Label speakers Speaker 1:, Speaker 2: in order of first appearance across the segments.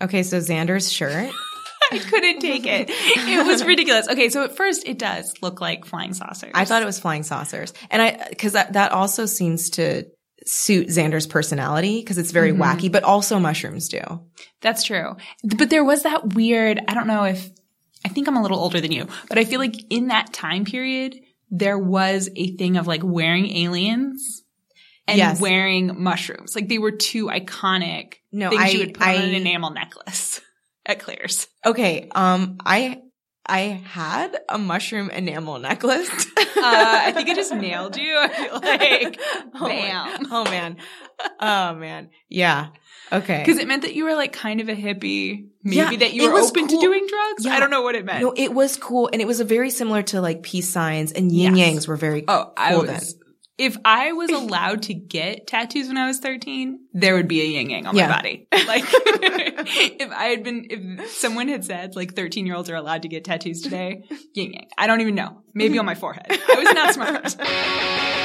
Speaker 1: Okay, so Xander's shirt.
Speaker 2: I couldn't take it. It was ridiculous. Okay, so at first it does look like flying saucers.
Speaker 1: I thought it was flying saucers. And I, cause that, that also seems to suit Xander's personality because it's
Speaker 2: Mm-hmm.
Speaker 1: very wacky, but also mushrooms do.
Speaker 2: That's true. But there was that weird, I don't know if, I think I'm a little older than you, but I feel like in that time period, there was a thing of like wearing aliens and
Speaker 1: Yes.
Speaker 2: wearing mushrooms. Like they were two iconic
Speaker 1: No,
Speaker 2: things
Speaker 1: I,
Speaker 2: you would put
Speaker 1: I,
Speaker 2: on an enamel necklace at Claire's.
Speaker 1: okay. Um, I, I had a mushroom enamel necklace.
Speaker 2: Uh, I think I just nailed you. I feel like, bam.
Speaker 1: Oh man. Oh man. Yeah. Okay.
Speaker 2: Because it meant that you were like kind of a hippie, maybe
Speaker 1: Yeah,
Speaker 2: that
Speaker 1: it
Speaker 2: you were
Speaker 1: was
Speaker 2: open
Speaker 1: cool.
Speaker 2: to doing drugs.
Speaker 1: Yeah.
Speaker 2: I don't know what it meant.
Speaker 1: no, it was cool. And it was a very similar to like peace signs and yin
Speaker 2: Yes.
Speaker 1: yangs were very
Speaker 2: Oh, I
Speaker 1: cool
Speaker 2: was.
Speaker 1: then.
Speaker 2: If I was allowed to get tattoos when I was 13, there would be a yin yang on
Speaker 1: Yeah.
Speaker 2: my body. Like, if I had been, if someone had said, like, 13 year olds are allowed to get tattoos today, yin yang. I don't even know. Maybe on my forehead. I was not smart.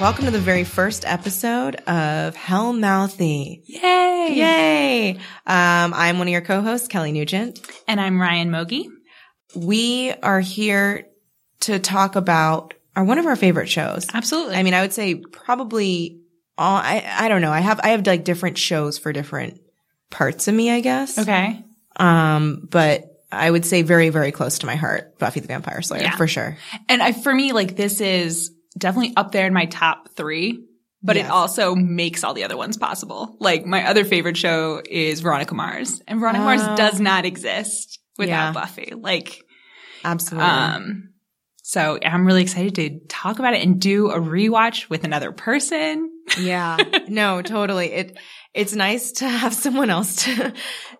Speaker 1: Welcome to the very first episode of Hell Mouthy.
Speaker 2: Yay.
Speaker 1: Yay! Um, I'm one of your co-hosts, Kelly Nugent.
Speaker 2: And I'm Ryan Mogi.
Speaker 1: We are here to talk about our, one of our favorite shows.
Speaker 2: Absolutely.
Speaker 1: I mean, I would say probably all, I, I don't know. I have, I have like different shows for different parts of me, I guess.
Speaker 2: okay.
Speaker 1: Um, but I would say very, very close to my heart, Buffy the Vampire Slayer,
Speaker 2: Yeah.
Speaker 1: for sure.
Speaker 2: And I, for me, like, this is definitely up there in my top three. But
Speaker 1: Yes.
Speaker 2: it also makes all the other ones possible. Like my other favorite show is Veronica Mars, and Veronica
Speaker 1: Oh.
Speaker 2: Mars does not exist without
Speaker 1: Yeah.
Speaker 2: Buffy. Like,
Speaker 1: Absolutely.
Speaker 2: um, so I'm really excited to talk about it and do a rewatch with another person.
Speaker 1: yeah. No, totally. It, it's nice to have someone else to,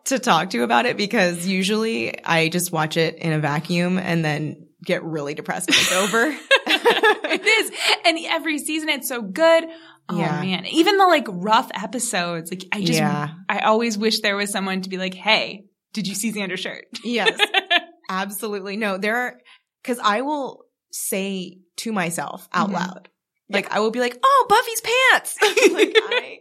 Speaker 1: to talk to about it because usually I just watch it in a vacuum and then get really depressed when it's over.
Speaker 2: it is, and every season it's so good. Oh
Speaker 1: Yeah.
Speaker 2: man, even the like rough episodes, like I just,
Speaker 1: Yeah.
Speaker 2: I always wish there was someone to be like, "Hey, did you see Xander's shirt?"
Speaker 1: Yes. Absolutely. No, there are, cause I will say to myself out
Speaker 2: Mhm.
Speaker 1: loud, like I will be like, Oh, Buffy's pants. like I,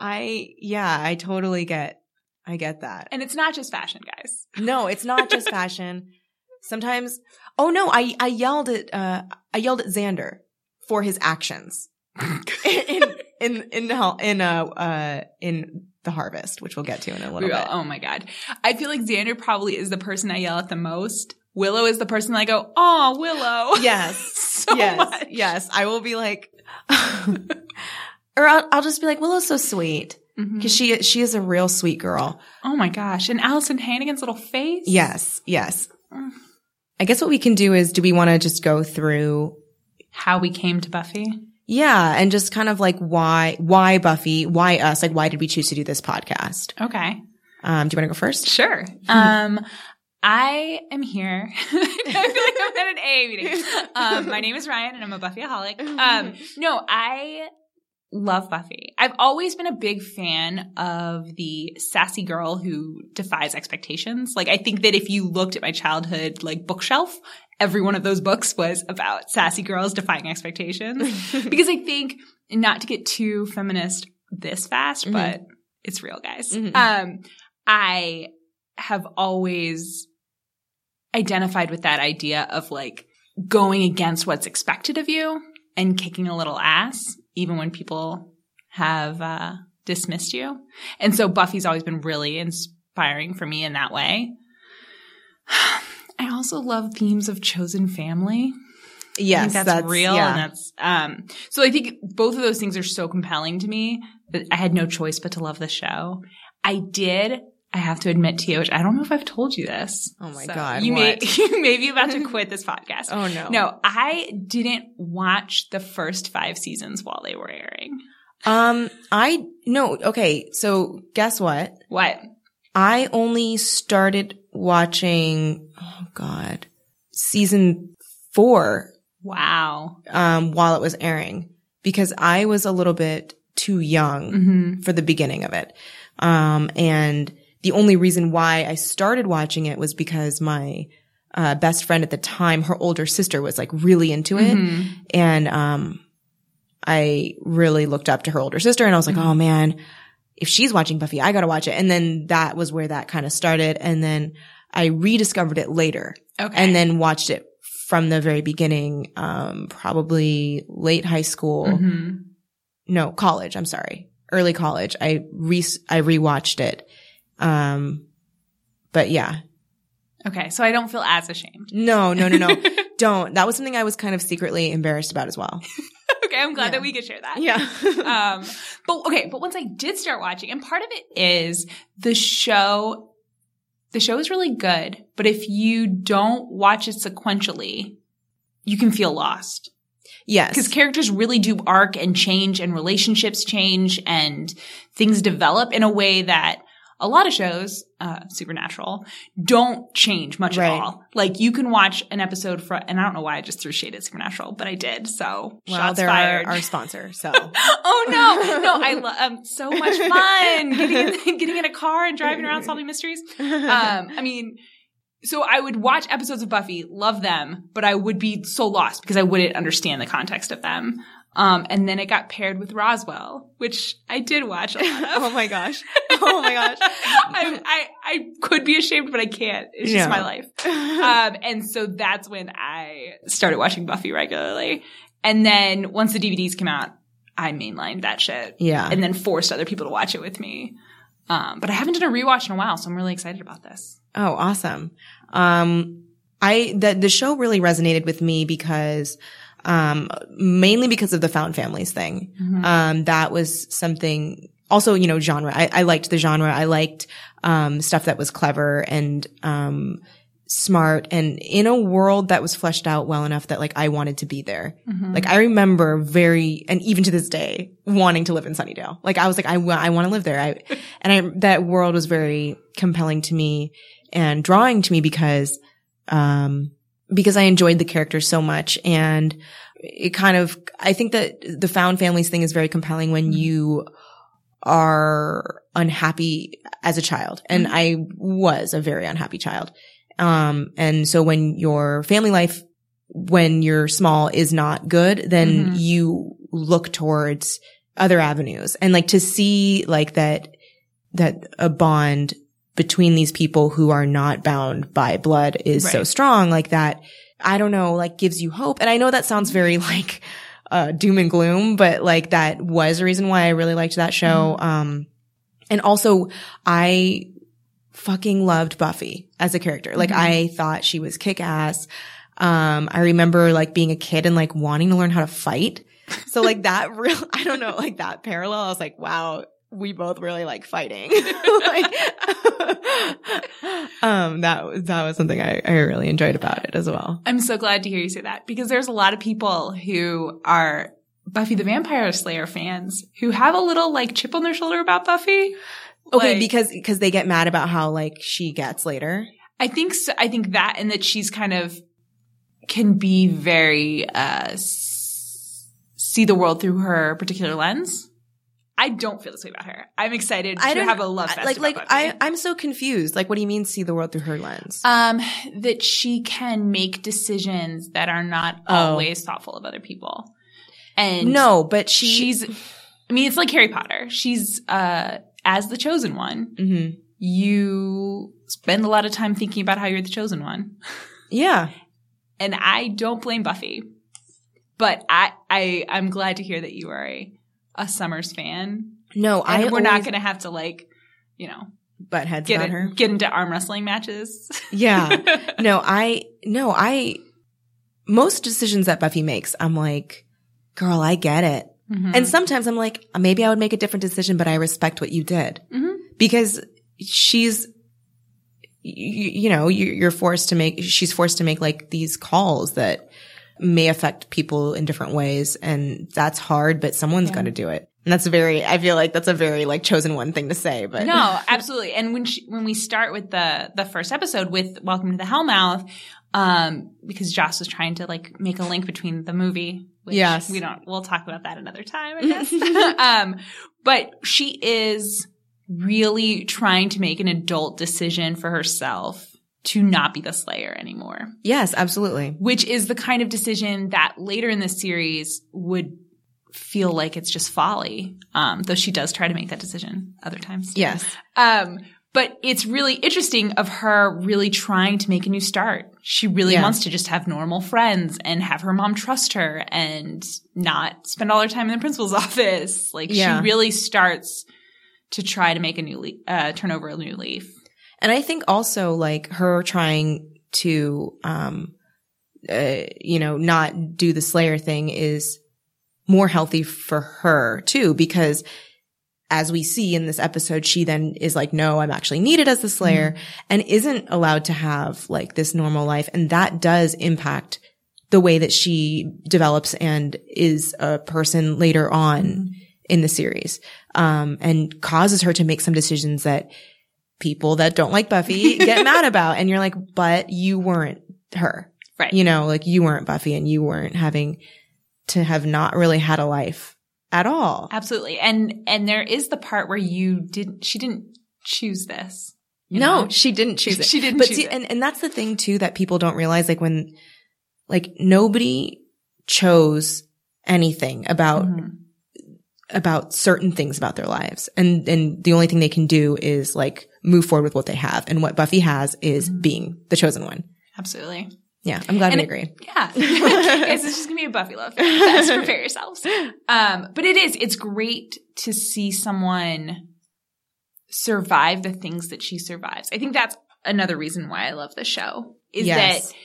Speaker 1: I, yeah, I totally get, I get that.
Speaker 2: And it's not just fashion, guys.
Speaker 1: No, it's not just fashion. Sometimes, oh no, I, I yelled at, uh, I yelled at Xander for his actions in, in, in, hel- in, uh, uh, in the harvest, which we'll get to in a little
Speaker 2: We will.
Speaker 1: bit.
Speaker 2: Oh my god, I feel like Xander probably is the person I yell at the most. Willow is the person I go, "Oh, Willow."
Speaker 1: Yes.
Speaker 2: so
Speaker 1: yes,
Speaker 2: much.
Speaker 1: yes. I will be like, or I'll, I'll just be like, Willow's so sweet
Speaker 2: Mhm.
Speaker 1: because she she is a real sweet girl.
Speaker 2: Oh my gosh. And Allison Hannigan's little face?
Speaker 1: Yes, yes.
Speaker 2: Mm.
Speaker 1: I guess what we can do is, do we want to just go through?
Speaker 2: How we came to Buffy.
Speaker 1: Yeah, and just kind of like why why Buffy, why us? Like, why did we choose to do this podcast?
Speaker 2: Okay.
Speaker 1: Um, do you want to go first?
Speaker 2: Sure. Um, I am here. I feel like I'm at an AA meeting. Um, my name is Ryan and I'm a Buffyaholic. Um, no, I love Buffy. I've always been a big fan of the sassy girl who defies expectations. Like, I think that if you looked at my childhood, like, bookshelf, every one of those books was about sassy girls defying expectations. because I think not to get too feminist this fast,
Speaker 1: Mhm.
Speaker 2: but it's real, guys.
Speaker 1: Mhm.
Speaker 2: Um, I have always identified with that idea of like going against what's expected of you and kicking a little ass, even when people have uh, dismissed you. And so Buffy's always been really inspiring for me in that way. I also love themes of chosen family. I
Speaker 1: yes,
Speaker 2: think that's, real and that's um so I think both of those things are so compelling to me that I had no choice but to love the show. I did I have to admit to you, which I don't know if I've told you this.
Speaker 1: Oh my God,
Speaker 2: You may
Speaker 1: what?
Speaker 2: you may be about to quit this podcast.
Speaker 1: oh no,
Speaker 2: No, I didn't watch the first five seasons while they were airing.
Speaker 1: Um, I no. Okay, so guess what?
Speaker 2: What?
Speaker 1: I only started watching, oh God, season four,
Speaker 2: Wow.
Speaker 1: um, while it was airing because I was a little bit too young
Speaker 2: hmm
Speaker 1: for the beginning of it. Um, and the only reason why I started watching it was because my, uh, best friend at the time, her older sister was like really into it.
Speaker 2: Mhm.
Speaker 1: And, um, I really looked up to her older sister and I was like,
Speaker 2: Mhm.
Speaker 1: oh man, if she's watching Buffy, I gotta watch it. And then that was where that kind of started. And then I rediscovered it later
Speaker 2: Okay.
Speaker 1: and then watched it from the very beginning, um, probably late high school.
Speaker 2: Mhm.
Speaker 1: No, college. I'm sorry. Early college. I re, I rewatched it. Um, but yeah,
Speaker 2: Okay. So I don't feel as ashamed.
Speaker 1: no, no, no, no. Don't. That was something I was kind of secretly embarrassed about as well.
Speaker 2: okay. I'm glad
Speaker 1: Yeah.
Speaker 2: that we could share that.
Speaker 1: Yeah.
Speaker 2: um, but okay, but once I did start watching, and part of it is the show, the show is really good, but if you don't watch it sequentially, you can feel lost because
Speaker 1: yes.
Speaker 2: characters really do arc and change and relationships change and things develop in a way that a lot of shows, uh, Supernatural, don't change much
Speaker 1: Right.
Speaker 2: at all. Like you can watch an episode for, and I don't know why I just threw shade at Supernatural, but I did. So
Speaker 1: Well,
Speaker 2: shots
Speaker 1: they're
Speaker 2: fired.
Speaker 1: our, our sponsor. So
Speaker 2: Oh no, no! I love um, so much fun getting in, getting in a car and driving around solving mysteries. Um, I mean, so I would watch episodes of Buffy, love them, but I would be so lost because I wouldn't understand the context of them. Um, and then it got paired with Roswell, which I did watch a lot of.
Speaker 1: oh my gosh. Oh my gosh.
Speaker 2: I, I I could be ashamed, but I can't. It's
Speaker 1: Yeah.
Speaker 2: just my life. Um, and so that's when I started watching Buffy regularly. And then once the DVDs came out, I mainlined that shit
Speaker 1: yeah.
Speaker 2: and then forced other people to watch it with me. Um, but I haven't done a rewatch in a while, so I'm really excited about this.
Speaker 1: Oh, awesome. Um, I, the, the show really resonated with me because, um, mainly because of the found families thing.
Speaker 2: Mm-hmm.
Speaker 1: Um, that was something also, you know, genre. I, I liked the genre. I liked, um, stuff that was clever and, um, smart and in a world that was fleshed out well enough that like I wanted to be there.
Speaker 2: Mm-hmm.
Speaker 1: Like I remember very, and even to this day, wanting to live in Sunnydale. Like I was like, I, wa- I want to live there. I, and I, that world was very compelling to me and drawing to me because, um, because I enjoyed the characters so much and it kind of, I think that the found families thing is very compelling when you are unhappy as a child. And I was a very unhappy child. Um, and so when your family life, when you're small is not good, then
Speaker 2: Mhm.
Speaker 1: you look towards other avenues and like to see like that, that a bond between these people who are not bound by blood is so
Speaker 2: Right.
Speaker 1: strong like that. I don't know, like gives you hope. And I know that sounds very like, uh, doom and gloom, but like that was a reason why I really liked that show. Um, and also I fucking loved Buffy as a character. Like
Speaker 2: Mhm.
Speaker 1: I thought she was kick ass. Um, I remember like being a kid and like wanting to learn how to fight. So like that real, I don't know, like that parallel, I was like, wow, we both really like fighting. like, um, that, that was something I, I really enjoyed about it as well.
Speaker 2: I'm so glad to hear you say that because there's a lot of people who are Buffy the Vampire Slayer fans who have a little like chip on their shoulder about Buffy.
Speaker 1: Okay,
Speaker 2: Like-
Speaker 1: because because they get mad about how like she gets later.
Speaker 2: I think so, I think that and that she's kind of can be very uh s- see the world through her particular lens. I don't feel this way about her. I'm excited
Speaker 1: I
Speaker 2: to
Speaker 1: don't-
Speaker 2: have a love fest.
Speaker 1: like
Speaker 2: about
Speaker 1: like
Speaker 2: Buffy.
Speaker 1: I I'm so confused. Like, what do you mean see the world through her lens?
Speaker 2: um that she can make decisions that are not
Speaker 1: Oh.
Speaker 2: always thoughtful of other people. And
Speaker 1: no, but she,
Speaker 2: she's I mean it's like Harry Potter. She's uh as the chosen one,
Speaker 1: Mhm.
Speaker 2: you spend a lot of time thinking about how you're the chosen one.
Speaker 1: yeah.
Speaker 2: and I don't blame Buffy, but I, I I'm glad to hear that you are a, a Summers fan.
Speaker 1: No,
Speaker 2: And
Speaker 1: I
Speaker 2: we're not
Speaker 1: always
Speaker 2: going to have to like, you know,
Speaker 1: butt heads
Speaker 2: get
Speaker 1: about
Speaker 2: in-
Speaker 1: her. Uh,
Speaker 2: get into arm wrestling matches.
Speaker 1: Yeah. no, I no I. Most decisions that Buffy makes, I'm like, girl, I get it. And sometimes I'm like, maybe I would make a different decision, but I respect what you did.
Speaker 2: Mhm.
Speaker 1: Because she's, you, you know, you- you're forced to make, she's forced to make like these calls that may affect people in different ways. And that's hard, but someone's
Speaker 2: Yeah.
Speaker 1: going to do it. And that's a very, I feel like that's a very like chosen one thing to say, but
Speaker 2: no, absolutely. And when she, when we start with the the first episode with Welcome to the Hellmouth, um, because Joss was trying to like make a link between the movie. Which
Speaker 1: Yes.
Speaker 2: we don't. We'll talk about that another time, I guess. um, but she is really trying to make an adult decision for herself to not be the slayer anymore,
Speaker 1: Yes, absolutely.
Speaker 2: which is the kind of decision that later in this series would feel like it's just folly. Um, though she does try to make that decision other times.
Speaker 1: Yes.
Speaker 2: Um, but it's really interesting of her really trying to make a new start. She really
Speaker 1: Yeah.
Speaker 2: wants to just have normal friends and have her mom trust her and not spend all her time in the principal's office. Like
Speaker 1: Yeah.
Speaker 2: she really starts to try to make a new leaf, uh, turn over a new leaf.
Speaker 1: And I think also like her trying to, um, uh, you know, not do the Slayer thing is more healthy for her too, because as we see in this episode, she then is like, no, I'm actually needed as the Slayer and isn't allowed to have like this normal life. And that does impact the way that she develops and is a person later on in the series. Um, and causes her to make some decisions that people that don't like Buffy get mad about. And you're like, but you weren't her.
Speaker 2: Right.
Speaker 1: You know, like you weren't Buffy and you weren't having to have not really had a life at all.
Speaker 2: Absolutely. And, and there is the part where you didn't, she didn't choose this. you
Speaker 1: no,
Speaker 2: know?
Speaker 1: she didn't choose it.
Speaker 2: She didn't
Speaker 1: But
Speaker 2: choose
Speaker 1: see,
Speaker 2: it.
Speaker 1: and, and that's the thing too that people don't realize, like when, like nobody chose anything about,
Speaker 2: Mhm.
Speaker 1: about certain things about their lives. And, and the only thing they can do is like move forward with what they have. And what Buffy has is
Speaker 2: Mhm.
Speaker 1: being the chosen one.
Speaker 2: Absolutely.
Speaker 1: Yeah. I'm glad
Speaker 2: And
Speaker 1: we
Speaker 2: it-
Speaker 1: agree.
Speaker 2: Yeah. Guys, it's just gonna be a Buffy love fest. Prepare yourselves. Um, but it is, it's great to see someone survive the things that she survives. I think that's another reason why I love the show is
Speaker 1: Yes.
Speaker 2: that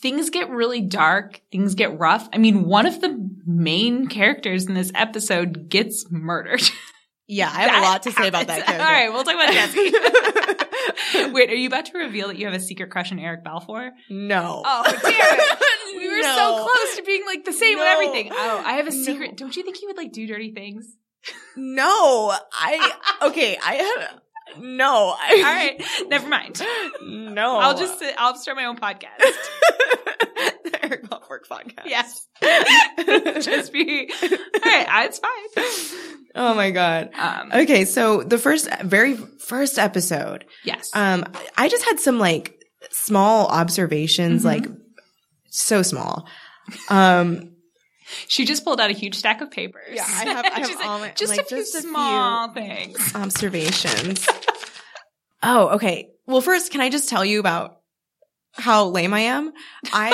Speaker 2: things get really dark, things get rough. I mean, one of the main characters in this episode gets murdered.
Speaker 1: Yeah, I have a
Speaker 2: That
Speaker 1: lot to say about that
Speaker 2: happens.
Speaker 1: character.
Speaker 2: All right, we'll talk about Jesse. Wait, are you about to reveal that you have a secret crush on Eric Balfour?
Speaker 1: No.
Speaker 2: Oh, damn it. We were so
Speaker 1: No.
Speaker 2: close to being like the same with
Speaker 1: No.
Speaker 2: everything. Oh, I have a
Speaker 1: No.
Speaker 2: secret. Don't you think he would like do dirty things?
Speaker 1: No. I okay, I have no. I,
Speaker 2: All right, never mind.
Speaker 1: No.
Speaker 2: I'll just sit, I'll start my own podcast.
Speaker 1: the Eric Balfour podcast.
Speaker 2: Yes. Just be All right, I- it's fine.
Speaker 1: Oh my god.
Speaker 2: Um
Speaker 1: Okay, so the first very first episode,
Speaker 2: yes.
Speaker 1: um I just had some like small observations
Speaker 2: Mhm.
Speaker 1: like so small. Um
Speaker 2: she just pulled out a huge stack of papers.
Speaker 1: Yeah, I have- I have
Speaker 2: She's like,
Speaker 1: all my-
Speaker 2: just
Speaker 1: like,
Speaker 2: a few
Speaker 1: just a few-
Speaker 2: small things.
Speaker 1: observations. oh, okay. Well, first, can I just tell you about how lame I am? I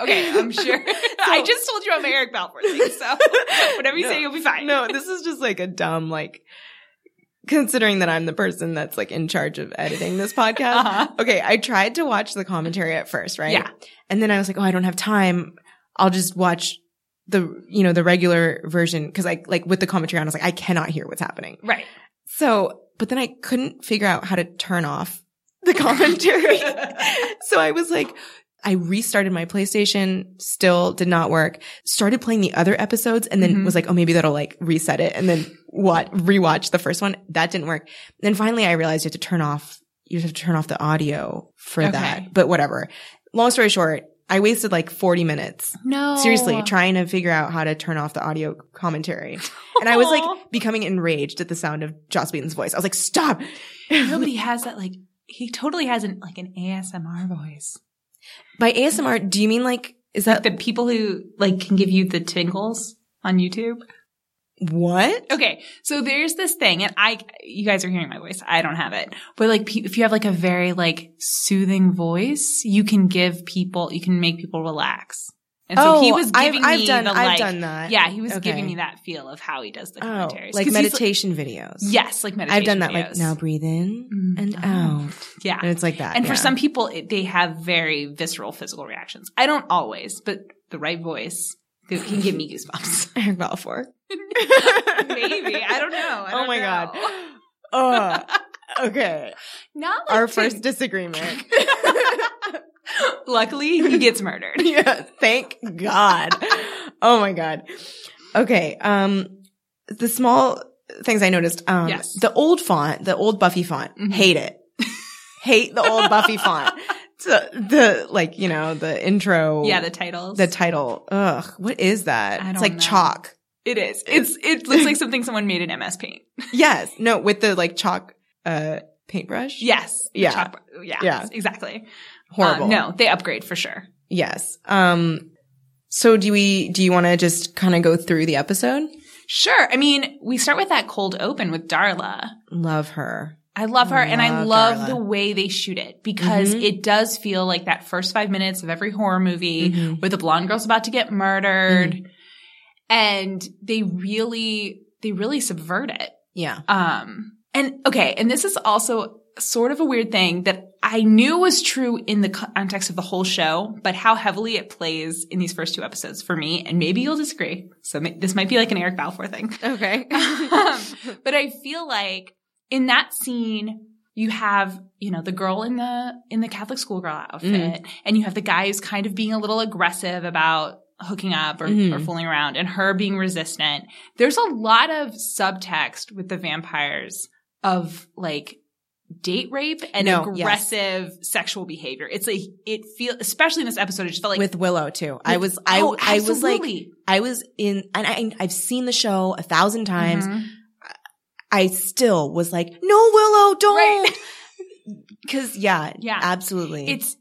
Speaker 2: Uh, okay, I'm sure. I just told you about my Eric Balfour thing, so whatever you
Speaker 1: No.
Speaker 2: say, you'll be fine.
Speaker 1: no, this is just like a dumb like considering that I'm the person that's like in charge of editing this podcast.
Speaker 2: Uh-huh.
Speaker 1: Okay, I tried to watch the commentary at first, right?
Speaker 2: Yeah.
Speaker 1: And then I was like, "Oh, I don't have time. I'll just watch the you know, the regular version cuz I like with the commentary on, I was like, I cannot hear what's happening."
Speaker 2: Right.
Speaker 1: So, but then I couldn't figure out how to turn off the commentary. so I was like, I restarted my PlayStation, still did not work, started playing the other episodes and then
Speaker 2: Mhm.
Speaker 1: was like, oh, maybe that'll like reset it and then what rewatch the first one. That didn't work. Then finally I realized you have to turn off, you have to turn off the audio for
Speaker 2: Okay.
Speaker 1: that, but whatever. Long story short, I wasted like 40 minutes
Speaker 2: No.
Speaker 1: seriously trying to figure out how to turn off the audio commentary. And I was like
Speaker 2: Aw.
Speaker 1: becoming enraged at the sound of Joss Whedon's voice. I was like, stop.
Speaker 2: Nobody has that like he totally has an like an ASMR voice.
Speaker 1: By ASMR, do you mean like, is that
Speaker 2: The people who like can give you the tingles on YouTube.
Speaker 1: what?
Speaker 2: Okay, so there's this thing, and I you guys are hearing my voice. I don't have it, but like pe- if you have like a very like soothing voice, you can give people you can make people relax. And so he was
Speaker 1: Oh, I've-
Speaker 2: giving
Speaker 1: I've,
Speaker 2: me
Speaker 1: done,
Speaker 2: the
Speaker 1: I've
Speaker 2: like
Speaker 1: done that.
Speaker 2: yeah he was
Speaker 1: Okay.
Speaker 2: giving me that feel of how he does the
Speaker 1: Oh,
Speaker 2: commentaries
Speaker 1: like
Speaker 2: 'Cause he's
Speaker 1: meditation videos.
Speaker 2: yes like meditation
Speaker 1: I've done that. Like
Speaker 2: videos.
Speaker 1: now breathe in
Speaker 2: Mm,
Speaker 1: and
Speaker 2: oh.
Speaker 1: out.
Speaker 2: yeah
Speaker 1: And it's like that.
Speaker 2: And for
Speaker 1: yeah.
Speaker 2: some people, it, they have very visceral physical reactions. I don't always, but the right voice can can give me goosebumps.
Speaker 1: Eric Balfour.
Speaker 2: Maybe I don't know. I
Speaker 1: oh
Speaker 2: don't
Speaker 1: my
Speaker 2: know.
Speaker 1: God. Oh, okay.
Speaker 2: Not like
Speaker 1: Our
Speaker 2: to-
Speaker 1: first disagreement.
Speaker 2: Luckily, he gets murdered.
Speaker 1: yeah, thank God. oh my God. Okay. Um, the small things I noticed. Um,
Speaker 2: Yes.
Speaker 1: the old font, the old Buffy font,
Speaker 2: Mhm.
Speaker 1: hate it. hate the old Buffy font. So the, like, you know, the intro.
Speaker 2: Yeah, the titles.
Speaker 1: Oh. the title. Ugh, what is that?
Speaker 2: I
Speaker 1: it's
Speaker 2: don't
Speaker 1: like
Speaker 2: know.
Speaker 1: chalk.
Speaker 2: it is. It's. It looks like something someone made in MS Paint.
Speaker 1: Yes. No, with the like chalk, uh, paintbrush.
Speaker 2: Yes. the
Speaker 1: Yeah.
Speaker 2: chalk- yeah.
Speaker 1: Yeah.
Speaker 2: Exactly.
Speaker 1: Horrible.
Speaker 2: Um, no, they upgrade for sure.
Speaker 1: Yes. Um, so do we, do you want to just kind of go through the episode?
Speaker 2: Sure. I mean, we start with that cold open with Darla.
Speaker 1: Love her.
Speaker 2: I love her and I
Speaker 1: Love
Speaker 2: love
Speaker 1: Darla.
Speaker 2: the way they shoot it because
Speaker 1: Mhm.
Speaker 2: it does feel like that first five minutes of every horror movie
Speaker 1: Mhm.
Speaker 2: where the blonde girl's about to get murdered and they really, they really subvert it.
Speaker 1: Yeah.
Speaker 2: Um, and okay. And this is also sort of a weird thing that I knew was true in the context of the whole show, but how heavily it plays in these first two episodes for me. And maybe you'll disagree. So ma- this might be like an Eric Balfour thing.
Speaker 1: Okay.
Speaker 2: Um, but I feel like in that scene, you have, you know, the girl in the, in the Catholic schoolgirl outfit
Speaker 1: Mm.
Speaker 2: and you have the guy who's kind of being a little aggressive about hooking up or,
Speaker 1: Mhm.
Speaker 2: or fooling around and her being resistant. There's a lot of subtext with the vampires of like, Date rape and
Speaker 1: No, yes.
Speaker 2: aggressive sexual behavior. It's like it feel, especially in this episode. It just felt like
Speaker 1: with Willow too. I
Speaker 2: With-
Speaker 1: was, I,
Speaker 2: oh,
Speaker 1: I was like,
Speaker 2: absolutely.
Speaker 1: I was in, and I, I've seen the show a thousand times.
Speaker 2: Mhm.
Speaker 1: I still was like, no, Willow, don't.
Speaker 2: Right.
Speaker 1: Because yeah,
Speaker 2: Yeah.
Speaker 1: absolutely.
Speaker 2: it's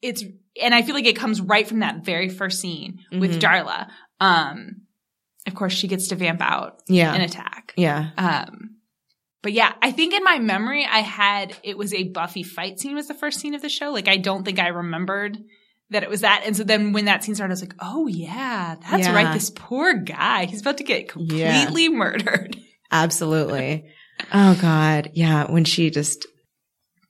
Speaker 2: it's and I feel like it comes right from that very first scene with
Speaker 1: Mhm.
Speaker 2: Darla. Um of course she gets to vamp out
Speaker 1: yeah,
Speaker 2: an attack.
Speaker 1: yeah,
Speaker 2: Um but yeah, I think in my memory I had it was a Buffy fight scene was the first scene of the show. Like I don't think I remembered that it was that. And so then when that scene started, I was like, oh yeah, that's
Speaker 1: Yeah.
Speaker 2: right. This poor guy. He's about to get completely murdered.
Speaker 1: absolutely. oh God, yeah. When she just,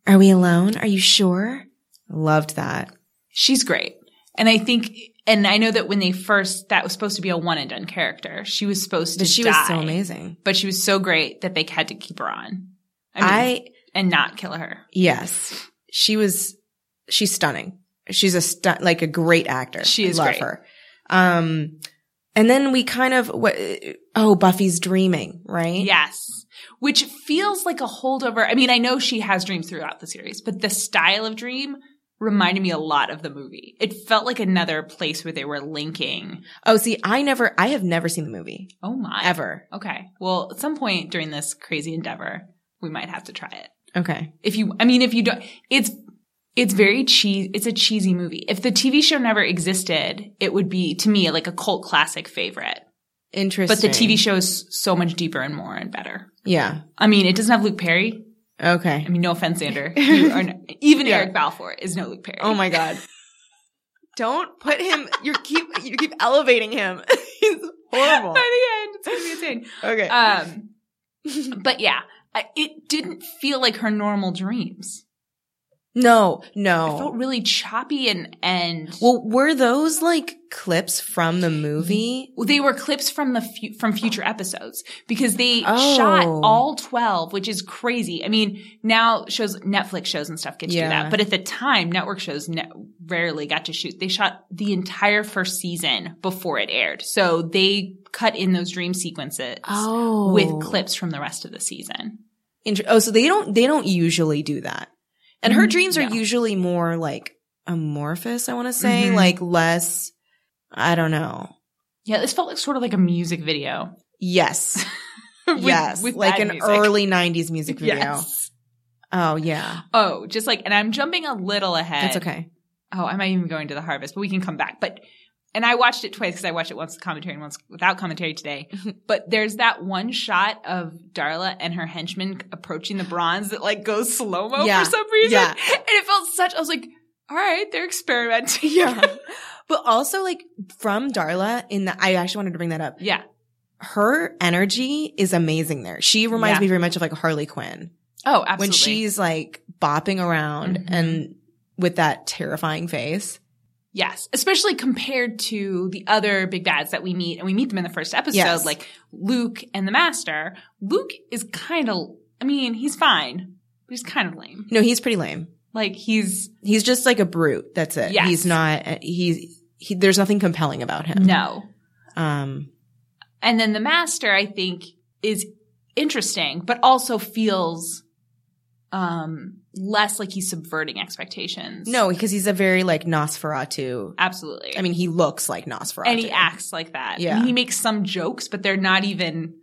Speaker 1: are we alone? Are you sure? Loved that.
Speaker 2: She's great. And I think, and I know that when they first, that was supposed to be a one and done character. She was supposed to
Speaker 1: But she
Speaker 2: die,
Speaker 1: was so amazing.
Speaker 2: But she was so great that they had to keep her on. I, mean,
Speaker 1: I
Speaker 2: and not kill her.
Speaker 1: yes, she was. She's stunning. She's a stu- like a great actor.
Speaker 2: She is
Speaker 1: Love
Speaker 2: great.
Speaker 1: her. Um, and then we kind of what? Oh, Buffy's dreaming, right?
Speaker 2: Yes. Which feels like a holdover. I mean, I know she has dreams throughout the series, but the style of dream reminded me a lot of the movie. It felt like another place where they were linking.
Speaker 1: Oh, see, I never, I have never seen the movie
Speaker 2: Oh my.
Speaker 1: ever.
Speaker 2: Okay. Well, at some point during this crazy endeavor, we might have to try it.
Speaker 1: Okay.
Speaker 2: if you i mean if you don't it's it's very cheesy it's a cheesy movie if the tv show never existed it would be to me like a cult classic favorite
Speaker 1: Interesting.
Speaker 2: but the tv show is so much deeper and more and better
Speaker 1: Yeah.
Speaker 2: i mean it doesn't have luke perry
Speaker 1: Okay.
Speaker 2: i mean no offense xander you are no, even
Speaker 1: Yeah.
Speaker 2: eric balfour is no luke perry
Speaker 1: Oh my god. Don't put him. You keep you keep elevating him. He's horrible.
Speaker 2: by the end it's gonna be
Speaker 1: Okay.
Speaker 2: insane um but yeah I, it didn't feel like her normal dreams
Speaker 1: no,
Speaker 2: it
Speaker 1: no.
Speaker 2: felt really choppy and and
Speaker 1: Well, were those like clips from the movie?
Speaker 2: Well, they were clips from the fu- from future episodes because they
Speaker 1: Oh.
Speaker 2: shot all 12 which is crazy i mean now shows netflix shows and stuff get to do
Speaker 1: Yeah.
Speaker 2: that but at the time network shows ne- rarely got to shoot they shot the entire first season before it aired so they cut in those dream sequences
Speaker 1: Oh,
Speaker 2: with clips from the rest of the season
Speaker 1: Inter- oh, so they don't they don't usually do that. And her
Speaker 2: Mm,
Speaker 1: dreams are
Speaker 2: no.
Speaker 1: usually more like amorphous. I want to say
Speaker 2: Mhm.
Speaker 1: like less. I don't know.
Speaker 2: yeah this felt like sort of like a music video
Speaker 1: Yes,
Speaker 2: With-
Speaker 1: yes,
Speaker 2: with
Speaker 1: like
Speaker 2: bad
Speaker 1: an
Speaker 2: music.
Speaker 1: early '90s music video.
Speaker 2: yes
Speaker 1: Oh yeah,
Speaker 2: oh just like and i'm jumping a little ahead
Speaker 1: that's okay.
Speaker 2: Oh, I might even go into the harvest, but we can come back. But and I watched it twice because I watched it once with commentary and once without commentary today. but there's that one shot of Darla and her henchman approaching the bronze that like goes slow mo
Speaker 1: Yeah.
Speaker 2: for some reason,
Speaker 1: Yeah.
Speaker 2: and it felt such. I was like, all right, they're experimenting.
Speaker 1: Yeah. But also like from Darla in the I actually wanted to bring that up.
Speaker 2: yeah.
Speaker 1: Her energy is amazing there. She reminds
Speaker 2: Yeah.
Speaker 1: me very much of like Harley Quinn
Speaker 2: Oh, absolutely.
Speaker 1: when she's like bopping around
Speaker 2: Mhm.
Speaker 1: and with that terrifying face.
Speaker 2: yes, especially compared to the other big bads that we meet, and we meet them in the first episode,
Speaker 1: Yes.
Speaker 2: like Luke and the Master. Luke is kind of. I mean, he's fine, but he's kind of lame.
Speaker 1: No, he's pretty lame.
Speaker 2: Like he's
Speaker 1: He's just like a brute. That's it.
Speaker 2: Yes.
Speaker 1: He's not he's he, there's nothing compelling about him.
Speaker 2: No.
Speaker 1: Um
Speaker 2: And then the master, I think, is interesting, but also feels um less like he's subverting expectations.
Speaker 1: no, because he's a very like Nosferatu.
Speaker 2: Absolutely.
Speaker 1: I mean, he looks like Nosferatu.
Speaker 2: and he acts like that. I
Speaker 1: Yeah.
Speaker 2: mean, he makes some jokes, but they're not even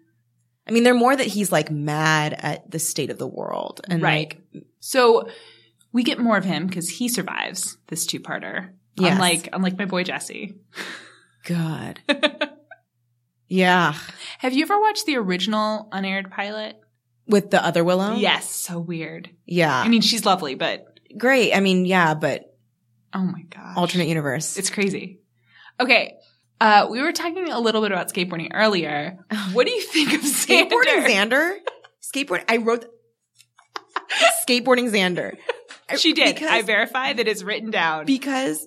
Speaker 1: I mean, they're more that he's like mad at the state of the world and
Speaker 2: Right.
Speaker 1: like
Speaker 2: So we get more of him because he survives this two parter.
Speaker 1: Yes.
Speaker 2: Unlike unlike my boy Jesse.
Speaker 1: God. yeah.
Speaker 2: Have you ever watched the original unaired pilot?
Speaker 1: With the other Willow?
Speaker 2: Yes, so weird. I
Speaker 1: Yeah.
Speaker 2: mean, she's lovely, but
Speaker 1: Great. I mean, yeah, but
Speaker 2: oh my god,
Speaker 1: alternate universe.
Speaker 2: It's crazy. Okay. Uh, we were talking a little bit about skateboarding earlier. What do you think of Xander?
Speaker 1: Skateboarding Xander? Skateboard. I wrote skateboarding Xander. I-
Speaker 2: She did.
Speaker 1: Because,
Speaker 2: I verify that it's written down.
Speaker 1: because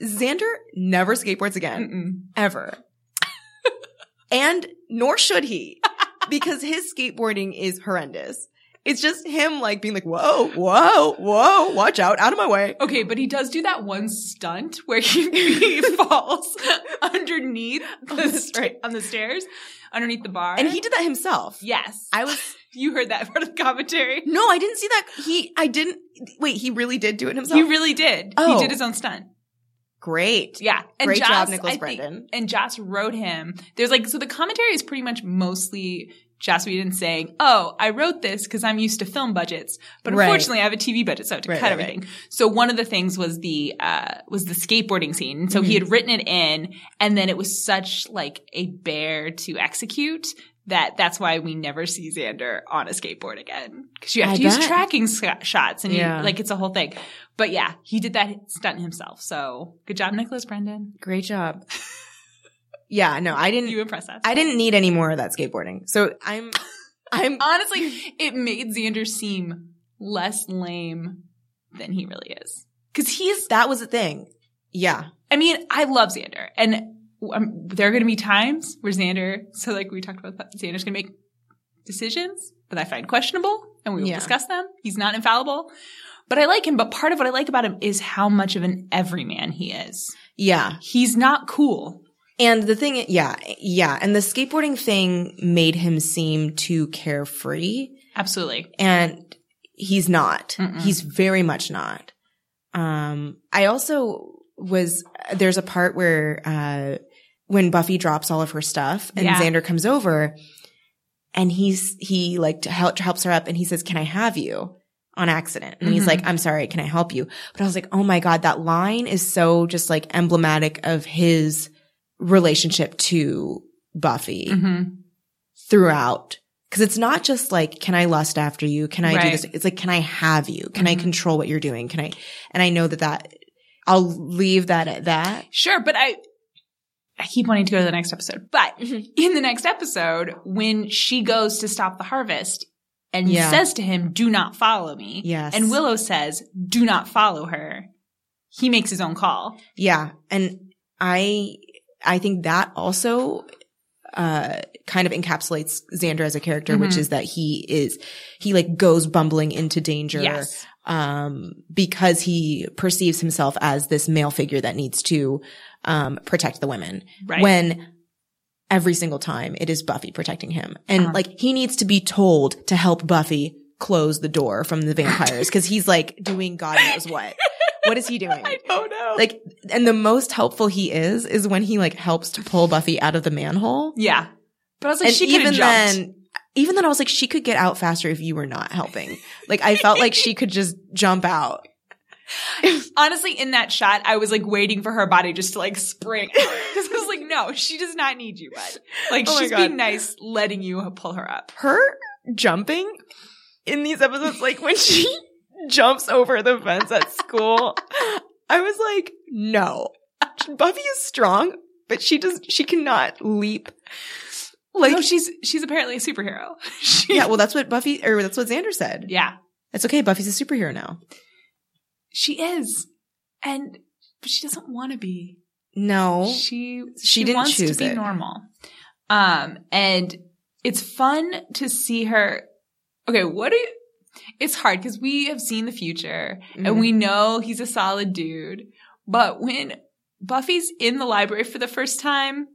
Speaker 1: Xander never skateboards again,
Speaker 2: Mm-mm.
Speaker 1: ever. and nor should he, because his skateboarding is horrendous. It's just him like being like, whoa, whoa, whoa, watch out, out of my way.
Speaker 2: Okay, but he does do that one stunt where he, he falls underneath
Speaker 1: Oh,
Speaker 2: the
Speaker 1: that's
Speaker 2: sta-
Speaker 1: right.
Speaker 2: on the stairs, underneath the bar.
Speaker 1: And he did that himself.
Speaker 2: Yes.
Speaker 1: I was
Speaker 2: you heard that part of the commentary.
Speaker 1: no, I didn't see that. He, I didn't. Wait, he really did do it himself.
Speaker 2: He really did.
Speaker 1: Oh.
Speaker 2: He did his own stunt.
Speaker 1: Great,
Speaker 2: Yeah. And
Speaker 1: great
Speaker 2: Joss,
Speaker 1: job, Nicholas
Speaker 2: I think-
Speaker 1: Brendan.
Speaker 2: and Joss wrote him. There's like, so the commentary is pretty much mostly Joss Whedon saying, Oh, I wrote this because I'm used to film budgets, but
Speaker 1: Right.
Speaker 2: unfortunately I have a TV budget, so I have to
Speaker 1: Right,
Speaker 2: cut
Speaker 1: right, right.
Speaker 2: everything. So one of the things was the, uh, was the skateboarding scene. So
Speaker 1: Mhm.
Speaker 2: he had written it in and then it was such like a bear to execute. That that's why we never see Xander on a skateboard again because you have
Speaker 1: I
Speaker 2: to use
Speaker 1: bet.
Speaker 2: tracking sc- shots and
Speaker 1: Yeah.
Speaker 2: you, like it's a whole thing. But yeah, he did that stunt himself. So good job, Nicholas Brendan.
Speaker 1: great job. yeah, no, I didn't.
Speaker 2: You impress us.
Speaker 1: I didn't need any more of that skateboarding. So I'm, I'm.
Speaker 2: Honestly, it made Xander seem less lame than he really is. Cause he's,
Speaker 1: that was the thing. Yeah,
Speaker 2: I mean, I love Xander and um, there are going to be times where Xander, so like we talked about, Xander's going to make decisions that I find questionable and we will
Speaker 1: Yeah.
Speaker 2: discuss them. He's not infallible, but I like him. But part of what I like about him is how much of an everyman he is.
Speaker 1: yeah.
Speaker 2: He's not cool.
Speaker 1: And the thing, yeah, yeah. And the skateboarding thing made him seem too carefree,
Speaker 2: Absolutely.
Speaker 1: and he's not.
Speaker 2: Mm-mm.
Speaker 1: He's very much not. Um, I also was. There's a part where uh, when Buffy drops all of her stuff, and
Speaker 2: Yeah.
Speaker 1: Xander comes over, and he's he like to help, helps her up, and he says, "Can I have you?" On accident, and he's
Speaker 2: Mhm.
Speaker 1: like, "I'm sorry, can I help you?" But I was like, "Oh my god, that line is so just like emblematic of his relationship to Buffy."
Speaker 2: Mm-hmm.
Speaker 1: throughout. Cause it's not just like, can I lust after you? Can I do
Speaker 2: Right.
Speaker 1: this? It's like, can I have you? Can I
Speaker 2: Mhm.
Speaker 1: control what you're doing? Can I, and I know that that, I'll leave that at that.
Speaker 2: Sure, but I I keep wanting to go to the next episode. But
Speaker 1: Mhm.
Speaker 2: in the next episode, when she goes to stop the harvest and
Speaker 1: Yeah.
Speaker 2: says to him, "Do not follow me,"
Speaker 1: Yes.
Speaker 2: and Willow says, "Do not follow her," he makes his own call.
Speaker 1: Yeah. And I, I think that also, uh, kind of encapsulates Xander as a character, which
Speaker 2: Mhm.
Speaker 1: is that he is, he like goes bumbling into danger.
Speaker 2: Yes,
Speaker 1: um, because he perceives himself as this male figure that needs to um, protect the women.
Speaker 2: Right.
Speaker 1: When every single time it is Buffy protecting him, and
Speaker 2: Uh-huh.
Speaker 1: like he needs to be told to help Buffy close the door from the vampires because he's like doing God knows what. what is he doing?
Speaker 2: I don't know.
Speaker 1: Like, and the most helpful he is is when he like helps to pull Buffy out of the manhole.
Speaker 2: yeah, but I was like, she could have
Speaker 1: even
Speaker 2: jumped.
Speaker 1: then, even then, I was like, she could get out faster if you were not helping. Like, I felt like she could just jump out.
Speaker 2: Honestly, in that shot, I was like waiting for her body just to like spring because I was like, no, she does not need you, bud. Like
Speaker 1: Oh my
Speaker 2: she's
Speaker 1: God.
Speaker 2: being nice, letting you pull her up.
Speaker 1: her jumping in these episodes, like when she jumps over the fence at school, I was like, no. Buffy is strong, but she does she cannot leap.
Speaker 2: Like no, she's she's apparently a superhero. She,
Speaker 1: Yeah, well that's what Buffy or that's what Xander said.
Speaker 2: yeah,
Speaker 1: It's okay, Buffy's a superhero now.
Speaker 2: she is, and but she doesn't want to be.
Speaker 1: No.
Speaker 2: She
Speaker 1: She didn't
Speaker 2: wants
Speaker 1: choose
Speaker 2: to be
Speaker 1: it.
Speaker 2: normal. Um, and it's fun to see her. Okay, what do you? It's hard because we have seen the future and
Speaker 1: Mm-hmm.
Speaker 2: we know he's a solid dude, but when Buffy's in the library for the first time,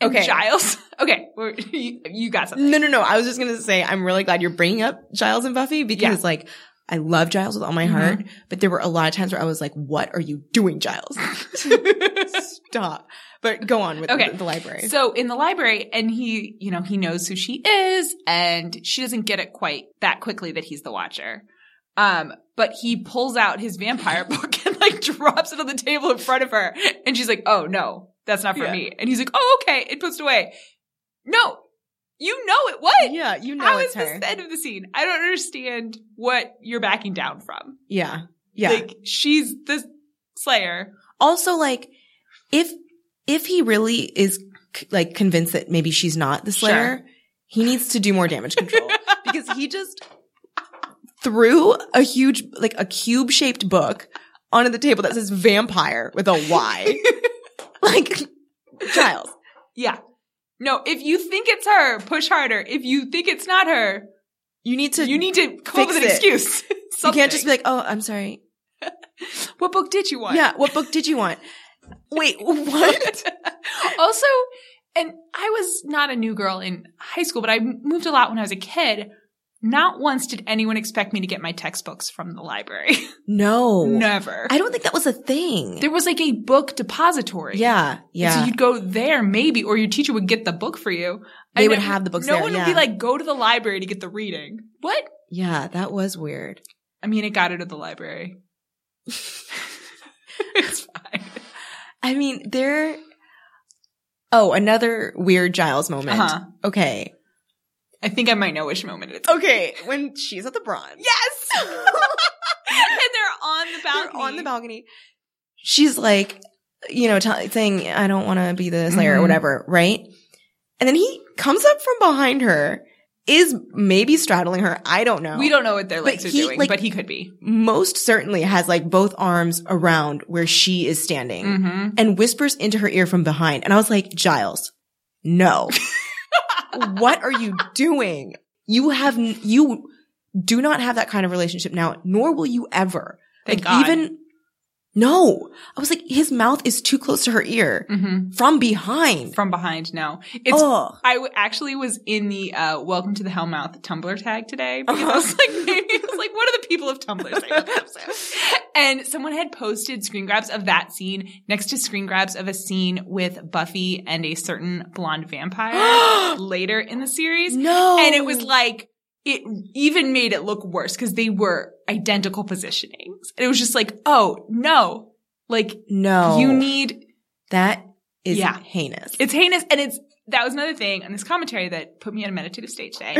Speaker 2: and
Speaker 1: Okay.
Speaker 2: Giles. Okay, we're, you, you got something.
Speaker 1: No, no, no. I was just gonna say I'm really glad you're bringing up Giles and Buffy because like I love Giles with all my
Speaker 2: Mhm.
Speaker 1: heart, but there were a lot of times where I was like, what are you doing, Giles? Stop. But go on with
Speaker 2: Okay.
Speaker 1: the, the library.
Speaker 2: So in the library, and he, you know, he knows who she is, and she doesn't get it quite that quickly that he's the Watcher. Um, but he pulls out his vampire book and like drops it on the table in front of her, and she's like, "Oh no, that's not for
Speaker 1: Yeah.
Speaker 2: me." And he's like, "Oh okay," and puts it away. No, you know it. What?
Speaker 1: yeah, you know
Speaker 2: How
Speaker 1: it's
Speaker 2: is
Speaker 1: her.
Speaker 2: this the end of the scene? I don't understand what you're backing down from.
Speaker 1: yeah. Yeah.
Speaker 2: Like she's the Slayer.
Speaker 1: also like if if he really is c- like convinced that maybe she's not the
Speaker 2: Sure.
Speaker 1: slayer he needs to do more damage control because he just threw a huge like a cube shaped book onto the table that says vampire with a y like Giles.
Speaker 2: Yeah. No, if you think it's her, push harder. If you think it's not her,
Speaker 1: you need to
Speaker 2: you need to come up
Speaker 1: fix
Speaker 2: with an
Speaker 1: it.
Speaker 2: excuse.
Speaker 1: you can't
Speaker 2: Something.
Speaker 1: just be like oh i'm sorry
Speaker 2: what book did you want?
Speaker 1: yeah what book did you want wait what
Speaker 2: also, and I was not a new girl in high school, but I m- moved a lot when I was a kid. Not once did anyone expect me to get my textbooks from the library.
Speaker 1: no
Speaker 2: Never.
Speaker 1: Oh. i don't think that was a thing
Speaker 2: there was like a book depository.
Speaker 1: yeah
Speaker 2: And
Speaker 1: yeah
Speaker 2: So you'd go there maybe, or your teacher would get the book for you.
Speaker 1: They would
Speaker 2: never-
Speaker 1: have the books
Speaker 2: No
Speaker 1: there,
Speaker 2: one
Speaker 1: yeah.
Speaker 2: would be like, go to the library to get the reading. What?
Speaker 1: yeah that was weird
Speaker 2: I mean, it got out of the library. it's fine.
Speaker 1: I mean, there. Oh, another weird Giles moment.
Speaker 2: Uh-huh.
Speaker 1: Okay.
Speaker 2: I think I might know which moment it's.
Speaker 1: Okay, when she's at the bronze.
Speaker 2: Yes! and they're on the balcony.
Speaker 1: They're on the balcony. She's like, you know, tell saying, I don't want to be the slayer or
Speaker 2: Mhm.
Speaker 1: whatever, right? And then he comes up from behind her, is maybe straddling her. I don't know.
Speaker 2: We don't know what their legs are
Speaker 1: he,
Speaker 2: doing,
Speaker 1: like-
Speaker 2: but he could be.
Speaker 1: Most certainly has like both arms around where she is standing
Speaker 2: Mm-hmm.
Speaker 1: and whispers into her ear from behind. And I was like, Giles, no. what are you doing? You have, n- you do not have that kind of relationship now, nor will you ever. like,
Speaker 2: Thank God.
Speaker 1: even, no. I was like, his mouth is too close to her ear
Speaker 2: Mhm.
Speaker 1: from behind.
Speaker 2: From behind, no. It's.
Speaker 1: Ugh.
Speaker 2: I w- actually was in the uh, Welcome to the Hellmouth Tumblr tag today because
Speaker 1: Uh-huh.
Speaker 2: I was like, maybe I was like, what are the people of Tumblr saying? and someone had posted screen grabs of that scene next to screen grabs of a scene with Buffy and a certain blonde vampire later in the series.
Speaker 1: no.
Speaker 2: And it was like, it even made it look worse because they were identical positionings. And it was just like, oh, no. Like,
Speaker 1: no.
Speaker 2: you need,
Speaker 1: that is
Speaker 2: Yeah.
Speaker 1: heinous.
Speaker 2: it's heinous. And it's, that was another thing on this commentary that put me on a meditative state today.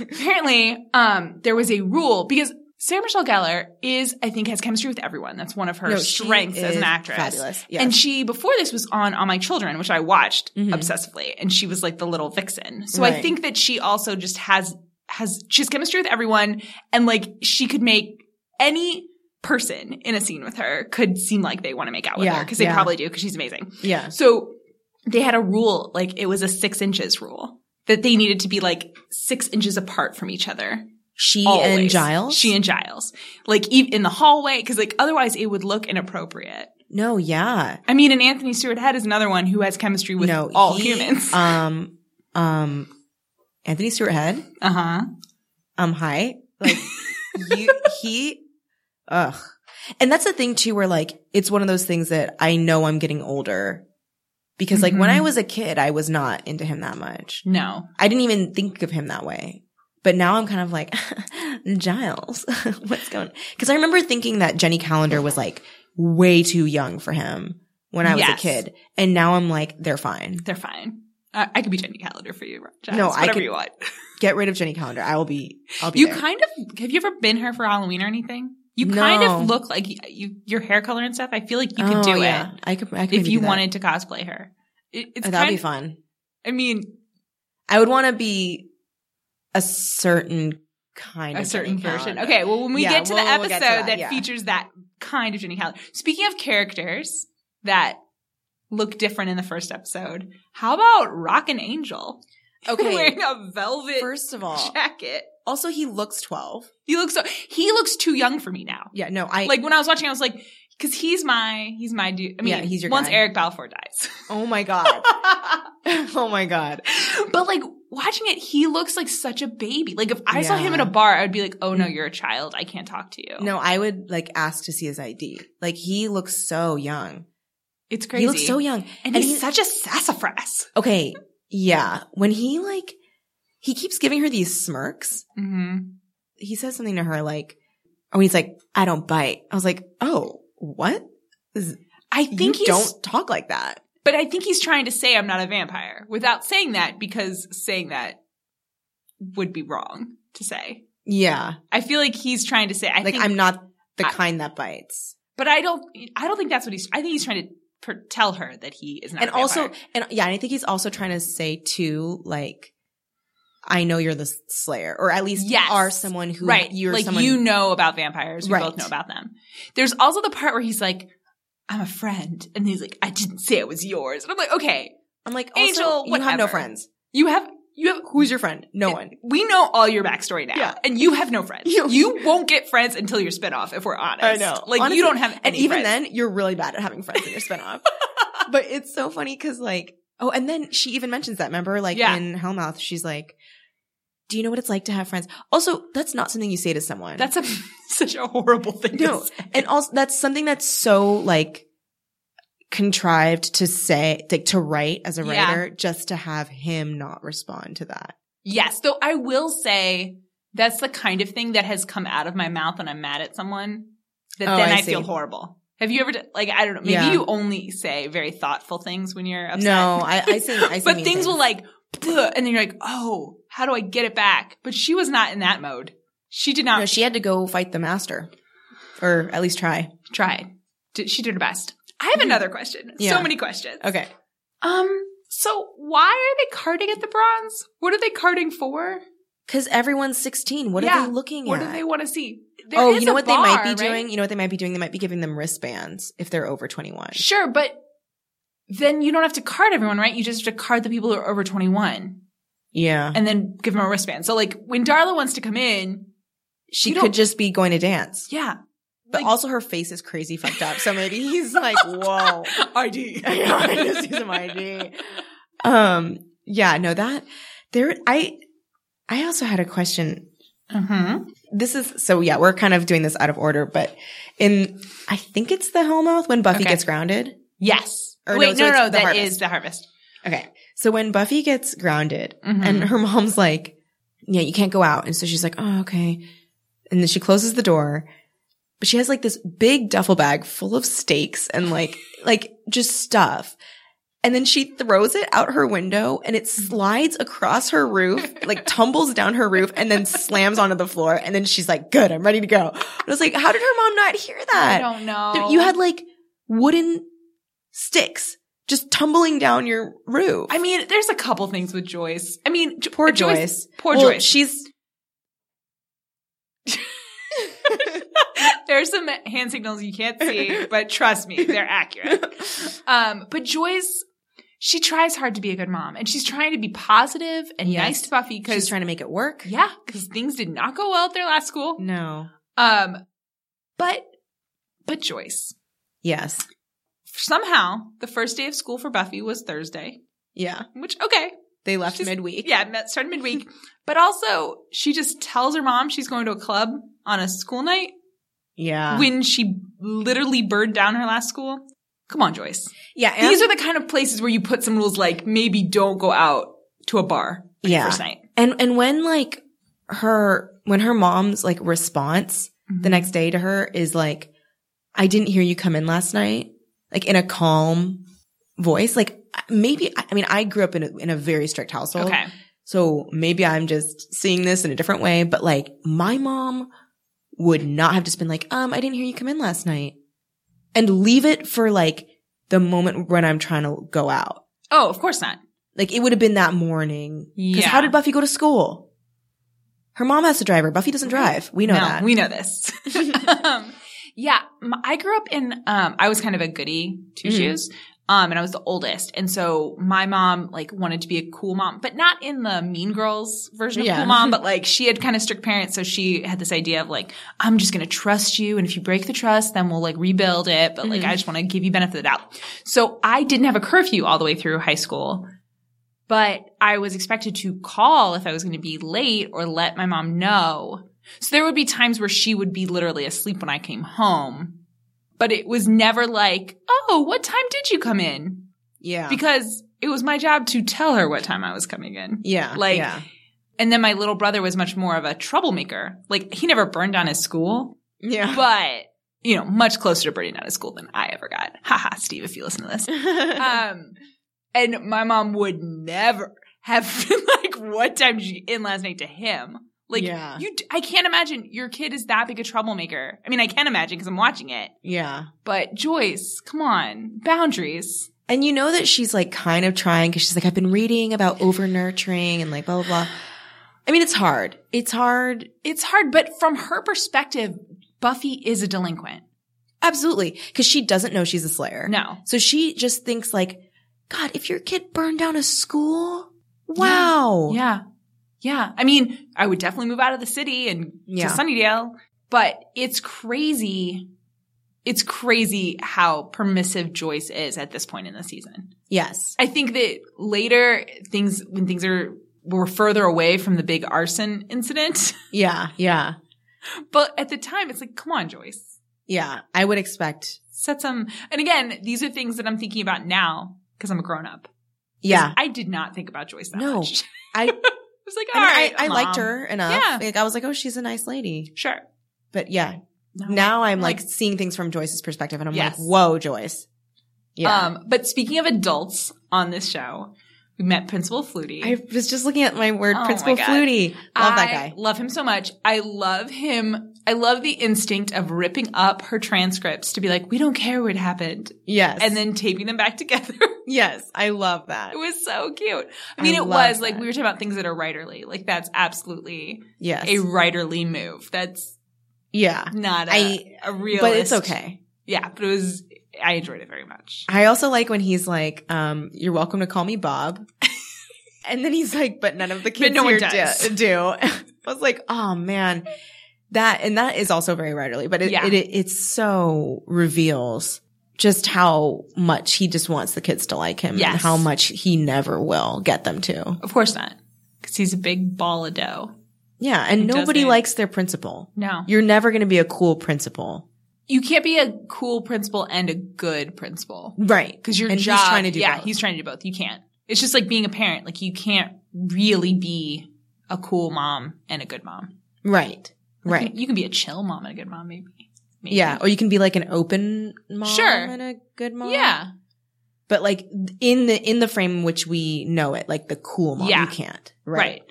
Speaker 2: Apparently, um, there was a rule because Sarah Michelle Gellar is, I think, has chemistry with everyone. That's one of her
Speaker 1: No, she
Speaker 2: strengths as
Speaker 1: is
Speaker 2: an actress.
Speaker 1: Fabulous. Yeah.
Speaker 2: And she, before this, was on All My Children, which I watched
Speaker 1: Mhm.
Speaker 2: obsessively, and she was like the little vixen. So I
Speaker 1: Right.
Speaker 2: think that she also just has has she's chemistry with everyone, and like she could make any person in a scene with her could seem like they want to make out with
Speaker 1: Yeah,
Speaker 2: her because they
Speaker 1: yeah.
Speaker 2: probably do because she's amazing.
Speaker 1: yeah.
Speaker 2: So they had a rule, like it was a six inches rule that they needed to be like six inches apart from each other
Speaker 1: She and
Speaker 2: always.
Speaker 1: Giles.
Speaker 2: She and Giles. Like e- in the hallway, because like otherwise it would look inappropriate.
Speaker 1: no. Yeah.
Speaker 2: I mean, and Anthony Stewart Head is another one who has chemistry with
Speaker 1: no,
Speaker 2: all
Speaker 1: he-
Speaker 2: humans. Uh
Speaker 1: Um, um, Anthony Stewart Head.
Speaker 2: huh.
Speaker 1: Um, hi. Like you, he. Ugh. And that's the thing too, where like it's one of those things that I know I'm getting older. Because like when
Speaker 2: Mhm.
Speaker 1: I was a kid, I was not into him that much.
Speaker 2: No.
Speaker 1: I didn't even think of him that way. But now I'm kind of like, Giles, what's going? Because I remember thinking that Jenny Calendar was like way too young for him when I was
Speaker 2: Yes.
Speaker 1: a kid, and now I'm like, they're fine.
Speaker 2: They're fine. Uh, I could be Jenny Calendar for you, Giles.
Speaker 1: No, I
Speaker 2: whatever
Speaker 1: could-
Speaker 2: you want.
Speaker 1: Get rid of Jenny Calendar. I will be. I'll be.
Speaker 2: You
Speaker 1: there.
Speaker 2: kind of have you ever been her for Halloween or anything? You kind
Speaker 1: No. Oh,
Speaker 2: of look like you, you your hair color and stuff. I feel like you could do it
Speaker 1: I could. I could
Speaker 2: if
Speaker 1: maybe
Speaker 2: you
Speaker 1: do that.
Speaker 2: wanted to cosplay her. It, it's
Speaker 1: Oh, that'd
Speaker 2: kind
Speaker 1: be
Speaker 2: of,
Speaker 1: fun.
Speaker 2: I mean,
Speaker 1: I would want to be a certain kind.
Speaker 2: a
Speaker 1: of
Speaker 2: certain
Speaker 1: Jenny
Speaker 2: version.
Speaker 1: Calendar.
Speaker 2: Okay, well, when we
Speaker 1: Yeah,
Speaker 2: get to
Speaker 1: we'll-
Speaker 2: the
Speaker 1: we'll
Speaker 2: episode
Speaker 1: get to
Speaker 2: that,
Speaker 1: that, yeah.
Speaker 2: features that kind of Jenny Calendar. Speaking of characters that look different in the first episode, how about Rockin' Angel?
Speaker 1: Okay.
Speaker 2: wearing a velvet
Speaker 1: First of all,
Speaker 2: jacket.
Speaker 1: also he looks twelve.
Speaker 2: He looks so, he looks too young for me now.
Speaker 1: Yeah. No. I.
Speaker 2: Like when I was watching, I was like, because he's my he's my dude. I mean,
Speaker 1: Yeah, he's your
Speaker 2: once
Speaker 1: guy.
Speaker 2: Eric Balfour dies.
Speaker 1: Oh my god. oh my god.
Speaker 2: but like watching it, he looks like such a baby. Like if I saw him
Speaker 1: Yeah.
Speaker 2: at a bar, I'd be like, oh no, you're a child. I can't talk to you.
Speaker 1: No, I would like ask to see his ID. Like he looks so young.
Speaker 2: It's crazy.
Speaker 1: He looks so young.
Speaker 2: and,
Speaker 1: and
Speaker 2: he's
Speaker 1: he-
Speaker 2: such a sassafras.
Speaker 1: Okay. Yeah. When he like, he keeps giving her these smirks.
Speaker 2: Mm-hmm.
Speaker 1: He says something to her like, oh, he's like, I don't bite. I was like, oh, what?
Speaker 2: I
Speaker 1: You
Speaker 2: think he's,
Speaker 1: don't talk like that.
Speaker 2: but I think he's trying to say I'm not a vampire without saying that because saying that would be wrong to say.
Speaker 1: Yeah.
Speaker 2: I feel like he's trying to say I
Speaker 1: like
Speaker 2: think,
Speaker 1: I'm not the
Speaker 2: I-
Speaker 1: kind that bites.
Speaker 2: but I don't. I don't think that's what he's. I think he's trying to per- tell her that he is not.
Speaker 1: And
Speaker 2: a vampire.
Speaker 1: also, and yeah, and I think he's also trying to say too, like, I know you're the slayer, or at least
Speaker 2: Yes.
Speaker 1: are someone who
Speaker 2: right,
Speaker 1: you're
Speaker 2: like
Speaker 1: someone
Speaker 2: you know about vampires. We both
Speaker 1: Right.
Speaker 2: know about them. There's also the part where he's like, "I'm a friend," and he's like, "I didn't say it was yours," and I'm like, "Okay,
Speaker 1: I'm like,
Speaker 2: Angel,
Speaker 1: also, you have no
Speaker 2: whatever.
Speaker 1: friends.
Speaker 2: you have." You have
Speaker 1: Who's your friend? No one.
Speaker 2: we know all your backstory now,
Speaker 1: Yeah.
Speaker 2: and you have no friends.
Speaker 1: You-
Speaker 2: You, won't get friends until your spinoff. If we're honest,
Speaker 1: I know.
Speaker 2: Like
Speaker 1: Honestly,
Speaker 2: you don't have,
Speaker 1: And
Speaker 2: any
Speaker 1: even
Speaker 2: friends.
Speaker 1: then, you're really bad at having friends in your spinoff. but it's so funny because like, oh, and then she even mentions that. Remember, like
Speaker 2: Yeah.
Speaker 1: in Hellmouth, she's like, "Do you know what it's like to have friends?" Also, that's not something you say to someone.
Speaker 2: that's a, such a horrible thing.
Speaker 1: No,
Speaker 2: to say.
Speaker 1: and also that's something that's so like contrived to say, like to write as a
Speaker 2: Yeah.
Speaker 1: writer, just to have him not respond to that.
Speaker 2: yes, though I will say that's the kind of thing that has come out of my mouth when I'm mad at someone. That
Speaker 1: Oh,
Speaker 2: then
Speaker 1: I
Speaker 2: I, feel
Speaker 1: see.
Speaker 2: horrible. Have you ever d- like I don't know? Maybe
Speaker 1: Yeah.
Speaker 2: you only say very thoughtful things when you're upset.
Speaker 1: No, I, I say, I say
Speaker 2: but
Speaker 1: mean
Speaker 2: things, will like, "Bleh," and then you're like, oh, how do I get it back? But she was not in that mode. She did not
Speaker 1: No, she had to go fight the master, or at least try.
Speaker 2: Try. Did, she did her best. I have another question.
Speaker 1: Mm-hmm. Yeah.
Speaker 2: So many questions.
Speaker 1: Okay.
Speaker 2: Um, so why are they carting at the bronze? What are they carting for?
Speaker 1: Because everyone's 16. What
Speaker 2: Yeah.
Speaker 1: are they looking
Speaker 2: What
Speaker 1: at?
Speaker 2: do they want to see? There
Speaker 1: oh,
Speaker 2: is
Speaker 1: you know
Speaker 2: a
Speaker 1: what they might
Speaker 2: bar,
Speaker 1: be
Speaker 2: right?
Speaker 1: doing? You know what they might be doing? They might be giving them wristbands if they're over 21.
Speaker 2: Sure, but then you don't have to card everyone, right? You just have to card the people who are over 21
Speaker 1: Yeah.
Speaker 2: and then give them a wristband. So like when Darla wants to come in,
Speaker 1: she
Speaker 2: you
Speaker 1: could
Speaker 2: don't-
Speaker 1: just be going to dance.
Speaker 2: yeah.
Speaker 1: But
Speaker 2: Like-
Speaker 1: also her face is crazy fucked up. So maybe he's like, whoa.
Speaker 2: ID.
Speaker 1: I know, I just use my ID. Um, yeah, no, that there, I, I also had a question.
Speaker 2: hmm
Speaker 1: This is, so yeah, we're kind of doing this out of order, but in, I think it's the Hellmouth when Buffy
Speaker 2: Okay.
Speaker 1: gets grounded.
Speaker 2: Yes.
Speaker 1: Or no,
Speaker 2: Wait,
Speaker 1: so
Speaker 2: no, no,
Speaker 1: it's
Speaker 2: no,
Speaker 1: the
Speaker 2: that is
Speaker 1: harvest.
Speaker 2: the harvest.
Speaker 1: Okay. So when Buffy gets grounded,
Speaker 2: Mhm.
Speaker 1: And her mom's like, yeah, you can't go out. And so she's like, oh, okay. And then she closes the door, but she has like this big duffel bag full of steaks and like, like just stuff. And then she throws it out her window and it
Speaker 2: Mm-hmm.
Speaker 1: slides across her roof, like tumbles down her roof and then slams onto the floor. And then she's like, good, I'm ready to go. And I was like, how did her mom not hear
Speaker 2: I
Speaker 1: that?
Speaker 2: don't know.
Speaker 1: You had like wooden sticks just tumbling down your roof.
Speaker 2: I mean, there's a couple things with Joyce. I mean, Jo-
Speaker 1: Poor Joyce.
Speaker 2: Poor
Speaker 1: Well,
Speaker 2: Joyce.
Speaker 1: She's
Speaker 2: There's some hand signals you can't see, but trust me, they're accurate. Um, but Joyce, she tries hard to be a good mom, and she's trying to be positive and
Speaker 1: Yes.
Speaker 2: nice to Buffy
Speaker 1: she's
Speaker 2: because,
Speaker 1: trying to make it work.
Speaker 2: yeah, because things did not go well at their last school.
Speaker 1: No.
Speaker 2: Um, but but Joyce,
Speaker 1: Yes.
Speaker 2: somehow the first day of school for Buffy was Thursday,
Speaker 1: Yeah.
Speaker 2: which okay,
Speaker 1: They left
Speaker 2: She's-
Speaker 1: midweek.
Speaker 2: yeah, met, started midweek. But also, she just tells her mom she's going to a club on a school night
Speaker 1: Yeah.
Speaker 2: when she literally burned down her last school. Come on, Joyce.
Speaker 1: yeah. And,
Speaker 2: These are the kind of places where you put some rules like maybe don't go out to a bar on your
Speaker 1: Yeah.
Speaker 2: first night.
Speaker 1: and and when like her when her mom's like response the
Speaker 2: Mm-hmm.
Speaker 1: next day to her is like, I didn't hear you come in last night, like in a calm voice. Like maybe I mean I grew up in a, in a very strict household.
Speaker 2: Okay.
Speaker 1: So maybe I'm just seeing this in a different way, but like my mom would not have just been like, um, I didn't hear you come in last night and leave it for like the moment when I'm trying to go out.
Speaker 2: Oh, of course not.
Speaker 1: Like it would have been that morning. Cause
Speaker 2: Yeah.
Speaker 1: how did Buffy go to school? Her mom has to drive her. Buffy doesn't drive. We know
Speaker 2: no,
Speaker 1: that.
Speaker 2: we know this. um, yeah, m- I grew up in. Um, I was kind of a goody two
Speaker 1: Mm.
Speaker 2: shoes, um, and I was the oldest, and so my mom like wanted to be a cool mom, but not in the Mean Girls version of
Speaker 1: Yeah.
Speaker 2: cool mom, but like she had kind of strict parents, so she had this idea of like I'm just gonna trust you, and if you break the trust, then we'll like rebuild it, but like
Speaker 1: Mhm.
Speaker 2: I just want to give you benefit of the doubt. So I didn't have a curfew all the way through high school. but I was expected to call if I was going to be late or let my mom know. So there would be times where she would be literally asleep when I came home, but it was never like, oh, what time did you come in?
Speaker 1: Yeah.
Speaker 2: Because it was my job to tell her what time I was coming in.
Speaker 1: yeah.
Speaker 2: like-
Speaker 1: yeah.
Speaker 2: And then my little brother was much more of a troublemaker. Like he never burned down his school,
Speaker 1: Yeah.
Speaker 2: but you know, much closer to burning down his school than I ever got. Haha, Steve, if you listen to this. Um, and my mom would never have been like, what time did you get in last night to him? Like,
Speaker 1: Yeah.
Speaker 2: you, d- I can't imagine your kid is that big a troublemaker. I mean, I can imagine because I'm watching it,
Speaker 1: yeah.
Speaker 2: but Joyce, come on, boundaries.
Speaker 1: And you know that she's like kind of trying because she's like, I've been reading about over nurturing and like blah, blah, blah. I mean, it's hard. It's hard.
Speaker 2: It's hard, but from her perspective, Buffy is a delinquent.
Speaker 1: Absolutely. Cause she doesn't know she's a slayer.
Speaker 2: No.
Speaker 1: So she just thinks like, God, if your kid burned down a school, wow.
Speaker 2: Yeah. Yeah. I mean, I would definitely move out of the city and
Speaker 1: Yeah.
Speaker 2: to Sunnydale, but it's crazy. It's crazy how permissive Joyce is at this point in the season.
Speaker 1: Yes.
Speaker 2: I think that later things, when things are, we're further away from the big arson incident,
Speaker 1: Yeah. Yeah.
Speaker 2: but at the time it's like, come on, Joyce,
Speaker 1: Yeah. I would expect.
Speaker 2: set some, and again, these are things that I'm thinking about now because I'm a grown up. 'Cause
Speaker 1: Yeah.
Speaker 2: I did not think about Joyce that
Speaker 1: No.
Speaker 2: much.
Speaker 1: I-
Speaker 2: I was like,
Speaker 1: I
Speaker 2: all
Speaker 1: mean,
Speaker 2: right,
Speaker 1: I, I liked
Speaker 2: Mom.
Speaker 1: her enough.
Speaker 2: Yeah.
Speaker 1: Like, I was like, oh, she's a nice lady.
Speaker 2: Sure.
Speaker 1: But yeah,
Speaker 2: No.
Speaker 1: now I'm
Speaker 2: No.
Speaker 1: like seeing things from Joyce's perspective and I'm
Speaker 2: Yes.
Speaker 1: like, whoa, Joyce. Yeah.
Speaker 2: Um, but speaking of adults on this show, we met Principal Flutie.
Speaker 1: I was just looking at my word,
Speaker 2: Oh my
Speaker 1: Principal
Speaker 2: God.
Speaker 1: Flutie. Love that
Speaker 2: I
Speaker 1: guy.
Speaker 2: Love him so much. I love him. I love the instinct of ripping up her transcripts to be like, we don't care what happened,
Speaker 1: Yes.
Speaker 2: and then taping them back together.
Speaker 1: yes, I love that.
Speaker 2: it was so cute. I mean,
Speaker 1: I
Speaker 2: it
Speaker 1: love
Speaker 2: was like
Speaker 1: that.
Speaker 2: we were talking about things that are writerly. Like that's absolutely
Speaker 1: Yes.
Speaker 2: a writerly move. That's
Speaker 1: yeah.
Speaker 2: not a,
Speaker 1: I-
Speaker 2: a realist.
Speaker 1: But it's okay.
Speaker 2: Yeah, but it was. I enjoyed it very much.
Speaker 1: I also like when he's like, um, you're welcome to call me Bob. and then he's like, but none of the kids
Speaker 2: no one
Speaker 1: here
Speaker 2: does.
Speaker 1: do. do. I was like, oh man. That, and that is also very writerly, but it,
Speaker 2: Yeah.
Speaker 1: it, it, so reveals just how much he just wants the kids to like him and
Speaker 2: Yes.
Speaker 1: how much he never will get them to.
Speaker 2: Of course not, because he's a big ball of dough.
Speaker 1: Yeah. And
Speaker 2: He does
Speaker 1: nobody
Speaker 2: it.
Speaker 1: likes their principal.
Speaker 2: No,
Speaker 1: You're never going to be a cool principal.
Speaker 2: you can't be a cool principal and a good principal
Speaker 1: Right.
Speaker 2: because your
Speaker 1: And he's
Speaker 2: job.
Speaker 1: trying to do
Speaker 2: yeah,
Speaker 1: both.
Speaker 2: he's trying to do both. You can't. It's just like being a parent. Like you can't really be a cool mom and a good mom.
Speaker 1: Right.
Speaker 2: Like,
Speaker 1: Right.
Speaker 2: You, you can be a chill mom and a good mom, maybe. Maybe.
Speaker 1: Yeah. Or you can be like an open mom
Speaker 2: Sure.
Speaker 1: and a good mom.
Speaker 2: Yeah.
Speaker 1: but like in the in the frame in which we know it, like the cool mom,
Speaker 2: Yeah.
Speaker 1: you can't. Right.
Speaker 2: Right.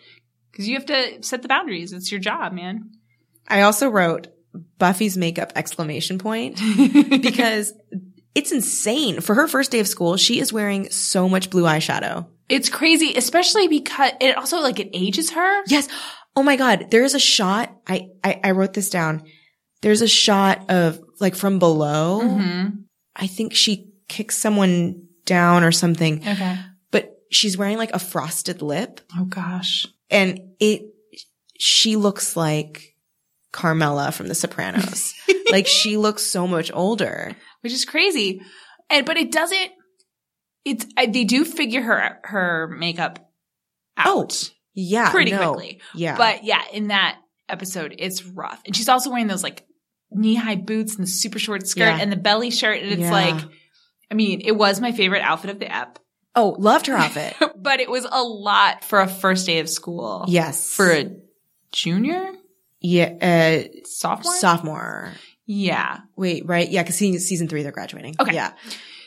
Speaker 2: Because you have to set the boundaries. It's your job, man.
Speaker 1: I also wrote Buffy's makeup exclamation point
Speaker 2: because
Speaker 1: because it's insane. For her first day of school, she is wearing so much blue eyeshadow.
Speaker 2: it's crazy, especially because it also like it ages her.
Speaker 1: Yes. Oh my God. There is a shot. I I, I wrote this down. There's a shot of like from below.
Speaker 2: Mhm.
Speaker 1: I think she kicks someone down or something,
Speaker 2: Okay.
Speaker 1: but she's wearing like a frosted lip.
Speaker 2: Oh gosh.
Speaker 1: and it she looks like Carmela from The Sopranos. like she looks so much older.
Speaker 2: which is crazy. And but it doesn't. It's I, they do figure her her makeup out
Speaker 1: Oh, Yeah,
Speaker 2: pretty
Speaker 1: no.
Speaker 2: quickly.
Speaker 1: Yeah,
Speaker 2: But yeah, in that episode, it's rough. And she's also wearing those like knee high boots and the super short skirt
Speaker 1: Yeah.
Speaker 2: and the belly shirt, and it's
Speaker 1: Yeah.
Speaker 2: like. I mean, it was my favorite outfit of the ep,
Speaker 1: oh, loved her outfit.
Speaker 2: but it was a lot for a first day of school.
Speaker 1: yes,
Speaker 2: For a junior?
Speaker 1: yeah uh,
Speaker 2: Sophomore?
Speaker 1: sophomore.
Speaker 2: yeah.
Speaker 1: Wait, right? Yeah, because season three they're graduating.
Speaker 2: Okay.
Speaker 1: yeah,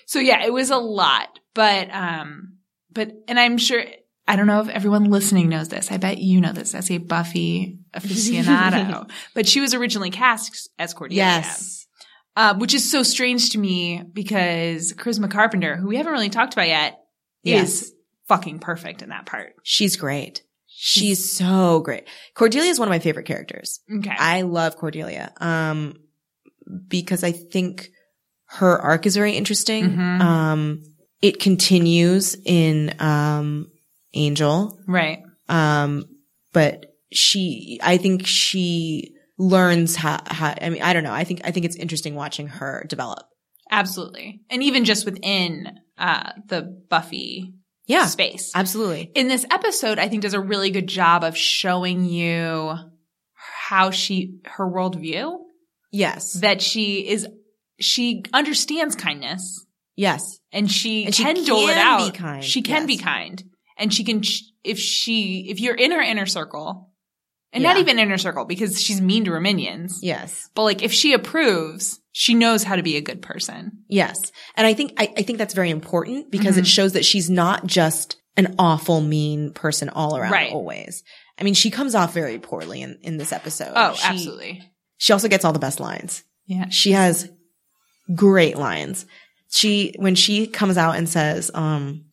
Speaker 2: So yeah, it was a lot, but um, but and I'm sure I don't know if everyone listening knows this. I bet you know this as a Buffy aficionado, but she was originally cast as Cordelia.
Speaker 1: yes,
Speaker 2: uh, which is so strange to me because Charisma Carpenter, who we haven't really talked about yet,
Speaker 1: yes.
Speaker 2: is fucking perfect in that part.
Speaker 1: She's great. She's so great. Cordelia is one of my favorite characters.
Speaker 2: Okay,
Speaker 1: I love Cordelia. Um, because I think her arc is very interesting.
Speaker 2: Mhm.
Speaker 1: Um, it continues in, um, Angel.
Speaker 2: right?
Speaker 1: Um, but she, I think she learns how, how, I mean, I don't know. I think, I think it's interesting watching her develop.
Speaker 2: Absolutely, and even just within uh, the Buffy
Speaker 1: Yeah.
Speaker 2: space.
Speaker 1: Absolutely.
Speaker 2: In this episode, I think does a really good job of showing you how she, her worldview,
Speaker 1: Yes.
Speaker 2: that she is, she understands kindness
Speaker 1: Yes.
Speaker 2: and she,
Speaker 1: And she
Speaker 2: can, dole it
Speaker 1: can
Speaker 2: out.
Speaker 1: be kind,
Speaker 2: She can be
Speaker 1: yes.
Speaker 2: kind and she can, ch- if she, if you're in her inner circle and not
Speaker 1: Yeah.
Speaker 2: even inner circle because she's mean to her minions,
Speaker 1: Yes.
Speaker 2: but like if she approves, she knows how to be a good person.
Speaker 1: Yes. And I think, I, I think that's very important because
Speaker 2: Mm-hmm.
Speaker 1: it shows that she's not just an awful, mean person all around
Speaker 2: Right.
Speaker 1: always. I mean, she comes off very poorly in, in this episode.
Speaker 2: Oh,
Speaker 1: She-
Speaker 2: absolutely.
Speaker 1: She also gets all the best lines.
Speaker 2: Yeah.
Speaker 1: She has great lines. She, when she comes out and says, um,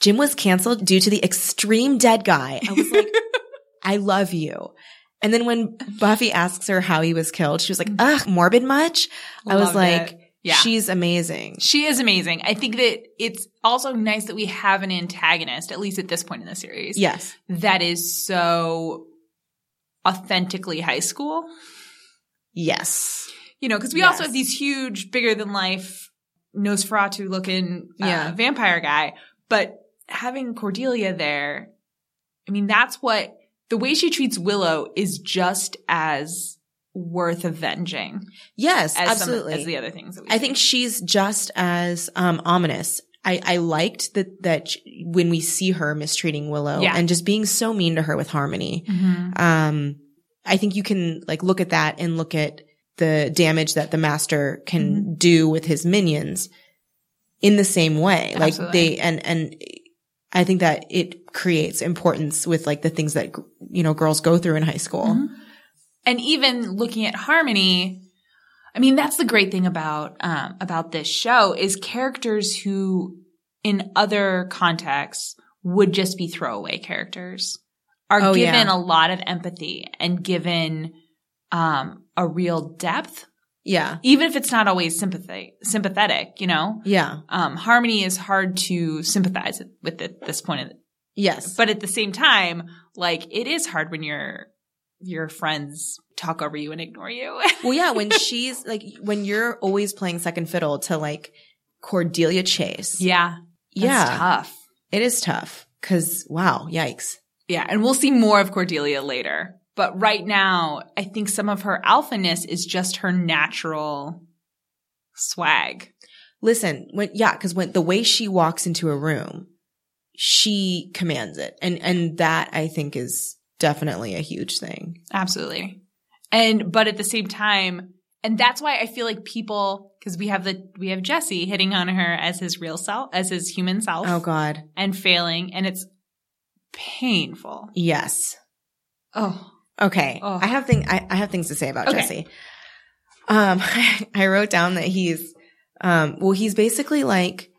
Speaker 1: Jim was canceled due to the extreme dead guy. I was like, I love you. And then when Buffy asks her how he was killed, she was like, ugh, morbid much? I was
Speaker 2: Loved
Speaker 1: like,
Speaker 2: it. yeah.
Speaker 1: she's amazing.
Speaker 2: She is amazing. I think that it's also nice that we have an antagonist, at least at this point in the series,
Speaker 1: Yes.
Speaker 2: that is so authentically high school.
Speaker 1: Yes.
Speaker 2: You know, because we also
Speaker 1: Yes.
Speaker 2: have these huge, bigger than life, Nosferatu looking uh,
Speaker 1: Yeah.
Speaker 2: vampire guy. But having Cordelia there, I mean, that's what the way she treats Willow is just as worth avenging
Speaker 1: Yes,
Speaker 2: as some-
Speaker 1: absolutely.
Speaker 2: as the other things that we
Speaker 1: I
Speaker 2: see.
Speaker 1: think she's just as um, ominous. I, I liked that that sh- when we see her mistreating Willow
Speaker 2: Yeah.
Speaker 1: and just being so mean to her with Harmony.
Speaker 2: Mhm.
Speaker 1: Um, I think you can like look at that and look at the damage that the master can do with his minions in the same way. Like
Speaker 2: Absolutely.
Speaker 1: they and and I think that it creates importance with like the things that you know girls go through in high school.
Speaker 2: Mhm. and even looking at harmony i mean that's the great thing about um, about this show is characters who in other contexts would just be throwaway characters are
Speaker 1: Oh, yeah.
Speaker 2: given a lot of empathy and given um, a real depth
Speaker 1: Yeah.
Speaker 2: even if it's not always sympathy sympathetic you know
Speaker 1: Yeah.
Speaker 2: um, harmony is hard to sympathize with at this point in-
Speaker 1: Yes.
Speaker 2: but at the same time like it is hard when your your friends talk over you and ignore you
Speaker 1: Well, yeah, when she's like, when you're always playing second fiddle to like Cordelia Chase.
Speaker 2: yeah that's
Speaker 1: Yeah.
Speaker 2: tough
Speaker 1: It is tough. Cause wow, yikes.
Speaker 2: yeah and we'll see more of cordelia later but right now i think some of her alphaness is just her natural swag
Speaker 1: Listen, when, yeah, cause when the way she walks into a room, she commands it. And, and that I think is definitely a huge thing.
Speaker 2: absolutely and but at the same time and that's why i feel like people because we have the we have jesse hitting on her as his real self as his human self
Speaker 1: Oh God.
Speaker 2: and failing and it's painful
Speaker 1: Yes.
Speaker 2: oh
Speaker 1: Okay.
Speaker 2: Ugh.
Speaker 1: I have thing, I, I have things to say about
Speaker 2: Okay.
Speaker 1: Jesse. Um, I wrote down that he's, um, well, he's basically like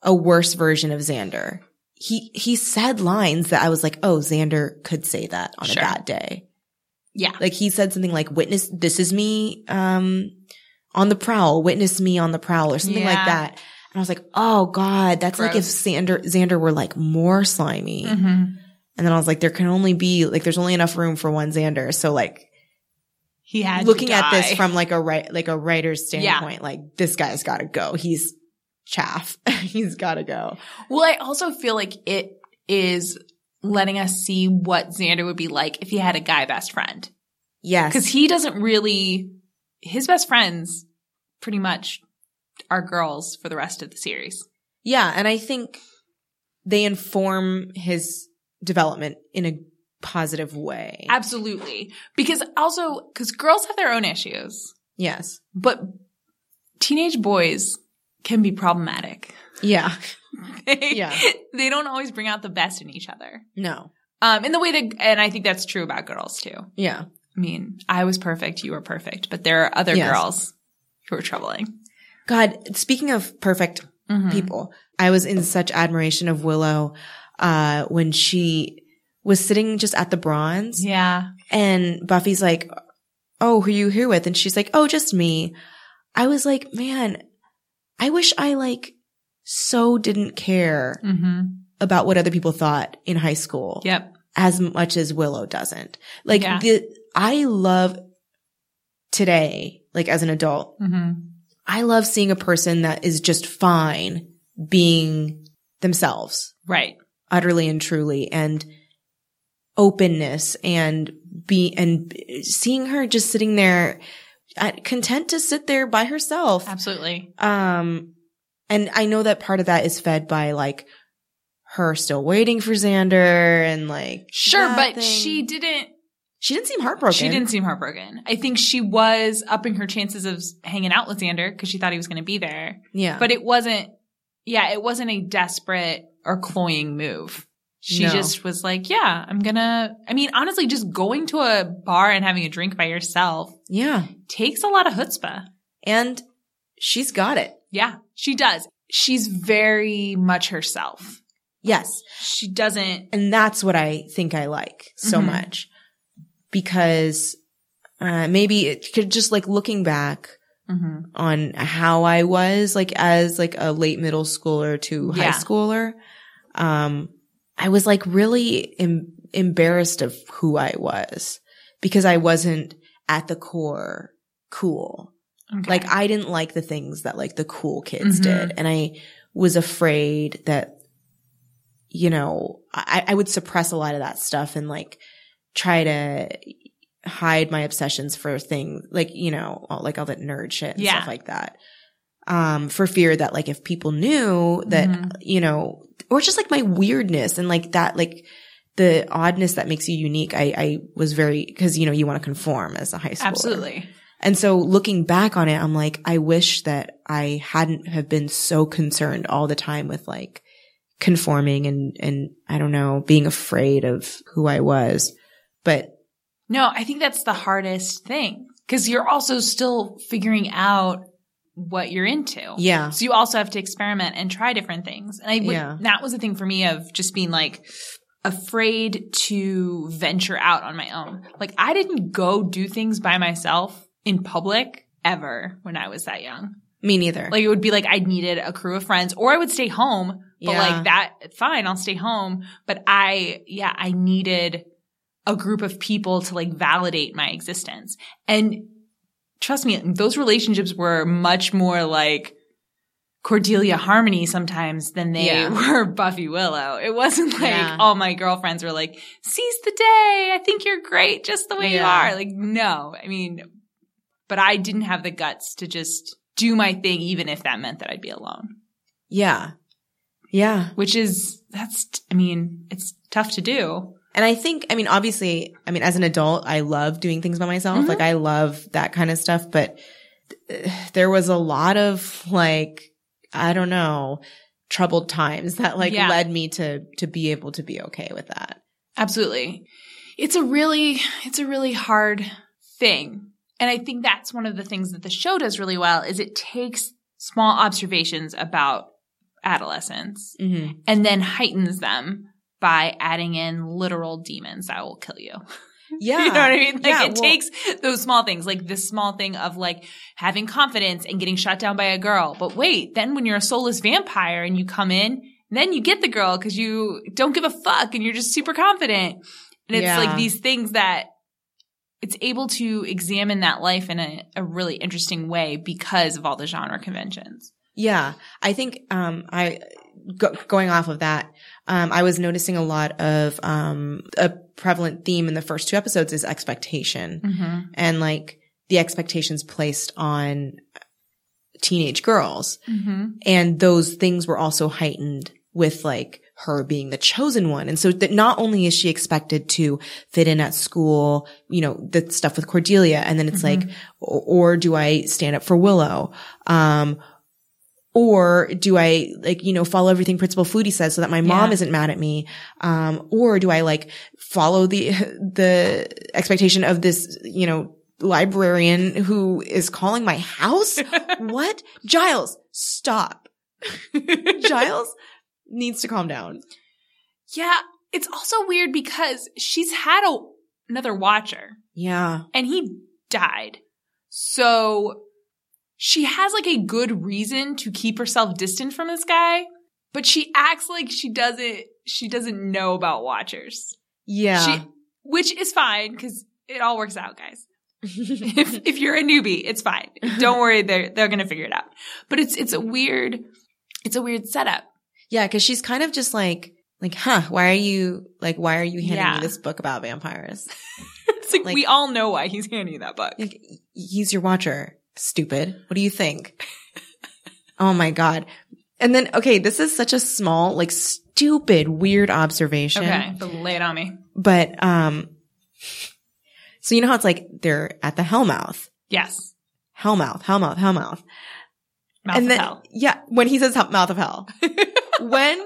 Speaker 1: a worse version of Xander. He, he said lines that I was like, oh, Xander could say that on
Speaker 2: Sure.
Speaker 1: a bad day.
Speaker 2: Yeah.
Speaker 1: Like he said something like, witness, this is me, um, on the prowl, witness me on the prowl or something like
Speaker 2: Yeah.
Speaker 1: that. And I was like, oh God, that's like if
Speaker 2: Gross. Mm-hmm.
Speaker 1: Xander, Xander were like more slimy. And then I was like, there can only be like, there's only enough room for one Xander. So like,
Speaker 2: He had to
Speaker 1: looking at this
Speaker 2: die.
Speaker 1: from like a right, like a writer's
Speaker 2: Yeah.
Speaker 1: standpoint, like this guy's got to go. He's chaff. He's got to go.
Speaker 2: Well, I also feel like it is letting us see what Xander would be like if he had a guy best friend because
Speaker 1: Yes.
Speaker 2: he doesn't really. His best friends pretty much are girls for the rest of the series.
Speaker 1: yeah. And I think they inform his development in a positive way.
Speaker 2: Absolutely, because also because girls have their own issues,
Speaker 1: yes.
Speaker 2: but teenage boys can be problematic.
Speaker 1: Yeah.
Speaker 2: They-
Speaker 1: Yeah.
Speaker 2: they don't always bring out the best in each other.
Speaker 1: No.
Speaker 2: Um, in the way that, and I think that's true about girls too.
Speaker 1: Yeah.
Speaker 2: I mean, I was perfect, you were perfect, but there are other
Speaker 1: Yes.
Speaker 2: girls who are troubling. Mm-hmm.
Speaker 1: God, speaking of perfect
Speaker 2: Hmm.
Speaker 1: people. I was in such admiration of Willow uh, when she was sitting just at the bronze,
Speaker 2: Yeah.
Speaker 1: and Buffy's like, "Oh, who are you here with?" And she's like, "Oh, just me." I was like, "Man, I wish I like so didn't care
Speaker 2: Mm-hmm.
Speaker 1: about what other people thought in high school
Speaker 2: Yep.
Speaker 1: as much as Willow doesn't." Like
Speaker 2: Yeah.
Speaker 1: the I love today, like as an adult,
Speaker 2: Mm-hmm.
Speaker 1: I love seeing a person that is just fine being themselves
Speaker 2: Right.
Speaker 1: utterly and truly and openness and be and seeing her just sitting there uh, content to sit there by herself
Speaker 2: Absolutely.
Speaker 1: um, and I know that part of that is fed by like her still waiting for Xander and like
Speaker 2: Sure,
Speaker 1: that
Speaker 2: but
Speaker 1: thing.
Speaker 2: she didn't
Speaker 1: she didn't seem heartbroken.
Speaker 2: She didn't seem heartbroken. I think she was upping her chances of hanging out with Xander because she thought he was going to be there.
Speaker 1: Yeah,
Speaker 2: But it wasn't, yeah, it wasn't a desperate or cloying move. She
Speaker 1: No.
Speaker 2: just was like, yeah, I'm going to, I mean, honestly, just going to a bar and having a drink by yourself
Speaker 1: yeah,
Speaker 2: takes a lot of chutzpah.
Speaker 1: and she's got it.
Speaker 2: Yeah, she does. She's very much herself.
Speaker 1: Yes,
Speaker 2: She doesn't,
Speaker 1: and that's what I think I like so
Speaker 2: Mhm.
Speaker 1: much because uh, maybe it could just like looking back
Speaker 2: mhm.
Speaker 1: on how I was like as like a late middle schooler to
Speaker 2: Yeah.
Speaker 1: high schooler. Um, I was like really em- embarrassed of who I was because I wasn't at the core cool.
Speaker 2: Okay.
Speaker 1: Like I didn't like the things that like the cool kids
Speaker 2: Mhm.
Speaker 1: did. And I was afraid that, you know, I, I would suppress a lot of that stuff and like try to hide my obsessions for things like, you know, all, like all that nerd shit and
Speaker 2: Yeah.
Speaker 1: stuff like that. Um, for fear that like if people knew that,
Speaker 2: Mhm.
Speaker 1: you know, or just like my weirdness and like that, like the oddness that makes you unique. I, I was very, cause you know, you want to conform as a high schooler.
Speaker 2: absolutely.
Speaker 1: And so looking back on it, I'm like, I wish that I hadn't have been so concerned all the time with like conforming and, and I don't know, being afraid of who I was. But
Speaker 2: No, I think that's the hardest thing because you're also still figuring out what you're into.
Speaker 1: yeah,
Speaker 2: So you also have to experiment and try different things. And I would,
Speaker 1: Yeah.
Speaker 2: that was a thing for me of just being like afraid to venture out on my own. Like I didn't go do things by myself in public ever when I was that young.
Speaker 1: me neither.
Speaker 2: Like it would be like I needed a crew of friends or I would stay home, but
Speaker 1: Yeah.
Speaker 2: like that fine, I'll stay home, but I yeah, I needed a group of people to like validate my existence. And trust me, those relationships were much more like Cordelia Harmony sometimes than they
Speaker 1: Yeah.
Speaker 2: were Buffy Willow. It wasn't like
Speaker 1: Yeah.
Speaker 2: all my girlfriends were like, seize the day. I think you're great just the way
Speaker 1: Yeah.
Speaker 2: you are. Like, no, I mean, but I didn't have the guts to just do my thing, even if that meant that I'd be alone,
Speaker 1: yeah. Yeah.
Speaker 2: which is, that's, I mean, it's tough to do.
Speaker 1: And I think, I mean, obviously, I mean, as an adult, I love doing things by myself.
Speaker 2: Mhm.
Speaker 1: Like I love that kind of stuff, but uh, there was a lot of like, I don't know, troubled times that like
Speaker 2: Yeah.
Speaker 1: led me to, to be able to be okay with that.
Speaker 2: Absolutely. It's a really, it's a really hard thing. And I think that's one of the things that the show does really well is it takes small observations about adolescence
Speaker 1: Mm-hmm.
Speaker 2: and then heightens them by adding in literal demons that will kill you.
Speaker 1: Yeah.
Speaker 2: You know what I mean? Like
Speaker 1: Yeah,
Speaker 2: it
Speaker 1: well-
Speaker 2: takes those small things, like this small thing of like having confidence and getting shot down by a girl. But wait, then when you're a soulless vampire and you come in, then you get the girl because you don't give a fuck and you're just super confident. And it's
Speaker 1: Yeah.
Speaker 2: like these things that it's able to examine that life in a, a really interesting way because of all the genre conventions.
Speaker 1: Yeah. I think, um, I, go, going off of that, um, I was noticing a lot of, um, a prevalent theme in the first two episodes is expectation
Speaker 2: Mm-hmm.
Speaker 1: and like the expectations placed on teenage girls.
Speaker 2: Mm-hmm.
Speaker 1: And those things were also heightened with like her being the chosen one. And so that not only is she expected to fit in at school, you know, the stuff with Cordelia. And then it's
Speaker 2: Mhm.
Speaker 1: like, or, or do I stand up for Willow? Um, or do I like, you know, follow everything Principal Foodie says so that my mom
Speaker 2: Yeah.
Speaker 1: isn't mad at me? Um, or do I like follow the, the expectation of this, you know, librarian who is calling my house? what? Giles, stop. Giles needs to calm down.
Speaker 2: Yeah. It's also weird because she's had a, another watcher.
Speaker 1: Yeah.
Speaker 2: and he died. So she has like a good reason to keep herself distant from this guy, but she acts like she doesn't she doesn't know about watchers.
Speaker 1: Yeah.
Speaker 2: She which is fine cuz it all works out, guys. If if you're a newbie, it's fine. Don't worry, they're they're going to figure it out. But it's it's a weird it's a weird setup.
Speaker 1: Yeah, because she's kind of just like, like, huh? Why are you like? Why are you handing
Speaker 2: Yeah.
Speaker 1: me this book about vampires?
Speaker 2: It's like,
Speaker 1: Like-
Speaker 2: we all know why he's handing you that book.
Speaker 1: Like, y- he's your watcher, stupid. What do you think? oh my god! And then, okay, this is such a small, like, stupid, weird observation.
Speaker 2: Okay, but lay it on me.
Speaker 1: But um, so you know how it's like they're at the Hellmouth,
Speaker 2: Yes,
Speaker 1: Hellmouth, Hellmouth, Hellmouth.
Speaker 2: mouth
Speaker 1: and
Speaker 2: of
Speaker 1: then,
Speaker 2: hell.
Speaker 1: Yeah, when he says hell- mouth of hell. when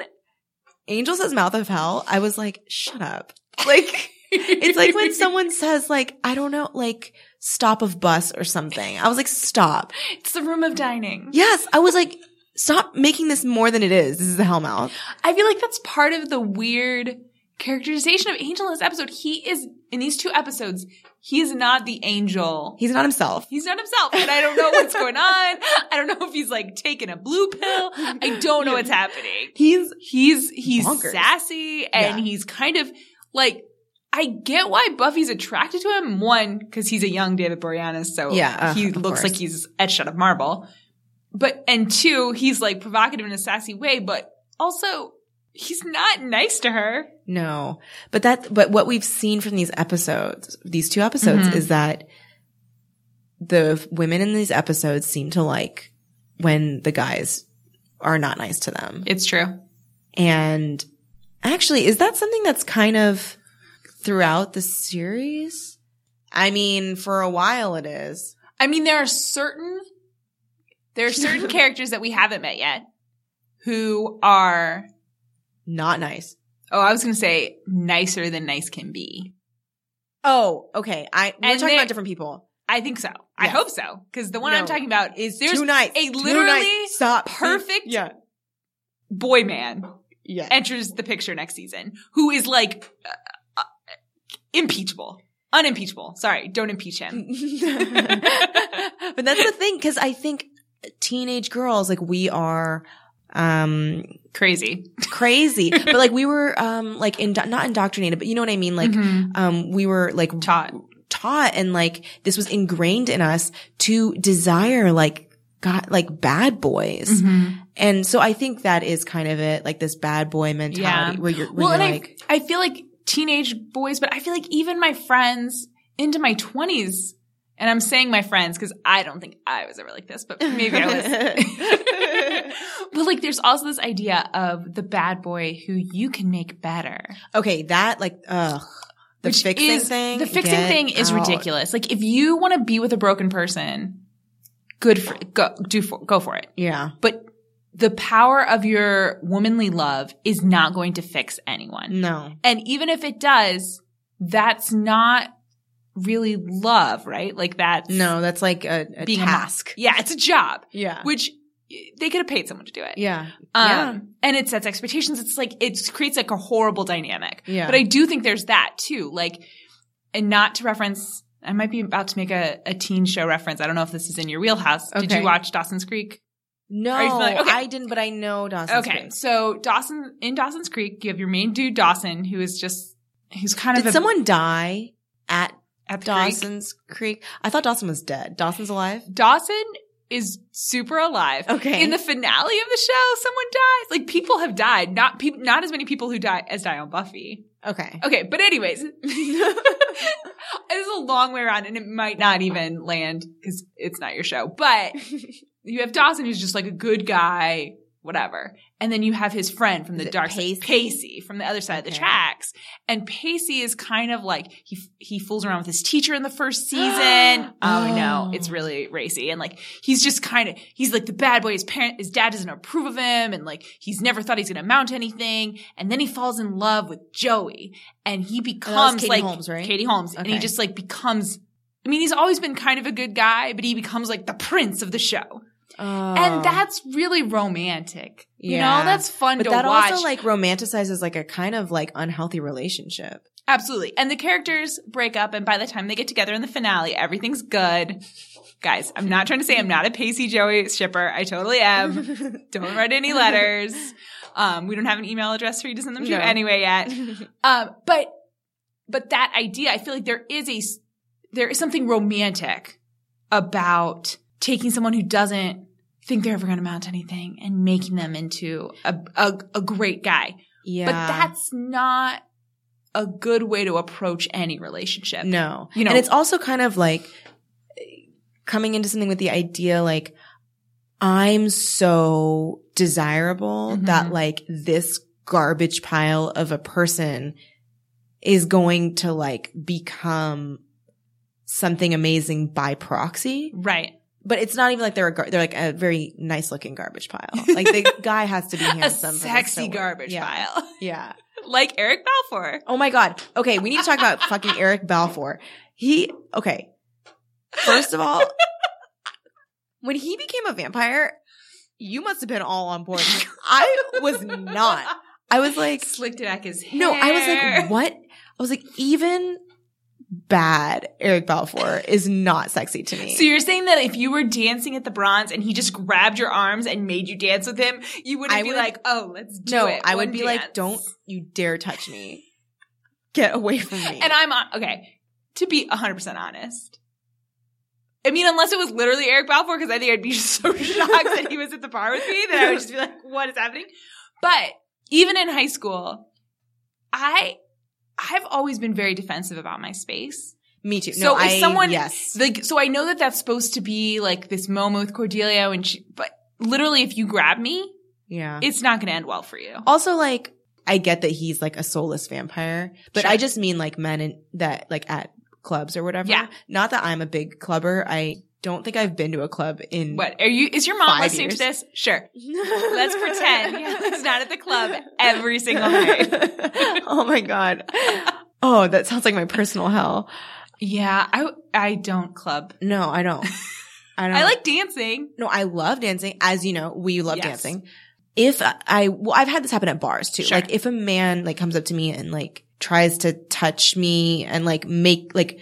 Speaker 1: Angel says mouth of hell, I was like, shut up. Like, it's like when someone says, like, I don't know, like, stop of bus or something. I was like, stop.
Speaker 2: it's the room of dining.
Speaker 1: Yes, I was like, stop making this more than it is. This is the hell mouth.
Speaker 2: I feel like that's part of the weird characterization of Angel in this episode. He is in these two episodes. He is not the Angel.
Speaker 1: He's not himself.
Speaker 2: He's not himself, and I don't know what's going on. I don't know if he's like taking a blue pill. I don't know what's happening.
Speaker 1: He's,
Speaker 2: He's he's
Speaker 1: Bonkers.
Speaker 2: sassy and
Speaker 1: Yeah.
Speaker 2: he's kind of like I get why Buffy's attracted to him. One, because he's a young David Boreanaz, so
Speaker 1: Yeah, uh,
Speaker 2: he
Speaker 1: of
Speaker 2: looks
Speaker 1: course.
Speaker 2: like he's etched out of marble. But and two, he's like provocative in a sassy way, but also he's not nice to her.
Speaker 1: no, but that, but what we've seen from these episodes, these two episodes
Speaker 2: Mhm.
Speaker 1: is that the women in these episodes seem to like when the guys are not nice to them.
Speaker 2: It's true.
Speaker 1: And actually, is that something that's kind of throughout the series? I mean, for a while it is.
Speaker 2: I mean, there are certain there are certain characters that we haven't met yet who are
Speaker 1: Not nice.
Speaker 2: oh, I was gonna say nicer than nice can be.
Speaker 1: Oh, okay. I we're
Speaker 2: And
Speaker 1: talking
Speaker 2: they-
Speaker 1: about different people.
Speaker 2: I think so. I
Speaker 1: Yes.
Speaker 2: hope so. Because the one I'm
Speaker 1: No.
Speaker 2: talking about is there's
Speaker 1: Too nice.
Speaker 2: a
Speaker 1: Too
Speaker 2: literally
Speaker 1: nice. stop
Speaker 2: perfect-
Speaker 1: Yeah,
Speaker 2: boy man
Speaker 1: yeah.
Speaker 2: enters the picture next season who is like uh, uh, impeachable, unimpeachable. Sorry, don't impeach him.
Speaker 1: but that's the thing because I think teenage girls like we are um
Speaker 2: Crazy.
Speaker 1: crazy but like we were um like indo- not indoctrinated but you know what i mean like
Speaker 2: Mhm.
Speaker 1: um we were like
Speaker 2: taught.
Speaker 1: taught and like this was ingrained in us to desire like God, like bad boys.
Speaker 2: Mm-hmm.
Speaker 1: And so I think that is kind of it, like this bad boy mentality
Speaker 2: Yeah.
Speaker 1: where you're, where
Speaker 2: Well, and
Speaker 1: you're
Speaker 2: I
Speaker 1: like,
Speaker 2: I feel like teenage boys, but I feel like even my friends into my twenties. And I'm saying my friends because I don't think I was ever like this, but maybe I was. but like, there's also this idea of the bad boy who you can make better.
Speaker 1: okay, that like, ugh, the
Speaker 2: Which
Speaker 1: fixing
Speaker 2: is-
Speaker 1: thing.
Speaker 2: The fixing
Speaker 1: get
Speaker 2: thing is
Speaker 1: out.
Speaker 2: ridiculous. Like if you want to be with a broken person, good for go do for, go for it.
Speaker 1: Yeah.
Speaker 2: But the power of your womanly love is not going to fix anyone.
Speaker 1: No.
Speaker 2: And even if it does, that's not really love, right? Like that's
Speaker 1: No, that's like a, a
Speaker 2: Being a mom.
Speaker 1: task.
Speaker 2: Yeah, it's a job,
Speaker 1: yeah.
Speaker 2: which they could have paid someone to do it.
Speaker 1: Yeah.
Speaker 2: Um,
Speaker 1: Yeah.
Speaker 2: And it sets expectations. It's like, it creates like a horrible dynamic.
Speaker 1: Yeah.
Speaker 2: But I do think there's that too. Like, and not to reference, I might be about to make a, a teen show reference. I don't know if this is in your wheelhouse. Did you
Speaker 1: Okay.
Speaker 2: watch Dawson's Creek?
Speaker 1: No,
Speaker 2: Are you familiar? Okay.
Speaker 1: I didn't, but I know Dawson's
Speaker 2: okay.
Speaker 1: Creek.
Speaker 2: So Dawson, in Dawson's Creek, you have your main dude, Dawson, who is just, who's kind
Speaker 1: Did
Speaker 2: of a,
Speaker 1: someone die at
Speaker 2: at the Creek.
Speaker 1: Dawson's Creek? I thought Dawson was dead. Dawson's alive?
Speaker 2: Dawson is super alive.
Speaker 1: Okay.
Speaker 2: In the finale of the show, someone dies. Like people have died. Not peop not as many people who die as die on Buffy.
Speaker 1: Okay.
Speaker 2: Okay, but anyways, this is a long way around, and it might not even land because it's not your show. But you have Dawson, who's just like a good guy, whatever, and then you have his friend from the
Speaker 1: Is it
Speaker 2: dark
Speaker 1: Pacey?
Speaker 2: side, Pacey, from the other side of the
Speaker 1: Okay.
Speaker 2: tracks. And Pacey is kind of like he he fools around with his teacher in the first season. oh, no,
Speaker 1: Oh.
Speaker 2: it's really racy, and like he's just kind of he's like the bad boy. His parent, his dad doesn't approve of him, and like he's never thought he's gonna amount to anything. And then he falls in love with Joey, and he becomes
Speaker 1: Katie
Speaker 2: like
Speaker 1: Holmes, right?
Speaker 2: Katie Holmes, and he
Speaker 1: Okay.
Speaker 2: just like becomes. I mean, he's always been kind of a good guy, but he becomes like the prince of the show,
Speaker 1: Oh.
Speaker 2: and that's really romantic. You know,
Speaker 1: Yeah.
Speaker 2: that's fun
Speaker 1: but
Speaker 2: to
Speaker 1: that
Speaker 2: watch.
Speaker 1: also like romanticizes like a kind of like unhealthy relationship.
Speaker 2: Absolutely, and the characters break up, and by the time they get together in the finale, everything's good. Guys, I'm not trying to say I'm not a Pacey Joey shipper. I totally am. don't write any letters. Um, we don't have an email address for you to send them to
Speaker 1: No.
Speaker 2: anyway yet.
Speaker 1: yeah,
Speaker 2: Um, but but that idea, I feel like there is a s- there is something romantic about taking someone who doesn't think they're ever going to amount to anything and making them into a, a, a great guy.
Speaker 1: Yeah.
Speaker 2: But that's not a good way to approach any relationship.
Speaker 1: No.
Speaker 2: You know-
Speaker 1: and it's also kind of like coming into something with the idea like I'm so desirable
Speaker 2: Mhm.
Speaker 1: that like this garbage pile of a person is going to like become something amazing by proxy.
Speaker 2: Right.
Speaker 1: But it's not even like they're a gar- they're like a very nice looking garbage pile. Like the guy has to be
Speaker 2: A
Speaker 1: handsome. for this to
Speaker 2: sexy
Speaker 1: work.
Speaker 2: garbage
Speaker 1: yeah.
Speaker 2: pile.
Speaker 1: Yeah.
Speaker 2: like Eric Balfour.
Speaker 1: Oh my god. Okay, we need to talk about fucking Eric Balfour. He okay. First of all, when he became a vampire, you must have been all on board. I was not. I was like,
Speaker 2: Slicked back his hair.
Speaker 1: no, I was like, what? I was like, even bad Eric Balfour is not sexy to me.
Speaker 2: So you're saying that if you were dancing at the Bronze and he just grabbed your arms and made you dance with him, you wouldn't
Speaker 1: I
Speaker 2: be
Speaker 1: would-
Speaker 2: like, "Oh, let's do
Speaker 1: no,
Speaker 2: it."
Speaker 1: I would
Speaker 2: one
Speaker 1: be
Speaker 2: dance.
Speaker 1: like, don't you dare touch me. Get away from me.
Speaker 2: And I'm on, okay. To be 100 percent honest, I mean, unless it was literally Eric Balfour, because I think I'd be just so shocked that he was at the bar with me that I would just be like, "What is happening?" But even in high school, I I've always been very defensive about my space.
Speaker 1: me too.
Speaker 2: So
Speaker 1: No,
Speaker 2: if
Speaker 1: I,
Speaker 2: someone-
Speaker 1: yes.
Speaker 2: Like, so I know that that's supposed to be like this moment with Cordelia, and she, but literally, if you grab me,
Speaker 1: yeah.
Speaker 2: it's not going to end well for you.
Speaker 1: Also, like, I get that he's like a soulless vampire, but
Speaker 2: Sure.
Speaker 1: I just mean like men in, that like at clubs or whatever.
Speaker 2: Yeah.
Speaker 1: Not that I'm a big clubber. I don't think I've been to a club in
Speaker 2: What are you? Is your mom
Speaker 1: Five
Speaker 2: listening to
Speaker 1: years.
Speaker 2: this? Sure. Let's
Speaker 1: Let's
Speaker 2: pretend it's not at the club every single night.
Speaker 1: oh my god. Oh, that sounds like my personal hell.
Speaker 2: Yeah, I I don't club.
Speaker 1: No, I don't. I don't.
Speaker 2: I like dancing.
Speaker 1: No, I love dancing. As you know, we love
Speaker 2: Yes.
Speaker 1: dancing. If I- I, well, I've had this happen at bars too.
Speaker 2: Sure.
Speaker 1: Like if a man like comes up to me and like tries to touch me and like make, like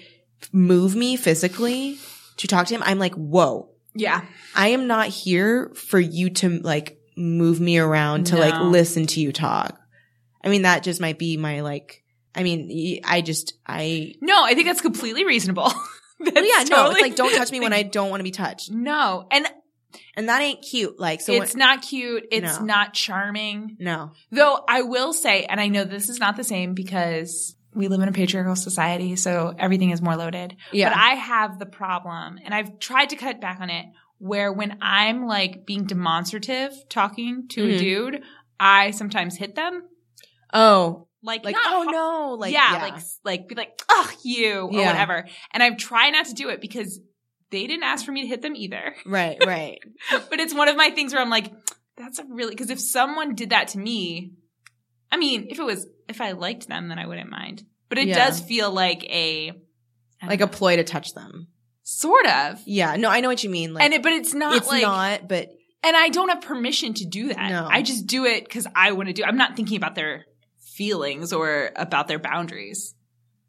Speaker 1: move me physically to talk to him, I'm like, whoa,
Speaker 2: Yeah,
Speaker 1: I am not here for you to like move me around to like
Speaker 2: No.
Speaker 1: listen to you talk. I mean, that just might be my like, I mean, y- I just, I,
Speaker 2: no, I think that's completely reasonable. that's
Speaker 1: well, yeah, no, it's
Speaker 2: totally-
Speaker 1: like, don't touch me when I don't want to be touched.
Speaker 2: No, and
Speaker 1: And that ain't cute. Like, so
Speaker 2: it's
Speaker 1: when-
Speaker 2: not cute. It's
Speaker 1: No.
Speaker 2: not charming.
Speaker 1: no.
Speaker 2: Though I will say, and I know this is not the same because we live in a patriarchal society, so everything is more loaded.
Speaker 1: Yeah.
Speaker 2: But I have the problem, and I've tried to cut back on it, where when I'm like being demonstrative talking to a
Speaker 1: Mhm.
Speaker 2: dude, I sometimes hit them.
Speaker 1: oh,
Speaker 2: Like,
Speaker 1: like
Speaker 2: not
Speaker 1: oh
Speaker 2: har-
Speaker 1: no like
Speaker 2: yeah, like like be like, ugh, you or
Speaker 1: Yeah.
Speaker 2: whatever. And I've tried not to do it because they didn't ask for me to hit them either.
Speaker 1: right right
Speaker 2: but it's one of my things where I'm like, that's a really because if someone did that to me, I mean, if it was if I liked them, then I wouldn't mind. But it
Speaker 1: Yeah.
Speaker 2: does feel like a I
Speaker 1: like a
Speaker 2: don't know,
Speaker 1: ploy to touch them
Speaker 2: sort of.
Speaker 1: yeah no i know what you mean like
Speaker 2: and it, but it's not
Speaker 1: it's
Speaker 2: like,
Speaker 1: not but
Speaker 2: and I don't have permission to do that.
Speaker 1: No.
Speaker 2: I just do it because I want to do. I'm not thinking about their feelings or about their boundaries.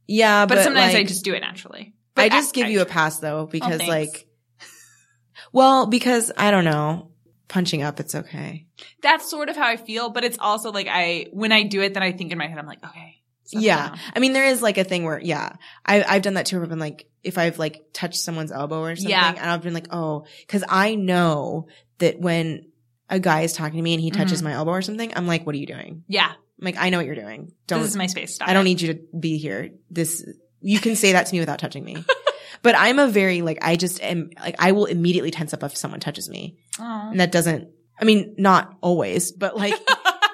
Speaker 1: yeah
Speaker 2: But,
Speaker 1: but,
Speaker 2: sometimes I
Speaker 1: like,
Speaker 2: just do it naturally. But
Speaker 1: i just give you a pass though because
Speaker 2: Oh, thanks.
Speaker 1: like well because i don't know punching up it's okay
Speaker 2: That's sort of how I feel, but it's also like I when I do it, then I think in my head, I'm like, okay, settle
Speaker 1: Yeah.
Speaker 2: down.
Speaker 1: i mean there is like a thing where yeah I, i've done that too where i've been like if i've like touched someone's elbow or something
Speaker 2: Yeah.
Speaker 1: and i've been like oh because i know that when a guy is talking to me and he touches
Speaker 2: Mm-hmm.
Speaker 1: my elbow or something i'm like what are you doing
Speaker 2: yeah.
Speaker 1: I'm like i know what you're doing don't
Speaker 2: This is my space. Stop.
Speaker 1: I don't
Speaker 2: it.
Speaker 1: need you to be here. This you can say that to me without touching me. but I'm a very like I just am like I will immediately tense up if someone touches me.
Speaker 2: Aw.
Speaker 1: And that doesn't I mean not always, but like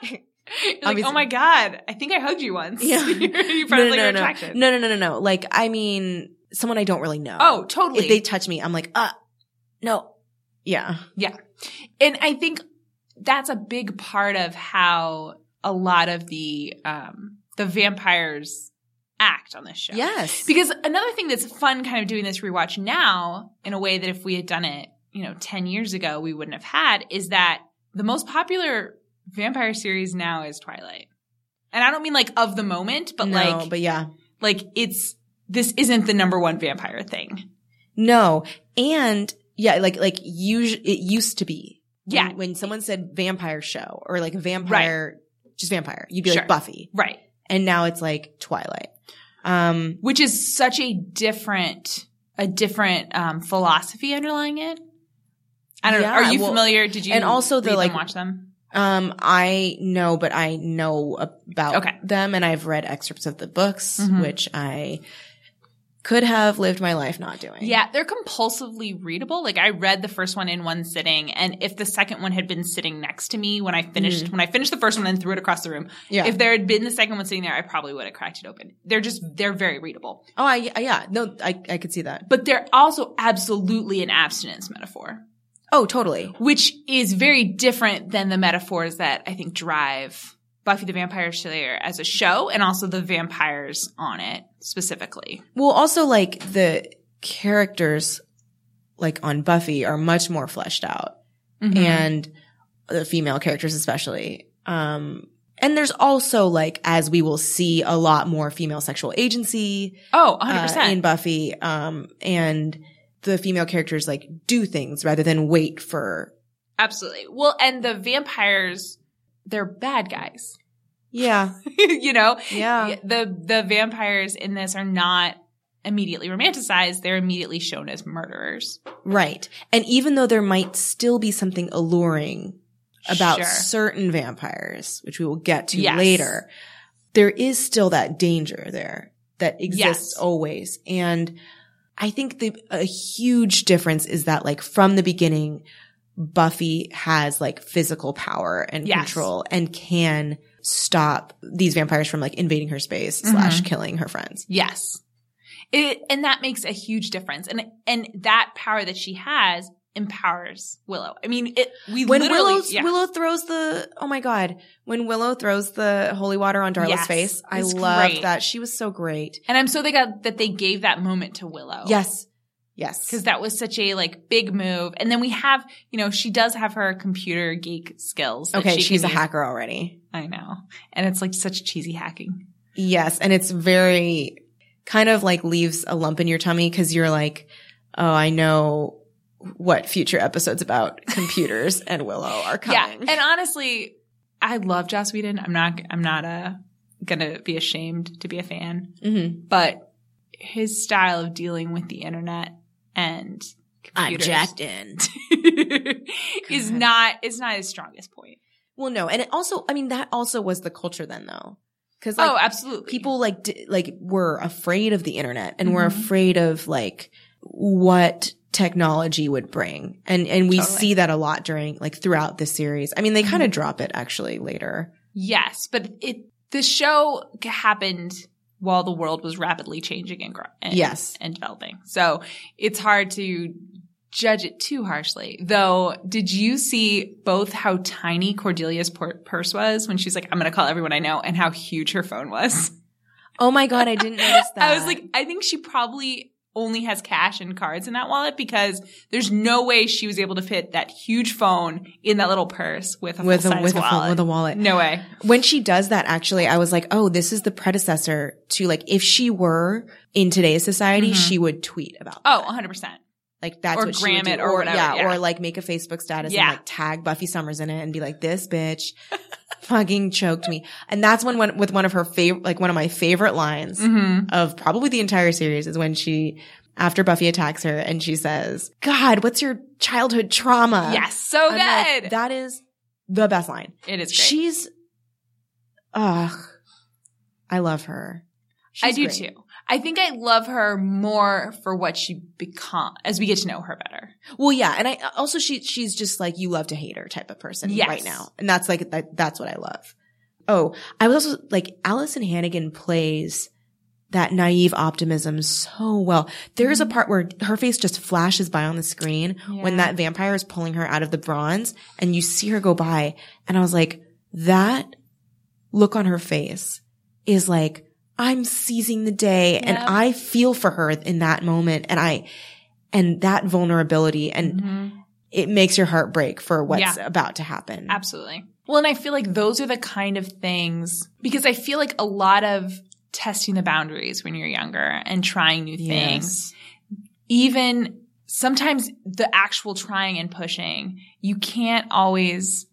Speaker 2: You're like,
Speaker 1: Obviously-
Speaker 2: oh my god, I think I hugged you once.
Speaker 1: Yeah.
Speaker 2: you
Speaker 1: no,
Speaker 2: probably
Speaker 1: no, no,
Speaker 2: are
Speaker 1: no.
Speaker 2: attracted.
Speaker 1: no no no no no. Like I mean someone I don't really know.
Speaker 2: Oh, totally.
Speaker 1: if they touch me, I'm like, uh no. Yeah.
Speaker 2: and I think that's a big part of how a lot of the um the vampires act on this show.
Speaker 1: Yes.
Speaker 2: Because another thing that's fun kind of doing this rewatch now in a way that if we had done it, you know, 10 years ago, we wouldn't have had is that the most popular vampire series now is Twilight. And I don't mean like of the moment, but
Speaker 1: no,
Speaker 2: like
Speaker 1: but yeah.
Speaker 2: like it's this isn't the number one vampire thing.
Speaker 1: No. And yeah, like like usually it used to be. When-
Speaker 2: Yeah.
Speaker 1: When, someone said vampire show or like vampire just vampire, you'd be
Speaker 2: Sure.
Speaker 1: like Buffy.
Speaker 2: Right.
Speaker 1: and now it's like Twilight. Um,
Speaker 2: Which is such a different a different um philosophy underlying it. I don't
Speaker 1: Yeah,
Speaker 2: know. Are you
Speaker 1: well,
Speaker 2: familiar? Did you
Speaker 1: and also the,
Speaker 2: read
Speaker 1: like-
Speaker 2: them, watch them?
Speaker 1: Um, I know, but I know about
Speaker 2: Okay.
Speaker 1: them and I've read excerpts of the books,
Speaker 2: Mhm.
Speaker 1: which I could have lived my life not doing.
Speaker 2: Yeah, they're compulsively readable. Like I read the first one in one sitting, and if the second one had been sitting next to me when I finished when I finished the first one and threw it across the room,
Speaker 1: Mm. Yeah.
Speaker 2: if there had been the second one sitting there, I probably would have cracked it open. They're just they're very readable,
Speaker 1: oh, I, I- yeah. No, I, I could see that.
Speaker 2: but they're also absolutely an abstinence metaphor,
Speaker 1: Oh, totally.
Speaker 2: which is very different than the metaphors that I think drive Buffy the Vampire Slayer as a show and also the vampires on it specifically.
Speaker 1: Well, also like the characters like on Buffy are much more fleshed out Mm-hmm.
Speaker 2: Mm-hmm.
Speaker 1: and the female characters especially. Um, and there's also like, as we will see, a lot more female sexual agency.
Speaker 2: oh, 100%.
Speaker 1: uh, in Buffy. Um, and the female characters like do things rather than wait for.
Speaker 2: Absolutely. Well, and the vampires, they're bad guys.
Speaker 1: Yeah.
Speaker 2: you know,
Speaker 1: Yeah.
Speaker 2: the the vampires in this are not immediately romanticized; they're immediately shown as murderers.
Speaker 1: Right. And even though there might still be something alluring about
Speaker 2: Sure.
Speaker 1: certain vampires, which we will get to
Speaker 2: Yes.
Speaker 1: later, there is still that danger there that exists
Speaker 2: Yes.
Speaker 1: always. And I think the, a huge difference is that like from the beginning, Buffy has like physical power and
Speaker 2: Yes.
Speaker 1: control and can stop these vampires from like invading her space
Speaker 2: Mm-hmm.
Speaker 1: slash killing her friends.
Speaker 2: Yes, it, and that makes a huge difference. And and that power that she has empowers Willow. I mean, it, we
Speaker 1: When
Speaker 2: literally
Speaker 1: Willow's,
Speaker 2: yeah.
Speaker 1: Willow throws the oh my god, when Willow throws the holy water on Darla's
Speaker 2: Yes.
Speaker 1: face, I
Speaker 2: It's
Speaker 1: loved
Speaker 2: great.
Speaker 1: that. She was so great.
Speaker 2: and I'm so they got that they gave that moment to Willow.
Speaker 1: Yes, yes,
Speaker 2: because that was such a like big move. And then we have, you know, she does have her computer geek skills. that
Speaker 1: okay,
Speaker 2: she
Speaker 1: she's a
Speaker 2: can use.
Speaker 1: hacker already.
Speaker 2: I know, and it's like such cheesy hacking.
Speaker 1: Yes, and it's very kind of like leaves a lump in your tummy because you're like, oh, I know what future episodes about computers and Willow are coming.
Speaker 2: Yeah, and honestly, I love Joss Whedon. I'm not. I'm not uh gonna be ashamed to be a fan,
Speaker 1: Mhm.
Speaker 2: but his style of dealing with the internet and computers
Speaker 1: in.
Speaker 2: is
Speaker 1: God.
Speaker 2: not is not his strongest point.
Speaker 1: Well, no, and it also, I mean, that also was the culture then, though, because like
Speaker 2: oh, absolutely.
Speaker 1: people like d- like were afraid of the internet and were
Speaker 2: Mhm.
Speaker 1: afraid of like what technology would bring, and and we
Speaker 2: Totally. Mm-hmm.
Speaker 1: see that a lot during like throughout the series. I mean, they kind of drop it actually later.
Speaker 2: Yes, but it the show g- happened while the world was rapidly changing and, gro- and
Speaker 1: Yes.
Speaker 2: and developing. So it's hard to judge it too harshly. Though, did you see both how tiny Cordelia's por- purse was when she's like, "I'm going to call everyone I know," and how huge her phone was?
Speaker 1: Oh my god, I didn't notice that.
Speaker 2: I was like, I think she probably only has cash and cards in that wallet because there's no way she was able to fit that huge phone in that little purse with a
Speaker 1: with a
Speaker 2: full-size
Speaker 1: with a phone,
Speaker 2: wallet.
Speaker 1: with a wallet.
Speaker 2: no way.
Speaker 1: When she does that, actually, I was like, oh, this is the predecessor to like if she were in today's society,
Speaker 2: Mhm.
Speaker 1: she would tweet about.
Speaker 2: Oh,
Speaker 1: that.
Speaker 2: 100%.
Speaker 1: like that's
Speaker 2: or
Speaker 1: what she
Speaker 2: gram
Speaker 1: would do.
Speaker 2: it or whatever,
Speaker 1: Yeah,
Speaker 2: yeah.
Speaker 1: or like make a Facebook status
Speaker 2: Yeah.
Speaker 1: and like tag Buffy Summers in it and be like, this bitch fucking choked me. And that's when one with one of her favorite, like one of my favorite lines
Speaker 2: Mm-hmm.
Speaker 1: of probably the entire series is when she. After Buffy attacks her and she says, God, what's your childhood trauma?
Speaker 2: Yes, so
Speaker 1: I'm like,
Speaker 2: good.
Speaker 1: Uh, that is the best line.
Speaker 2: it is great.
Speaker 1: She's, ugh, I love her.
Speaker 2: I
Speaker 1: She's
Speaker 2: do
Speaker 1: great.
Speaker 2: too. I think I love her more for what she become as we get to know her better.
Speaker 1: Well, yeah, and I also she she's just like you love to hate her type of person
Speaker 2: Yes.
Speaker 1: right now, and that's like that, that's what I love. Oh, I was also like Allison Hannigan plays that naive optimism so well. There is a part where her face just flashes by on the screen when
Speaker 2: Yeah.
Speaker 1: that vampire is pulling her out of the bronze, and you see her go by, and I was like, that look on her face is like. I'm seizing the day and
Speaker 2: Yep.
Speaker 1: I feel for her in that moment. And I, and that vulnerability and
Speaker 2: Mm-hmm.
Speaker 1: it makes your heart break for what's about to happen.
Speaker 2: Absolutely. Well, and I feel like those are the kind of things because I feel like a lot of testing the boundaries when you're younger and trying new things, even sometimes the actual trying and pushing, you can't always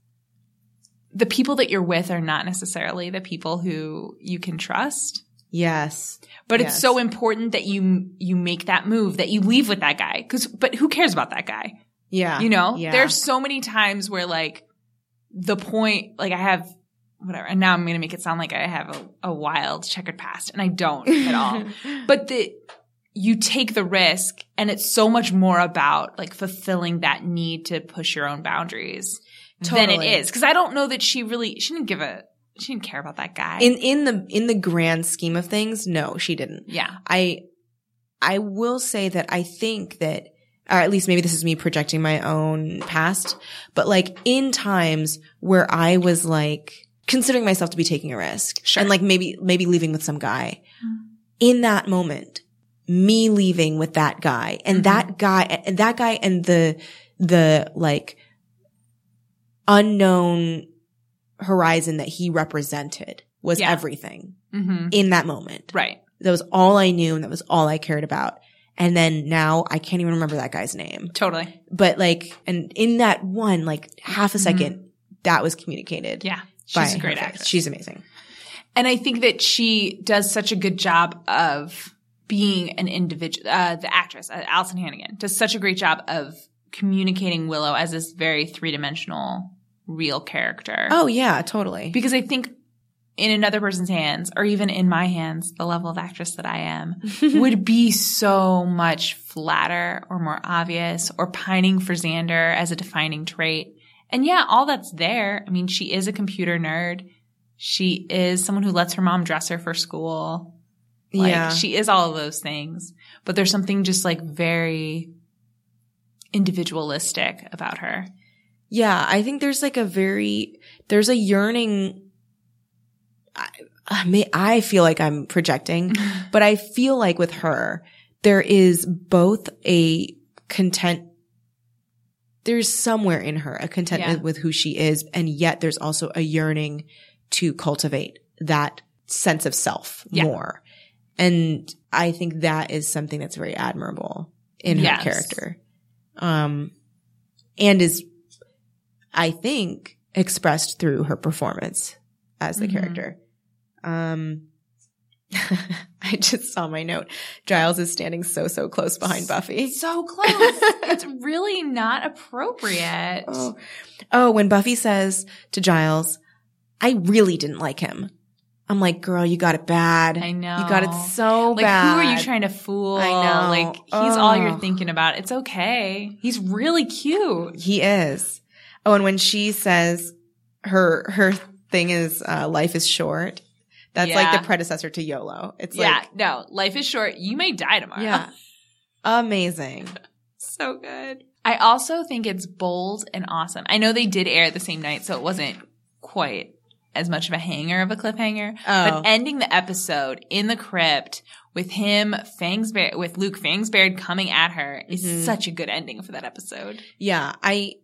Speaker 2: the people that you're with are not necessarily the people who you can trust.
Speaker 1: Yes.
Speaker 2: But
Speaker 1: Yes.
Speaker 2: it's so important that you you make that move, that you leave with that guy. Cause, but who cares about that guy?
Speaker 1: Yeah.
Speaker 2: You know,
Speaker 1: Yeah.
Speaker 2: there's so many times where like the point, like I have whatever, and now I'm going to make it sound like I have a, a wild checkered past and I don't at all. but the, you take the risk and it's so much more about like fulfilling that need to push your own boundaries than
Speaker 1: Totally.
Speaker 2: it is. Cause I don't know that she really, she didn't give a, she didn't care about that guy.
Speaker 1: In in the in the grand scheme of things, no, she didn't.
Speaker 2: yeah.
Speaker 1: I I will say that I think that or at least maybe this is me projecting my own past, but like in times where I was like considering myself to be taking a risk
Speaker 2: Sure.
Speaker 1: and like maybe maybe leaving with some guy.
Speaker 2: Mm.
Speaker 1: In that moment, me leaving with that guy and
Speaker 2: Mhm.
Speaker 1: that guy and that guy and the the like unknown horizon that he represented was
Speaker 2: Yeah.
Speaker 1: everything
Speaker 2: Mm-hmm.
Speaker 1: in that moment.
Speaker 2: Right.
Speaker 1: That was all I knew and that was all I cared about. And then now I can't even remember that guy's name.
Speaker 2: Totally.
Speaker 1: But like, and in that one, like half a 2nd that was communicated.
Speaker 2: Mm-hmm. Yeah.
Speaker 1: by
Speaker 2: She's a
Speaker 1: her
Speaker 2: great
Speaker 1: face.
Speaker 2: actress.
Speaker 1: She's amazing.
Speaker 2: And I think that she does such a good job of being an individual. Uh, the actress, uh, Alison Hannigan, does such a great job of communicating Willow as this very three dimensional, real character.
Speaker 1: Oh yeah, totally.
Speaker 2: Because I think in another person's hands, or even in my hands, the level of actress that I am, would be so much flatter or more obvious or pining for Xander as a defining trait. And yeah, all that's there. I mean, she is a computer nerd. She is someone who lets her mom dress her for school. Like,
Speaker 1: yeah.
Speaker 2: she is all of those things. But there's something just like very individualistic about her.
Speaker 1: yeah. I think there's like a very, there's a yearning. I, I may, I feel like I'm projecting, but I feel like with her, there is both a content, there's somewhere in her a contentment
Speaker 2: Yeah.
Speaker 1: with who she is. And yet there's also a yearning to cultivate that sense of self
Speaker 2: Yeah.
Speaker 1: more. And I think that is something that's very admirable in
Speaker 2: Yes.
Speaker 1: her character. Um, and is, I think, expressed through her performance as the
Speaker 2: Mhm.
Speaker 1: character. Um, I just saw my note. Giles is standing so, so close behind Buffy.
Speaker 2: So close. it's really not appropriate.
Speaker 1: Oh. oh, when Buffy says to Giles, I really didn't like him. I'm like, girl, you got it bad.
Speaker 2: I know.
Speaker 1: You got it so
Speaker 2: Like,
Speaker 1: bad.
Speaker 2: who are you trying to fool?
Speaker 1: I know.
Speaker 2: Like, he's all you're
Speaker 1: Ugh.
Speaker 2: thinking about. It's okay. He's really cute.
Speaker 1: He is. Oh, and when she says her her thing is uh, life is short. That's
Speaker 2: Yeah.
Speaker 1: like the predecessor to YOLO. It's
Speaker 2: yeah.
Speaker 1: like
Speaker 2: no, life is short. You may die tomorrow.
Speaker 1: yeah, amazing.
Speaker 2: so good. I also think it's bold and awesome. I know they did air the same night, so it wasn't quite as much of a hanger of a cliffhanger.
Speaker 1: Oh,
Speaker 2: But ending the episode in the crypt with him, Fangsbeard, with Luke Fangsbeard coming at her is
Speaker 1: Mhm.
Speaker 2: such a good ending for that episode.
Speaker 1: yeah. I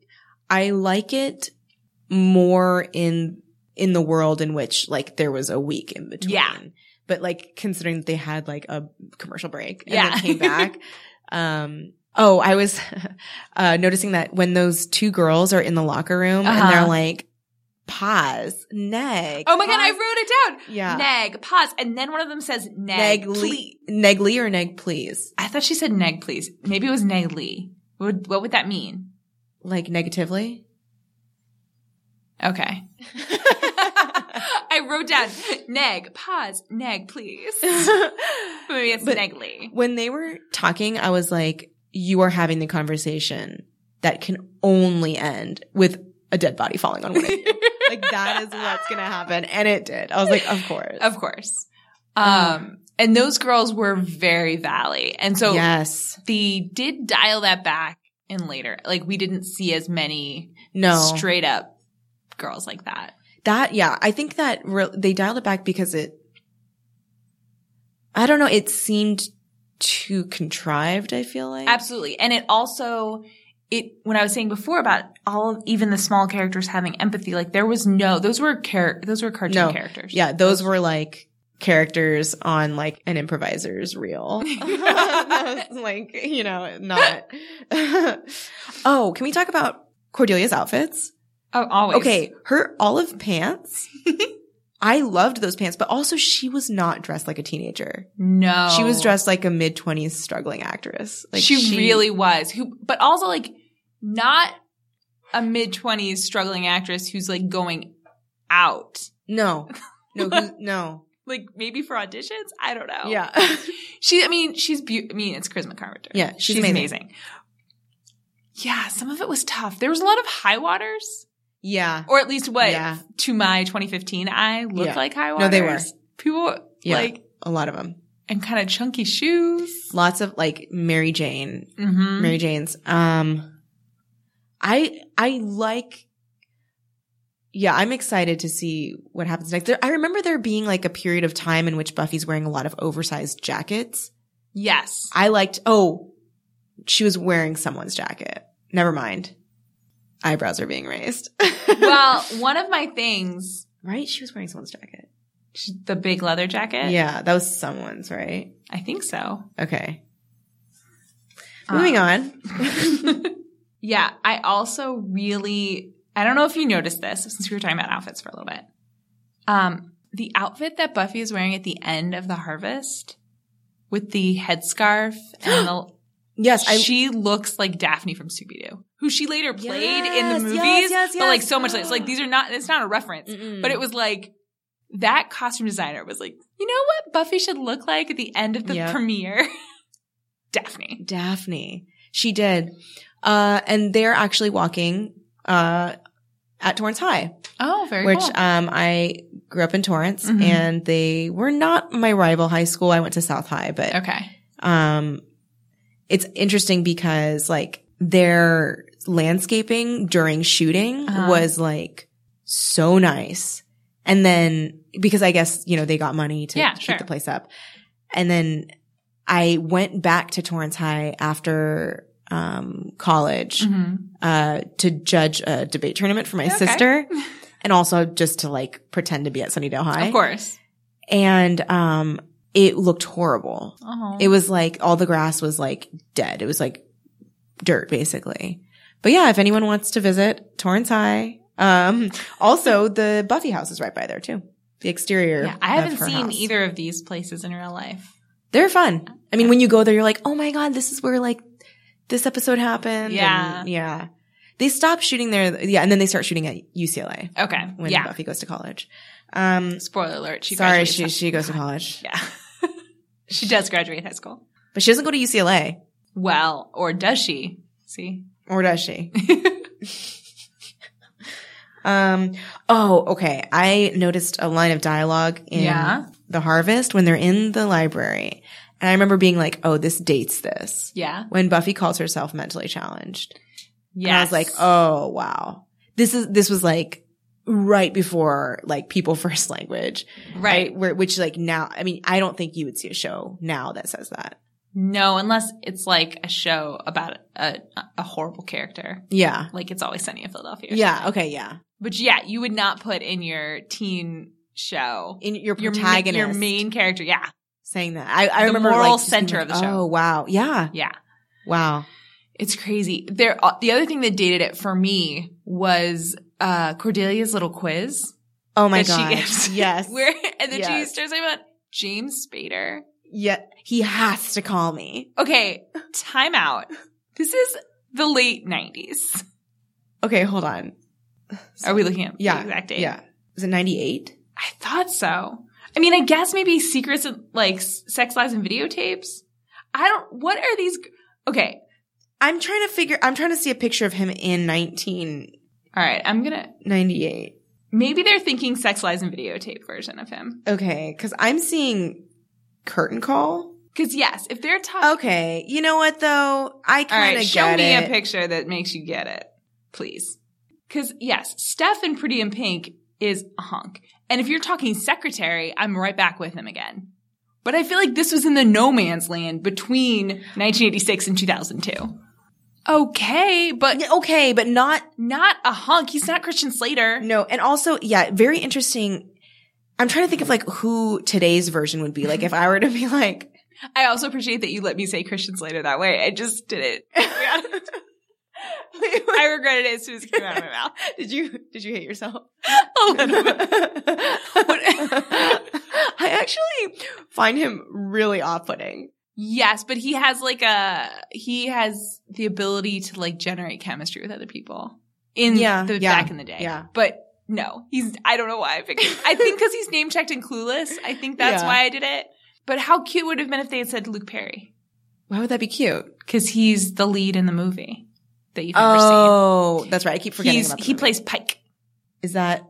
Speaker 1: I like it more in in the world in which like there was a week in between.
Speaker 2: Yeah.
Speaker 1: But like considering that they had like a commercial break and
Speaker 2: Yeah.
Speaker 1: then came back. um oh, I was uh noticing that when those two girls are in the locker room and
Speaker 2: Uh-huh.
Speaker 1: they're like pause, neg.
Speaker 2: Oh my god, I
Speaker 1: pause."
Speaker 2: wrote it down.
Speaker 1: Yeah.
Speaker 2: Neg, pause. And then one of them says neg,
Speaker 1: Neg, Lee.
Speaker 2: please.
Speaker 1: Neg Lee or neg please.
Speaker 2: I thought she said neg, please. Maybe it was neg Lee. What would, what would that mean?
Speaker 1: Like negatively?
Speaker 2: Okay. I wrote down neg, pause, neg, please. Maybe it's
Speaker 1: But-
Speaker 2: neg Lee.
Speaker 1: when they were talking, I was like, you are having the conversation that can only end with a dead body falling on one of you. like that is what's going to happen. And it did. I was like, of course.
Speaker 2: Of course.
Speaker 1: Uh.
Speaker 2: Um, and those girls were very valley. And so
Speaker 1: yes.
Speaker 2: they did dial that back in later. Like we didn't see as many
Speaker 1: No.
Speaker 2: straight up girls like that.
Speaker 1: that, yeah, I think that re- they dialed it back because it, I don't know, it seemed too contrived, I feel like.
Speaker 2: Absolutely. And it also it when I was saying before about all of even the small characters having empathy, like there was no those were char- those were cartoon
Speaker 1: No.
Speaker 2: characters.
Speaker 1: Yeah, those were like characters on like an improviser's reel. That was, like, you know, not. oh, can we talk about Cordelia's outfits?
Speaker 2: Oh, always.
Speaker 1: Okay, her olive pants. I loved those pants, but also she was not dressed like a teenager.
Speaker 2: No.
Speaker 1: She was dressed like a mid 20s struggling actress. Like
Speaker 2: she, really was. Who but also like not a mid twenties struggling actress who's like going out,
Speaker 1: No. No, who- no.
Speaker 2: like maybe for auditions. I don't know.
Speaker 1: Yeah.
Speaker 2: she. I mean, she's. Be- I mean, it's Charisma Carpenter.
Speaker 1: Yeah, she's
Speaker 2: she's
Speaker 1: amazing.
Speaker 2: amazing. Yeah, some of it was tough. There was a lot of high waters,
Speaker 1: yeah.
Speaker 2: or at least what
Speaker 1: Yeah.
Speaker 2: to my 2015 eye looked
Speaker 1: Yeah.
Speaker 2: like high waters.
Speaker 1: No, they were.
Speaker 2: people
Speaker 1: Yeah.
Speaker 2: like
Speaker 1: A lot of them.
Speaker 2: and kind of chunky shoes.
Speaker 1: Lots of like Mary Jane,
Speaker 2: Mm-hmm.
Speaker 1: Mary Jane's. Um, I, I like, yeah, I'm excited to see what happens next. There, I remember there being like a period of time in which Buffy's wearing a lot of oversized jackets.
Speaker 2: Yes.
Speaker 1: I liked, oh, she was wearing someone's jacket. Never mind. Eyebrows are being raised.
Speaker 2: well, one of my things,
Speaker 1: right? She was wearing someone's jacket.
Speaker 2: the big leather jacket.
Speaker 1: Yeah, that was someone's, right?
Speaker 2: I think so.
Speaker 1: Okay.
Speaker 2: Um.
Speaker 1: Moving on.
Speaker 2: yeah, I also really I don't know if you noticed this since we were talking about outfits for a little bit. Um, the outfit that Buffy is wearing at the end of the harvest with the headscarf and the
Speaker 1: Yes, I
Speaker 2: she looks like Daphne from Scooby Doo, who she later played
Speaker 1: Yes,
Speaker 2: in the movies,
Speaker 1: yes, yes,
Speaker 2: but like
Speaker 1: yes.
Speaker 2: so much later. So, like these are not it's not a reference,
Speaker 1: Mm-mm.
Speaker 2: but it was like that costume designer was like, you know what Buffy should look like at the end of the
Speaker 1: Yep.
Speaker 2: premiere, Daphne.
Speaker 1: Daphne. She did. Uh, and they're actually walking uh, at Torrance High,
Speaker 2: Oh, very
Speaker 1: which um, I grew up in Torrance,
Speaker 2: Mhm.
Speaker 1: and they were not my rival high school. I went to South High, but
Speaker 2: okay.
Speaker 1: um, it's interesting because like their landscaping during shooting
Speaker 2: Uh-huh.
Speaker 1: was like so nice. And then because I guess, you know, they got money to
Speaker 2: Yeah,
Speaker 1: keep
Speaker 2: sure.
Speaker 1: the place up. And then I went back to Torrance High after, um, college, uh, to judge a debate tournament for my
Speaker 2: Mm-hmm. Okay.
Speaker 1: sister and also just to like pretend to be at Sunnydale High.
Speaker 2: Of course.
Speaker 1: And, um, it looked horrible.
Speaker 2: Oh.
Speaker 1: It was like all the grass was like dead. It was like dirt basically. But yeah, if anyone wants to visit Torrance High, um, also the Buffy house is right by there too. The exterior.
Speaker 2: yeah, I
Speaker 1: of
Speaker 2: haven't
Speaker 1: her
Speaker 2: seen
Speaker 1: house.
Speaker 2: either of these places in real life.
Speaker 1: They're fun. I mean, when you go there, you're like, oh my God, this is where like this episode happened.
Speaker 2: Yeah.
Speaker 1: And, yeah. They stop shooting there. Yeah. And then they start shooting at UCLA
Speaker 2: Okay.
Speaker 1: when
Speaker 2: yeah.
Speaker 1: Buffy goes to college. Um,
Speaker 2: Spoiler alert. She
Speaker 1: sorry.
Speaker 2: graduates
Speaker 1: She,
Speaker 2: high-
Speaker 1: she goes to college,
Speaker 2: Yeah. she does graduate high school.
Speaker 1: but she doesn't go to UCLA
Speaker 2: Well, or does she? See?
Speaker 1: or does she? Um. Oh, okay. I noticed a line of dialogue in
Speaker 2: Yeah.
Speaker 1: The Harvest when they're in the library, and I remember being like, "Oh, this dates this."
Speaker 2: yeah.
Speaker 1: When Buffy calls herself mentally challenged,
Speaker 2: Yeah.
Speaker 1: and I was like, "Oh, wow. This is this was like right before like people first language,
Speaker 2: right.
Speaker 1: Where which like now, I mean, I don't think you would see a show now that says that.
Speaker 2: No, unless it's like a show about a, a horrible character.
Speaker 1: Yeah.
Speaker 2: Like it's always sunny in Philadelphia. or
Speaker 1: Yeah.
Speaker 2: something.
Speaker 1: Okay. Yeah.
Speaker 2: But yeah, you would not put in your teen show
Speaker 1: In your
Speaker 2: your ma-
Speaker 1: protagonist,
Speaker 2: your main character. Yeah.
Speaker 1: saying that. I, I
Speaker 2: The
Speaker 1: remember
Speaker 2: moral
Speaker 1: like, just being
Speaker 2: center
Speaker 1: like,
Speaker 2: of the show.
Speaker 1: Oh wow. Yeah.
Speaker 2: Yeah.
Speaker 1: Wow.
Speaker 2: It's crazy. There, uh, the other thing that dated it for me was uh Cordelia's little quiz
Speaker 1: Oh my
Speaker 2: that
Speaker 1: god.
Speaker 2: she gives.
Speaker 1: Yes.
Speaker 2: Where and then she
Speaker 1: Yes.
Speaker 2: starts talking about James Spader.
Speaker 1: yeah. He has to call me.
Speaker 2: Okay, time out. This is the late nineties.
Speaker 1: Okay, hold on.
Speaker 2: Are we looking at
Speaker 1: Yeah,
Speaker 2: the exact date?
Speaker 1: Yeah. Is it 98?
Speaker 2: I thought so. I mean, I guess maybe secrets and like s- sex lives and videotapes. I don't. What are these? g- Okay,
Speaker 1: I'm trying to figure I'm trying to see a picture of him in 1998.
Speaker 2: all right. I'm gonna. Maybe they're thinking sex lives and videotape version of him.
Speaker 1: Okay, cuz I'm seeing curtain call.
Speaker 2: Because yes, if they're talking.
Speaker 1: Okay, you know what though? I
Speaker 2: All
Speaker 1: kind of
Speaker 2: right, show
Speaker 1: Oh, get
Speaker 2: me
Speaker 1: it.
Speaker 2: a picture that makes you get it, please. Because yes, Steph in Pretty in Pink is a hunk, and if you're talking secretary, I'm right back with him again. But I feel like this was in the no man's land between 1986 and 2002. Okay, but
Speaker 1: Yeah, Okay, but not
Speaker 2: not a hunk. He's not Christian Slater.
Speaker 1: no, and also yeah, very interesting. I'm trying to think of like who today's version would be. Like if I were to be like
Speaker 2: I also appreciate that you let me say Christian Slater that way. I just did it. I regretted it as soon as it came out of my mouth.
Speaker 1: Did you did you hate yourself?
Speaker 2: A little bit.
Speaker 1: I actually find him really off-putting.
Speaker 2: Yes, but he has like a he has the ability to like generate chemistry with other people in
Speaker 1: Yeah,
Speaker 2: the
Speaker 1: yeah,
Speaker 2: back in the day.
Speaker 1: yeah.
Speaker 2: But no, he's I don't know why I picked him. I think because he's name checked in Clueless. I think that's
Speaker 1: Yeah.
Speaker 2: why I did it. But how cute would it have been if they had said Luke Perry
Speaker 1: Why would that be cute?
Speaker 2: because he's the lead in the movie that you've never
Speaker 1: Oh, that's right. I keep
Speaker 2: seen.
Speaker 1: forgetting
Speaker 2: He's-
Speaker 1: about the
Speaker 2: he
Speaker 1: movie.
Speaker 2: plays Pike.
Speaker 1: Is that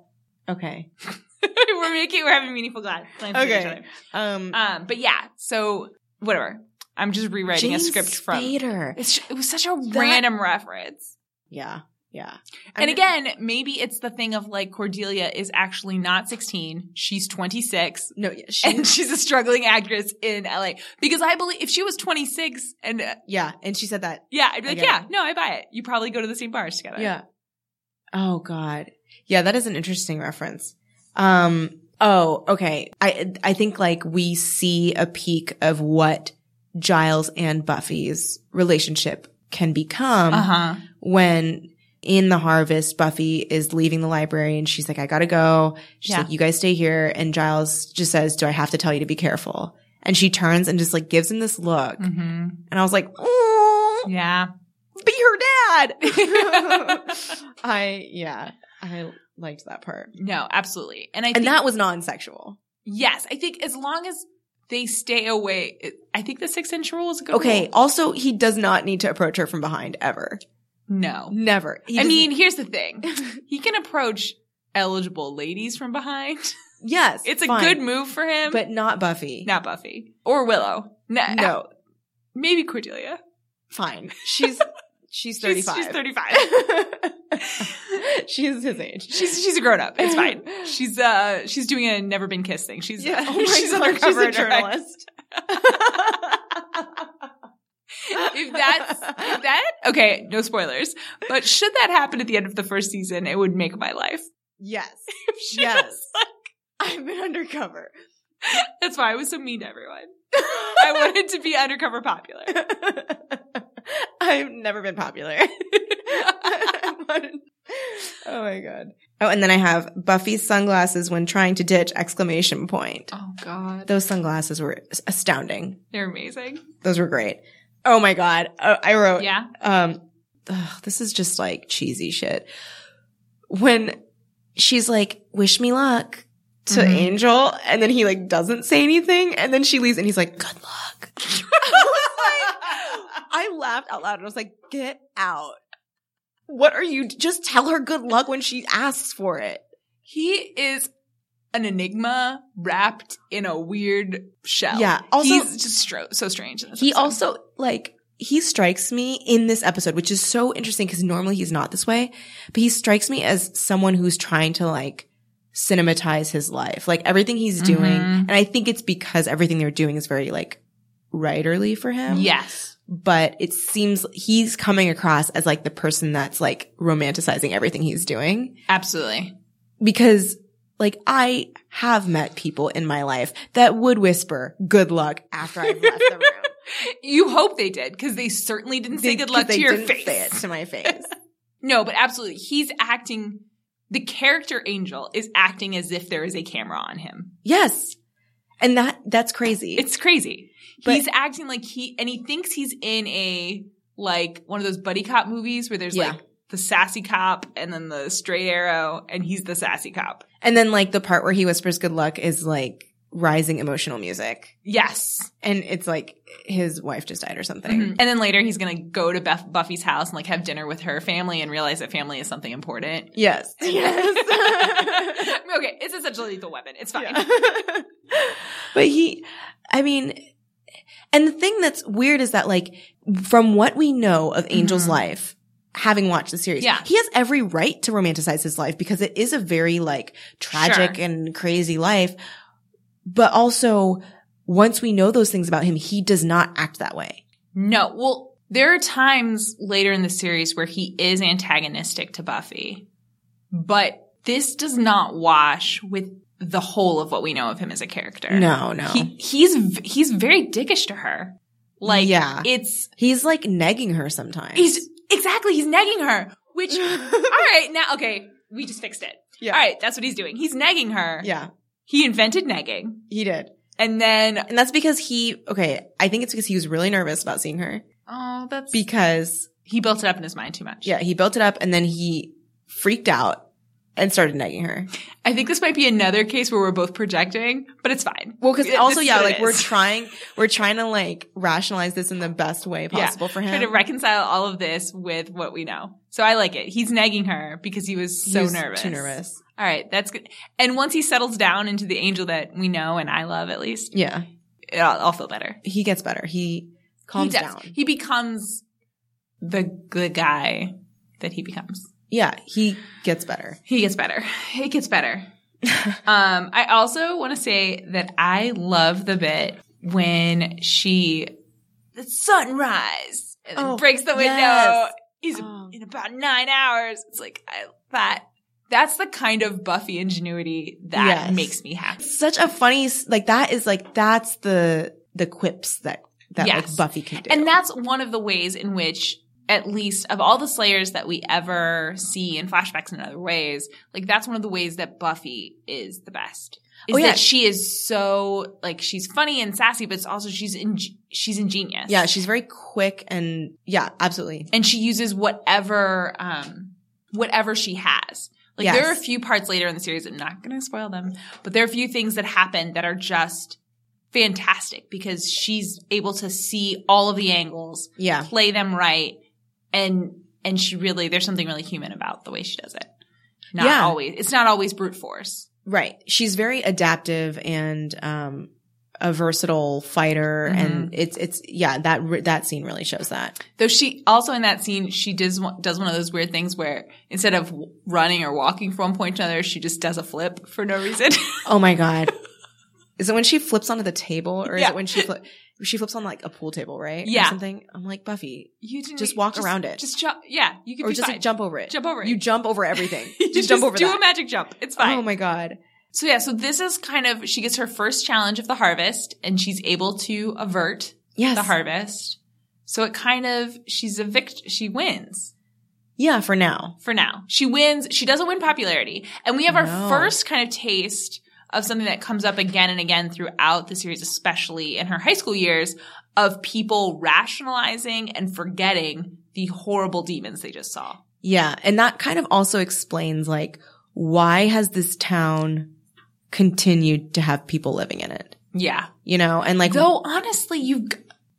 Speaker 1: okay?
Speaker 2: we're making we're having meaningful glad.
Speaker 1: Okay. Um,
Speaker 2: Um, but yeah, so whatever. I'm just rewriting a
Speaker 1: James
Speaker 2: script from
Speaker 1: Spader.
Speaker 2: It's, it was such a random reference.
Speaker 1: Yeah, yeah.
Speaker 2: And again, maybe it's the thing of like Cordelia is actually not 16. She's 26
Speaker 1: no, yeah, she,
Speaker 2: and she's a struggling actress in LA. Because I believe if she was 26 and uh,
Speaker 1: yeah, and she said that.
Speaker 2: yeah, I'd be
Speaker 1: I
Speaker 2: like,
Speaker 1: get
Speaker 2: yeah, no, I buy it. You probably go to the same bars together.
Speaker 1: Yeah. Oh God. Yeah, that is an interesting reference. Um. Oh, okay. I I think like we see a peek of what Giles and Buffy's relationship can become
Speaker 2: Uh huh.
Speaker 1: when in the harvest Buffy is leaving the library and she's like, I gotta go. She's
Speaker 2: Yeah.
Speaker 1: like, you guys stay here. And Giles just says, do I have to tell you to be careful? And she turns and just like gives him this look.
Speaker 2: hmm
Speaker 1: And I was like, oh,
Speaker 2: Yeah.
Speaker 1: be her dad. I, yeah, I liked that part.
Speaker 2: No, absolutely. And I think,
Speaker 1: And that was non-sexual.
Speaker 2: yes, I think as long as they stay away, it, I think the six inch rule is a good
Speaker 1: Okay.
Speaker 2: rule.
Speaker 1: Also, he does not need to approach her from behind ever.
Speaker 2: No.
Speaker 1: Never. He
Speaker 2: I
Speaker 1: doesn't-
Speaker 2: mean, here's the thing. He can approach eligible ladies from behind.
Speaker 1: yes,
Speaker 2: It's a
Speaker 1: fine,
Speaker 2: good move for him,
Speaker 1: but not Buffy.
Speaker 2: not Buffy or Willow. No,
Speaker 1: no,
Speaker 2: maybe Cordelia.
Speaker 1: fine. She's she's
Speaker 2: She's-
Speaker 1: thirty-five.
Speaker 2: She's thirty five.
Speaker 1: she's his age.
Speaker 2: She's she's a grown up. It's fine. She's uh she's doing a never been kissed thing. She's
Speaker 1: Yeah. Oh
Speaker 2: uh, she's undercover in her- If that's if that okay, no spoilers. But should that happen at the end of the first season, it would make my life.
Speaker 1: yes,
Speaker 2: If she
Speaker 1: Yes.
Speaker 2: was like-
Speaker 1: I've been undercover.
Speaker 2: that's why I was so mean to everyone. I wanted to be undercover popular.
Speaker 1: I've never been popular. oh my god. Oh, and then I have Buffy's sunglasses when trying to ditch exclamation point.
Speaker 2: Oh God,
Speaker 1: Those sunglasses were astounding.
Speaker 2: they're amazing.
Speaker 1: Those were great. Oh my god. Oh, I wrote
Speaker 2: Yeah.
Speaker 1: um ugh, this is just like cheesy shit when she's like wish me luck to
Speaker 2: Mhm.
Speaker 1: angel and then he like doesn't say anything and then she leaves and he's like good luck i laughed out loud and i was like get out what are you just tell her good luck when she asks for it
Speaker 2: He is an enigma wrapped in a weird shell.
Speaker 1: yeah also
Speaker 2: he's just stro- so strange. in this
Speaker 1: he
Speaker 2: episode.
Speaker 1: also like he strikes me in this episode which is so interesting because normally he's not this way but he strikes me as someone who's trying to like cinematize his life like everything he's doing
Speaker 2: Mhm.
Speaker 1: and i think it's because everything they're doing is very like writerly for him
Speaker 2: yes,
Speaker 1: but it seems he's coming across as like the person that's like romanticizing everything he's doing
Speaker 2: absolutely.
Speaker 1: because like I have met people in my life that would whisper good luck after I've left the room.
Speaker 2: You hope they did because they certainly didn't say
Speaker 1: They-
Speaker 2: good luck
Speaker 1: they
Speaker 2: to your
Speaker 1: didn't
Speaker 2: face.
Speaker 1: Say it to my face.
Speaker 2: No, but absolutely, he's acting. The character Angel is acting as if there is a camera on him.
Speaker 1: yes, and that that's crazy.
Speaker 2: It's crazy.
Speaker 1: But-
Speaker 2: he's acting like he and he thinks he's in a like one of those buddy cop movies where there's
Speaker 1: Yeah.
Speaker 2: like the sassy cop and then the straight arrow and he's the sassy cop.
Speaker 1: and then like the part where he whispers good luck is like rising emotional music,
Speaker 2: Yes.
Speaker 1: and it's like his wife just died or something.
Speaker 2: Mhm. And then later he's going to go to Beth- Buffy's house and like have dinner with her family and realize that family is something important.
Speaker 1: Yes, yes.
Speaker 2: okay, it's essentially lethal weapon. It's fine.
Speaker 1: Yeah. but he, I mean, and the thing that's weird is that like from what we know of Angel's
Speaker 2: Mhm.
Speaker 1: life, having watched the series,
Speaker 2: Yeah.
Speaker 1: he has every right to romanticize his life because it is a very like tragic
Speaker 2: Sure.
Speaker 1: and crazy life. But also, once we know those things about him, he does not act that way.
Speaker 2: No, well, there are times later in the series where he is antagonistic to Buffy, but this does not wash with the whole of what we know of him as a character.
Speaker 1: No, no.
Speaker 2: He, he's v- he's very dickish to her. Like
Speaker 1: Yeah.
Speaker 2: it's
Speaker 1: he's like negging her sometimes.
Speaker 2: he's exactly he's nagging her, which all right, now okay, we just fixed it.
Speaker 1: yeah.
Speaker 2: All right, that's what he's doing. He's nagging her.
Speaker 1: Yeah,
Speaker 2: He invented nagging.
Speaker 1: he did.
Speaker 2: And then,
Speaker 1: And that's because he, okay, I think it's because he was really nervous about seeing her
Speaker 2: oh, that's
Speaker 1: because,
Speaker 2: he built it up in his mind too much.
Speaker 1: yeah, he built it up and then he freaked out and started nagging her.
Speaker 2: I think this might be another case where we're both projecting, but it's fine.
Speaker 1: Well, cause
Speaker 2: It-
Speaker 1: also,
Speaker 2: this
Speaker 1: yeah,
Speaker 2: is what it
Speaker 1: like we're
Speaker 2: is.
Speaker 1: trying, we're trying to like rationalize this in the best way
Speaker 2: Yeah.
Speaker 1: possible for
Speaker 2: Try
Speaker 1: him.
Speaker 2: to reconcile all of this with what we know. So I like it. He's nagging her because he was
Speaker 1: He
Speaker 2: so
Speaker 1: was
Speaker 2: nervous.
Speaker 1: Too nervous.
Speaker 2: All right, that's good. And once he settles down into the angel that we know and I love, at least,
Speaker 1: Yeah.
Speaker 2: I'll, I'll feel better.
Speaker 1: He gets better. He calms
Speaker 2: he does.
Speaker 1: down.
Speaker 2: He becomes the good guy that he becomes.
Speaker 1: yeah. He gets better.
Speaker 2: He gets better. It gets better. um, I also want to say that I love the bit when she, the sunrise, and then
Speaker 1: Oh,
Speaker 2: breaks the window.
Speaker 1: yes.
Speaker 2: He's
Speaker 1: Oh.
Speaker 2: in about nine hours. It's like I, that. That's the kind of Buffy ingenuity that
Speaker 1: Yes.
Speaker 2: makes me happy.
Speaker 1: Such a funny, s- like that is like, that's the, the quips that, that
Speaker 2: Yes.
Speaker 1: like Buffy can do.
Speaker 2: And that's one of the ways in which, at least of all the Slayers that we ever see in flashbacks and other ways, like that's one of the ways that Buffy is the best. Is
Speaker 1: Oh, yeah.
Speaker 2: that she is so like she's funny and sassy, but it's also she's in, she's ingenious.
Speaker 1: yeah. She's very quick and yeah, absolutely.
Speaker 2: and she uses whatever um whatever she has. Like
Speaker 1: Yes.
Speaker 2: there are a few parts later in the series. I'm not going to spoil them, but there are a few things that happen that are just fantastic because she's able to see all of the angles
Speaker 1: Yeah.
Speaker 2: play them right and and she really there's something really human about the way she does it not
Speaker 1: Yeah.
Speaker 2: always it's not always brute force
Speaker 1: Right. She's very adaptive and um a versatile fighter
Speaker 2: Mm-hmm.
Speaker 1: and it's it's yeah, that re- that scene really shows that.
Speaker 2: though she also in that scene she does one- does one of those weird things where instead of w- running or walking from one point to another she just does a flip for no reason
Speaker 1: Oh my god. is it when she flips onto the table or is
Speaker 2: Yeah.
Speaker 1: it when she fli- she flips on like a pool table, right? Or
Speaker 2: Yeah.
Speaker 1: something. I'm like, "Buffy,
Speaker 2: you didn't e,
Speaker 1: Just walk around it.
Speaker 2: just jump yeah you could
Speaker 1: or
Speaker 2: be
Speaker 1: just
Speaker 2: fine.
Speaker 1: like, jump over it.
Speaker 2: Jump over it.
Speaker 1: You jump over everything.
Speaker 2: You
Speaker 1: just, jump over
Speaker 2: do
Speaker 1: that.
Speaker 2: a magic jump it's fine
Speaker 1: Oh my god.
Speaker 2: so yeah so this is kind of she gets her first challenge of the harvest and she's able to avert
Speaker 1: Yes.
Speaker 2: the harvest so it kind of she's a vict she wins
Speaker 1: Yeah, for now.
Speaker 2: for now. She wins. She doesn't win popularity. And we have our
Speaker 1: No.
Speaker 2: first kind of taste of something that comes up again and again throughout the series, especially in her high school years, of people rationalizing and forgetting the horrible demons they just saw.
Speaker 1: Yeah, and that kind of also explains like why has this town continued to have people living in it?
Speaker 2: Yeah.
Speaker 1: You know, and like
Speaker 2: Though honestly, you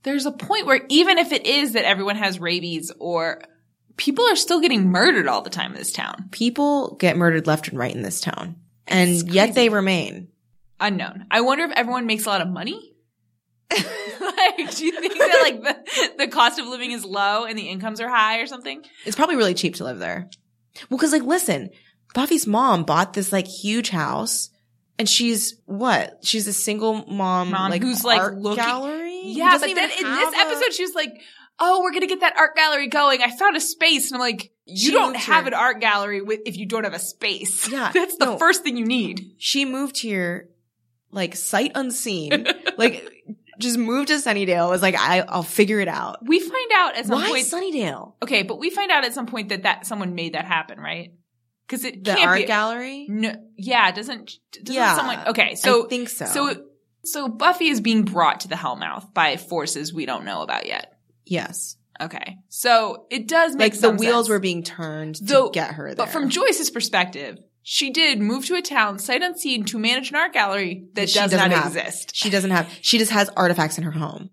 Speaker 2: there's a point where even if it is that everyone has rabies or people are still getting murdered all the time in this town.
Speaker 1: people get murdered left and right in this town. And
Speaker 2: It's
Speaker 1: yet
Speaker 2: crazy.
Speaker 1: they remain.
Speaker 2: Unknown. I wonder if everyone makes a lot of money. like, do you think that like the, the cost of living is low and the incomes are high or something?
Speaker 1: It's probably really cheap to live there. Well, cause like, listen, Buffy's mom bought this like huge house and she's what? She's a single mom,
Speaker 2: Mom
Speaker 1: like,
Speaker 2: who's, like,
Speaker 1: art
Speaker 2: looking-
Speaker 1: gallery?
Speaker 2: Yeah,
Speaker 1: Doesn't
Speaker 2: but
Speaker 1: even
Speaker 2: then in
Speaker 1: have
Speaker 2: this
Speaker 1: a-
Speaker 2: episode, she was like, "Oh, we're gonna get that art gallery going. I found a space." And I'm like, "You
Speaker 1: She
Speaker 2: don't
Speaker 1: moved
Speaker 2: have
Speaker 1: here.
Speaker 2: an art gallery with, if you don't have a space.
Speaker 1: Yeah,
Speaker 2: that's the
Speaker 1: no.
Speaker 2: first thing you need."
Speaker 1: she moved here, like sight unseen, like just moved to Sunnydale. Was like, I, I'll figure it out.
Speaker 2: We find out at some
Speaker 1: Why
Speaker 2: point.
Speaker 1: Sunnydale?
Speaker 2: okay, but we find out at some point that that someone made that happen, right? Because it
Speaker 1: The
Speaker 2: can't
Speaker 1: art
Speaker 2: be.
Speaker 1: gallery?
Speaker 2: no, yeah, doesn't doesn't
Speaker 1: Yeah.
Speaker 2: someone? Okay,
Speaker 1: So,
Speaker 2: so
Speaker 1: I think so.
Speaker 2: So, so Buffy is being brought to the Hellmouth by forces we don't know about yet.
Speaker 1: yes.
Speaker 2: Okay, so it does make
Speaker 1: Like the
Speaker 2: some
Speaker 1: wheels
Speaker 2: sense.
Speaker 1: were being turned
Speaker 2: Though-
Speaker 1: to get her there.
Speaker 2: but from Joyce's perspective, she did move to a town sight unseen to manage an art gallery that
Speaker 1: That she
Speaker 2: does
Speaker 1: doesn't
Speaker 2: not
Speaker 1: have.
Speaker 2: exist.
Speaker 1: She doesn't have. She just has artifacts in her home.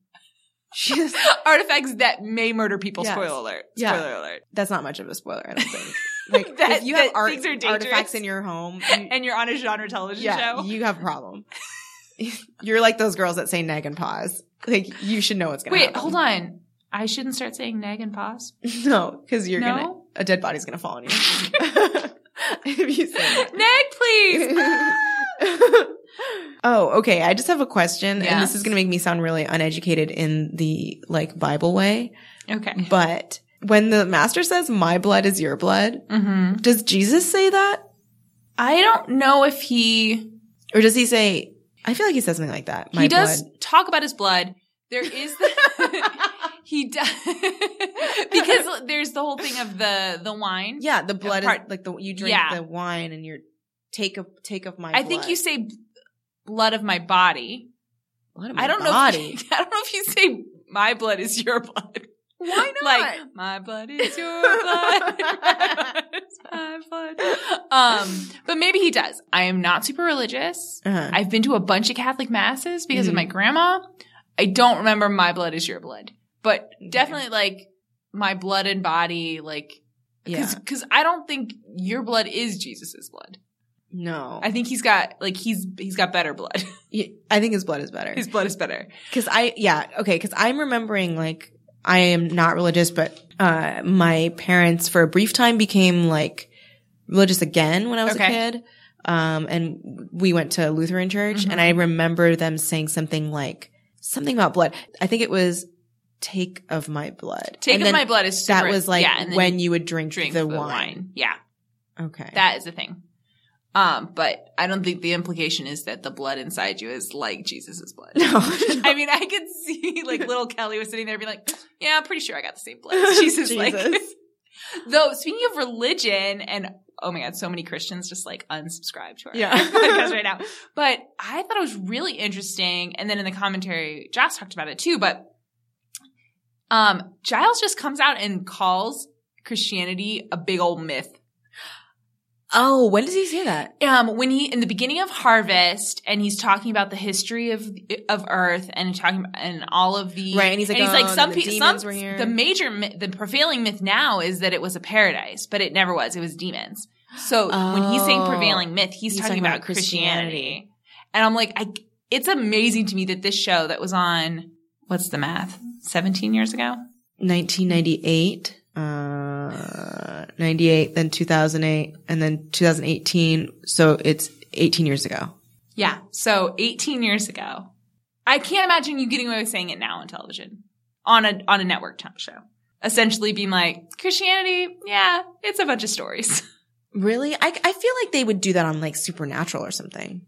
Speaker 1: She just,
Speaker 2: Artifacts that may murder people.
Speaker 1: Yes.
Speaker 2: Spoiler alert!
Speaker 1: Yeah.
Speaker 2: Spoiler alert!
Speaker 1: that's not much of a spoiler, I don't think. Like
Speaker 2: That-
Speaker 1: if you
Speaker 2: that
Speaker 1: have art,
Speaker 2: things are dangerous.
Speaker 1: artifacts in your home, you,
Speaker 2: And you're on a genre television
Speaker 1: yeah,
Speaker 2: show.
Speaker 1: you have a problem. You're like those girls that say nag and pause. Like you should know what's gonna
Speaker 2: Wait,
Speaker 1: happen.
Speaker 2: hold on. I shouldn't start saying nag and pause.
Speaker 1: No, because you're gonna
Speaker 2: no,
Speaker 1: a dead body's gonna fall on you if you say that.
Speaker 2: nag, please.
Speaker 1: oh, okay. I just have a question,
Speaker 2: Yeah.
Speaker 1: and this is gonna make me sound really uneducated in the like Bible way.
Speaker 2: okay.
Speaker 1: But when the master says, "My blood is your blood,"
Speaker 2: Mm-hmm.
Speaker 1: does Jesus say that,
Speaker 2: I don't know if he
Speaker 1: or does he say? I feel like he says something like that. My
Speaker 2: he does
Speaker 1: blood.
Speaker 2: talk about his blood. There is the he does because there's the whole thing of the the wine.
Speaker 1: Yeah, the blood
Speaker 2: part-
Speaker 1: is like the you drink
Speaker 2: Yeah.
Speaker 1: the wine and you take a take of my.
Speaker 2: I think
Speaker 1: blood.
Speaker 2: you say blood of my body,
Speaker 1: Blood of my
Speaker 2: I don't know.
Speaker 1: body.
Speaker 2: If, I don't know if you say my blood is your blood.
Speaker 1: Why not?
Speaker 2: Like my blood is your blood. my blood is my blood. Um, but maybe he does. I am not super religious.
Speaker 1: Uh-huh.
Speaker 2: I've been to a bunch of Catholic masses because
Speaker 1: Mhm.
Speaker 2: of my grandma. I don't remember my blood is your blood, but definitely like my blood and body, like
Speaker 1: yeah.
Speaker 2: because I don't think your blood is Jesus's blood.
Speaker 1: No.
Speaker 2: I think he's got like he's he's got better blood.
Speaker 1: Yeah, I think his blood is better.
Speaker 2: His blood is better.
Speaker 1: Cause I, yeah, okay, cause I'm remembering like, I am not religious, but, uh, my parents for a brief time became like religious again when I was
Speaker 2: Okay.
Speaker 1: a kid. Um, and we went to Lutheran church
Speaker 2: Mhm.
Speaker 1: and I remember them saying something like, something about blood. I think it was take of my blood.
Speaker 2: Take
Speaker 1: And
Speaker 2: of
Speaker 1: then
Speaker 2: my blood is super,
Speaker 1: That was like
Speaker 2: yeah, and then
Speaker 1: when
Speaker 2: you
Speaker 1: you would drink,
Speaker 2: drink
Speaker 1: the, wine.
Speaker 2: Yeah,
Speaker 1: Okay.
Speaker 2: that is the thing. Um, but I don't think the implication is that the blood inside you is like Jesus's blood.
Speaker 1: no.
Speaker 2: I mean, I could see like little Kelly was sitting there being like, "Yeah, I'm pretty sure I got the same blood." as Jesus, like,
Speaker 1: Jesus.
Speaker 2: though. Speaking of religion, and oh my god, so many Christians just like unsubscribe to our
Speaker 1: Yeah.
Speaker 2: podcast right now. But I thought it was really interesting, and then in the commentary, Giles talked about it too. But um, Giles just comes out and calls Christianity a big old myth.
Speaker 1: oh, when does he say that?
Speaker 2: Um, when he in the beginning of Harvest, and he's talking about the history of of Earth, and talking and all of the
Speaker 1: Right. And he's like,
Speaker 2: and he's like,
Speaker 1: "Oh,
Speaker 2: some
Speaker 1: the
Speaker 2: people, some
Speaker 1: demons were here.
Speaker 2: the major, myth, the prevailing myth now is that it was a paradise, but it never was. It was demons. So when he's saying
Speaker 1: Oh.
Speaker 2: prevailing myth, he's,
Speaker 1: He's
Speaker 2: talking,
Speaker 1: talking
Speaker 2: about,
Speaker 1: about
Speaker 2: Christianity.
Speaker 1: Christianity.
Speaker 2: And I'm like, I, it's amazing to me that this show that was on what's the math, 17 years ago,
Speaker 1: 1998, uh, 98, then 2008, and then 2018. So it's 18 years ago.
Speaker 2: yeah, so 18 years ago. I can't imagine you getting away with saying it now on television on a on a network talk show. Essentially, being like Christianity, yeah, it's a bunch of stories.
Speaker 1: Really? I, I feel like they would do that on like Supernatural or something.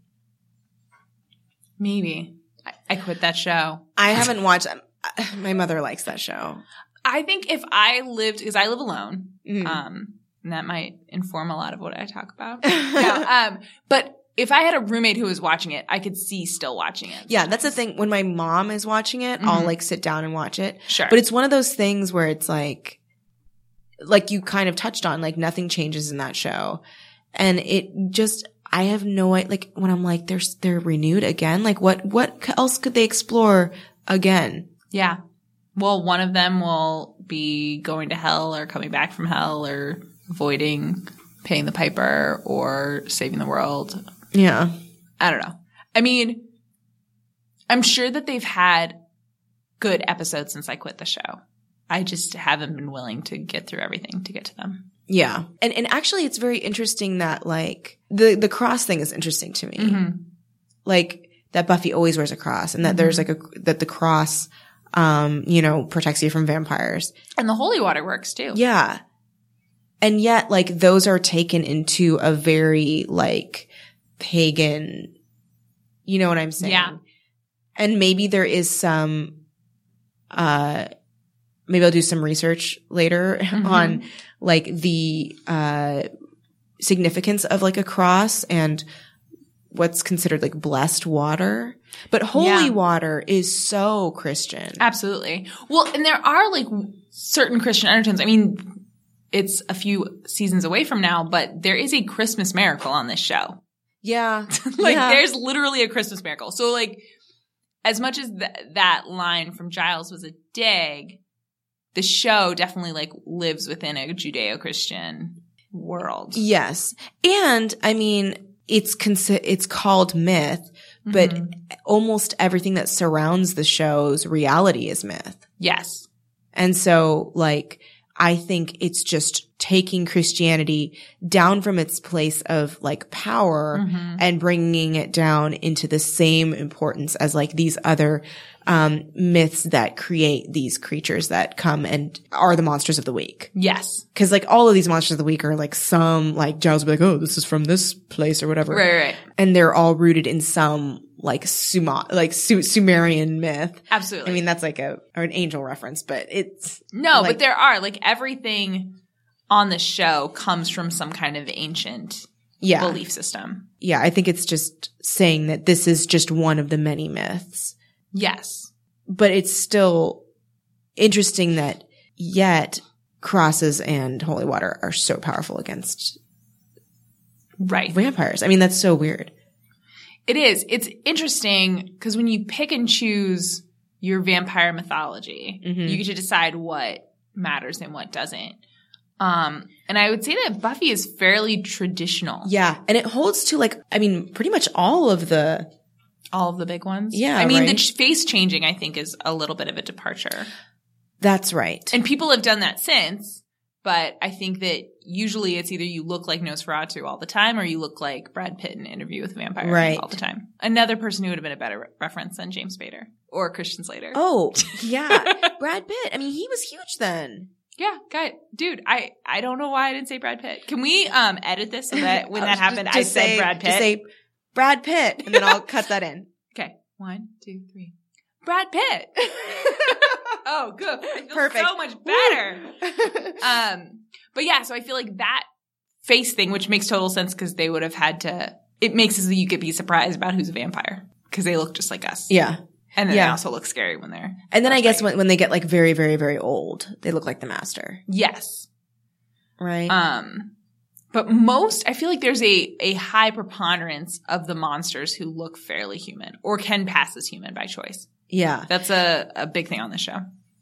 Speaker 2: Maybe I, I quit that show.
Speaker 1: I haven't watched. I- My mother likes that show.
Speaker 2: I think if I lived, because I live alone,
Speaker 1: Mm.
Speaker 2: um, and that might inform a lot of what I talk about. No, um, but if I had a roommate who was watching it, I could see still watching it.
Speaker 1: yeah, that's the thing. When my mom is watching it, I'll like sit down and watch it.
Speaker 2: sure.
Speaker 1: But it's one of those things where it's like, like you kind of touched on, like nothing changes in that show. And it just, I have no idea, like when I'm like, they're, they're renewed again. Like what, what c- else could they explore again?
Speaker 2: yeah. Well, one of them will be going to hell or coming back from hell or avoiding paying the piper or saving the world
Speaker 1: Yeah.
Speaker 2: I don't know. I mean, I'm sure that they've had good episodes since I quit the show. I just haven't been willing to get through everything to get to them.
Speaker 1: Yeah. And, and actually it's very interesting that like the, the cross thing is interesting to me.
Speaker 2: Mm-hmm.
Speaker 1: Like that Buffy always wears a cross and that there's like a, that the cross, um, you know, protects you from vampires.
Speaker 2: And the holy water works too.
Speaker 1: Yeah. And yet, like, those are taken into a very, like, pagan, you know what I'm saying?
Speaker 2: Yeah.
Speaker 1: And maybe there is some, uh, maybe I'll do some research later
Speaker 2: Mhm.
Speaker 1: on, like, the, uh, significance of, like, a cross and what's considered, like, blessed water. But holy
Speaker 2: Yeah. Uh,
Speaker 1: water is so Christian.
Speaker 2: Absolutely. Well, and there are like certain Christian undertones. I mean, it's a few seasons away from now, but there is a Christmas miracle on this show.
Speaker 1: Yeah.
Speaker 2: like
Speaker 1: Yeah.
Speaker 2: there's literally a Christmas miracle. So like as much as th- that line from Giles was a dig, the show definitely like lives within a Judeo-Christian world.
Speaker 1: Yes. And I mean, it's consi- it's called myth, but
Speaker 2: Mhm.
Speaker 1: almost everything that surrounds the show's reality is myth.
Speaker 2: yes.
Speaker 1: And so like I think it's just taking Christianity down from its place of like power
Speaker 2: Mhm.
Speaker 1: and bringing it down into the same importance as like these other um myths that create these creatures that come and are the monsters of the week.
Speaker 2: Yes.
Speaker 1: Cause like all of these monsters of the week are like some like Giles will be like, oh, this is from this place or whatever.
Speaker 2: Right, right, right.
Speaker 1: And they're all rooted in some like Sumer like Su- Sumerian myth.
Speaker 2: Absolutely.
Speaker 1: I mean, that's like a or an angel reference, but it's
Speaker 2: no,
Speaker 1: like-
Speaker 2: but there are like everything on the show comes from some kind of ancient
Speaker 1: yeah,
Speaker 2: belief system.
Speaker 1: yeah. I think it's just saying that this is just one of the many myths
Speaker 2: Yes.
Speaker 1: but it's still interesting that yet crosses and holy water are so powerful against
Speaker 2: Right.
Speaker 1: vampires. I mean, that's so weird.
Speaker 2: It is. It's interesting because when you pick and choose your vampire mythology,
Speaker 1: Mhm.
Speaker 2: you get to decide what matters and what doesn't. Um, and I would say that Buffy is fairly traditional.
Speaker 1: Yeah. And it holds to like, I mean, pretty much all of the,
Speaker 2: All of the big ones.
Speaker 1: Yeah,
Speaker 2: I mean, the
Speaker 1: right.
Speaker 2: ch- face changing, I think, is a little bit of a departure.
Speaker 1: that's right.
Speaker 2: And people have done that since, but I think that usually it's either you look like Nosferatu all the time or you look like Brad Pitt in Interview with a Vampire
Speaker 1: Right.
Speaker 2: all the time. Another person who would have been a better re- reference than James Spader or Christian Slater.
Speaker 1: oh, yeah. Brad Pitt. I mean, he was huge then.
Speaker 2: Yeah, guy, dude, I I don't know why I didn't say Brad Pitt. Can we um edit this so that when
Speaker 1: Oh,
Speaker 2: that
Speaker 1: just-
Speaker 2: happened,
Speaker 1: just
Speaker 2: I said
Speaker 1: say-
Speaker 2: Brad Pitt?
Speaker 1: Just say Brad Pitt and then I'll cut that in.
Speaker 2: okay, one, two, three. Brad Pitt. oh, good. I feel
Speaker 1: Perfect.
Speaker 2: So much better. um, but yeah, so I feel like that face thing, which makes total sense because they would have had to. It makes it so you could be surprised about who's a vampire because they look just like us.
Speaker 1: yeah.
Speaker 2: and then they
Speaker 1: Yeah.
Speaker 2: also look scary when they're.
Speaker 1: And then I guess
Speaker 2: Right.
Speaker 1: when, when they get like very, very, very old, they look like the master,
Speaker 2: Yes.
Speaker 1: right?
Speaker 2: Um, but most, I feel like there's a, a high preponderance of the monsters who look fairly human or can pass as human by choice.
Speaker 1: yeah.
Speaker 2: That's a, a big thing on the show.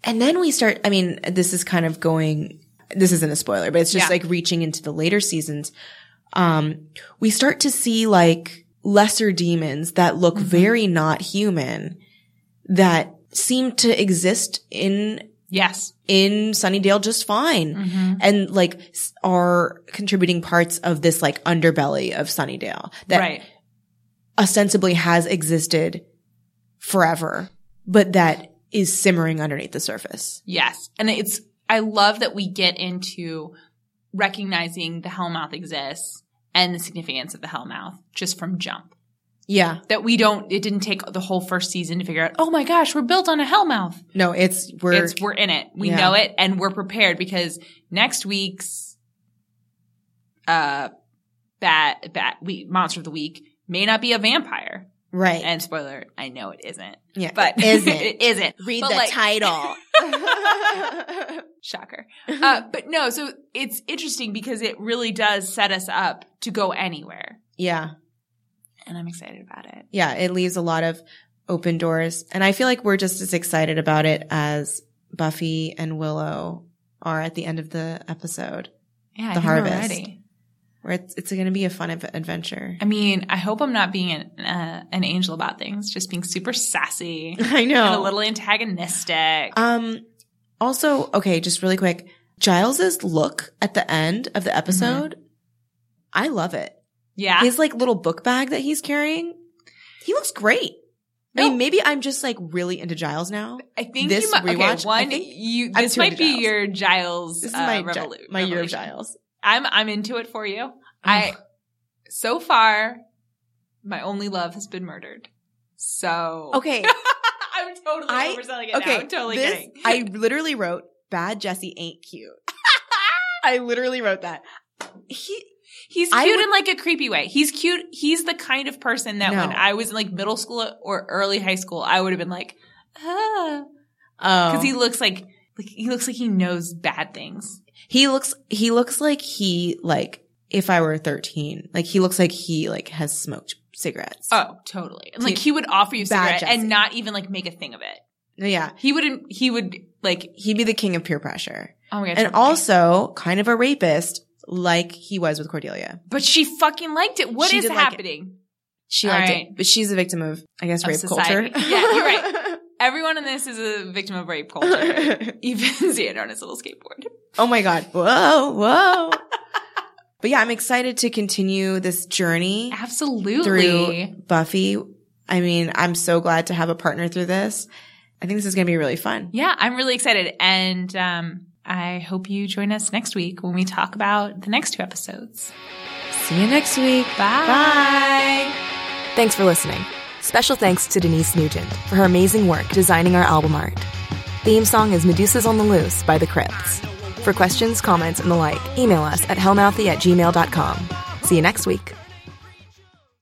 Speaker 1: And then we start, I mean, this is kind of going, this isn't a spoiler, but it's just
Speaker 2: Yeah.
Speaker 1: like reaching into the later seasons. Um, we start to see like lesser demons that look
Speaker 2: Mhm.
Speaker 1: very not human that seem to exist in,
Speaker 2: Yes.
Speaker 1: in Sunnydale just fine.
Speaker 2: Mm-hmm.
Speaker 1: And like s- are contributing parts of this like underbelly of Sunnydale that
Speaker 2: right.
Speaker 1: ostensibly has existed forever, but that is simmering underneath the surface.
Speaker 2: Yes. And it's, I love that we get into recognizing the Hellmouth exists and the significance of the Hellmouth just from jump.
Speaker 1: Yeah.
Speaker 2: That we don't, it didn't take the whole first season to figure out, oh my gosh, we're built on a Hellmouth.
Speaker 1: No, it's we're
Speaker 2: it's we're in it. We
Speaker 1: yeah.
Speaker 2: know it and we're prepared because next week's uh bat bat we monster of the week may not be a vampire.
Speaker 1: right.
Speaker 2: And spoiler, I know it isn't.
Speaker 1: yeah,
Speaker 2: But
Speaker 1: it isn't
Speaker 2: it isn't.
Speaker 1: read
Speaker 2: but
Speaker 1: the
Speaker 2: like-
Speaker 1: title?
Speaker 2: Shocker. Uh but no, so it's interesting because it really does set us up to go anywhere.
Speaker 1: yeah,
Speaker 2: And I'm excited about it.
Speaker 1: yeah. It leaves a lot of open doors, and I feel like we're just as excited about it as Buffy and Willow are at the end of the episode.
Speaker 2: Yeah, I
Speaker 1: The
Speaker 2: think we're
Speaker 1: harvest.
Speaker 2: ready.
Speaker 1: Where it's it's going to be a fun av- adventure.
Speaker 2: I mean, I hope I'm not being an, uh, an angel about things, just being super sassy
Speaker 1: I
Speaker 2: and
Speaker 1: know.
Speaker 2: a little antagonistic.
Speaker 1: um. Also, okay, just really quick. Giles's look at the end of
Speaker 2: Mm-hmm.
Speaker 1: the episode, I love it.
Speaker 2: yeah.
Speaker 1: his like little book bag that he's carrying. He looks great. I
Speaker 2: No.
Speaker 1: mean, maybe I'm just like really into Giles now.
Speaker 2: I think
Speaker 1: This
Speaker 2: you might,
Speaker 1: rewatch,
Speaker 2: Okay,
Speaker 1: I
Speaker 2: one,
Speaker 1: think
Speaker 2: you
Speaker 1: I'm
Speaker 2: this
Speaker 1: too
Speaker 2: might
Speaker 1: into
Speaker 2: be
Speaker 1: Giles.
Speaker 2: your Giles.
Speaker 1: This is
Speaker 2: uh,
Speaker 1: my Gi-
Speaker 2: revolu-
Speaker 1: my year of
Speaker 2: revolution.
Speaker 1: Giles.
Speaker 2: I'm I'm into it for you. I so far, my only love has been murdered. So
Speaker 1: okay,
Speaker 2: I'm totally
Speaker 1: I-
Speaker 2: overselling it.
Speaker 1: okay.
Speaker 2: now. I'm totally
Speaker 1: this,
Speaker 2: kidding.
Speaker 1: I literally wrote "Bad Jesse ain't cute." I literally wrote that. He
Speaker 2: He's
Speaker 1: I
Speaker 2: cute
Speaker 1: would-
Speaker 2: in like a creepy way. He's cute. He's the kind of person that when
Speaker 1: No.
Speaker 2: I was in like middle school or early high school, I would have been like, ah,
Speaker 1: oh
Speaker 2: because he looks like like he looks like he knows bad things.
Speaker 1: he looks he looks like he like if I were 13, like he looks like he like has smoked cigarettes.
Speaker 2: Oh, totally. And like
Speaker 1: Dude,
Speaker 2: he would offer you a
Speaker 1: bad
Speaker 2: cigarette
Speaker 1: Jesse.
Speaker 2: and not even like make a thing of it.
Speaker 1: yeah,
Speaker 2: He wouldn't. He would like.
Speaker 1: he'd be the king of peer pressure,
Speaker 2: Oh my god.
Speaker 1: and
Speaker 2: totally.
Speaker 1: also kind of a rapist, like he was with Cordelia.
Speaker 2: but she fucking liked it. What
Speaker 1: She
Speaker 2: is
Speaker 1: did like it.
Speaker 2: happening?
Speaker 1: She
Speaker 2: All
Speaker 1: liked
Speaker 2: right.
Speaker 1: it, but she's a victim of, I guess,
Speaker 2: Of
Speaker 1: rape
Speaker 2: society.
Speaker 1: culture.
Speaker 2: Yeah, you're right. Everyone in this is a victim of rape culture. even Xander on his little skateboard.
Speaker 1: oh my god! Whoa, whoa. but yeah, I'm excited to continue this journey
Speaker 2: Absolutely.
Speaker 1: through Buffy. I mean, I'm so glad to have a partner through this. I think this is going to be really fun.
Speaker 2: Yeah, I'm really excited, and um, I hope you join us next week when we talk about the next two episodes.
Speaker 1: See you next week.
Speaker 2: Bye.
Speaker 3: Thanks for listening. Special thanks to Denise Nugent for her amazing work designing our album art. Theme song is Medusa's on the Loose by The Crypts. For questions, comments, and the like, email us at hellmouthy at gmail.com. See you next week.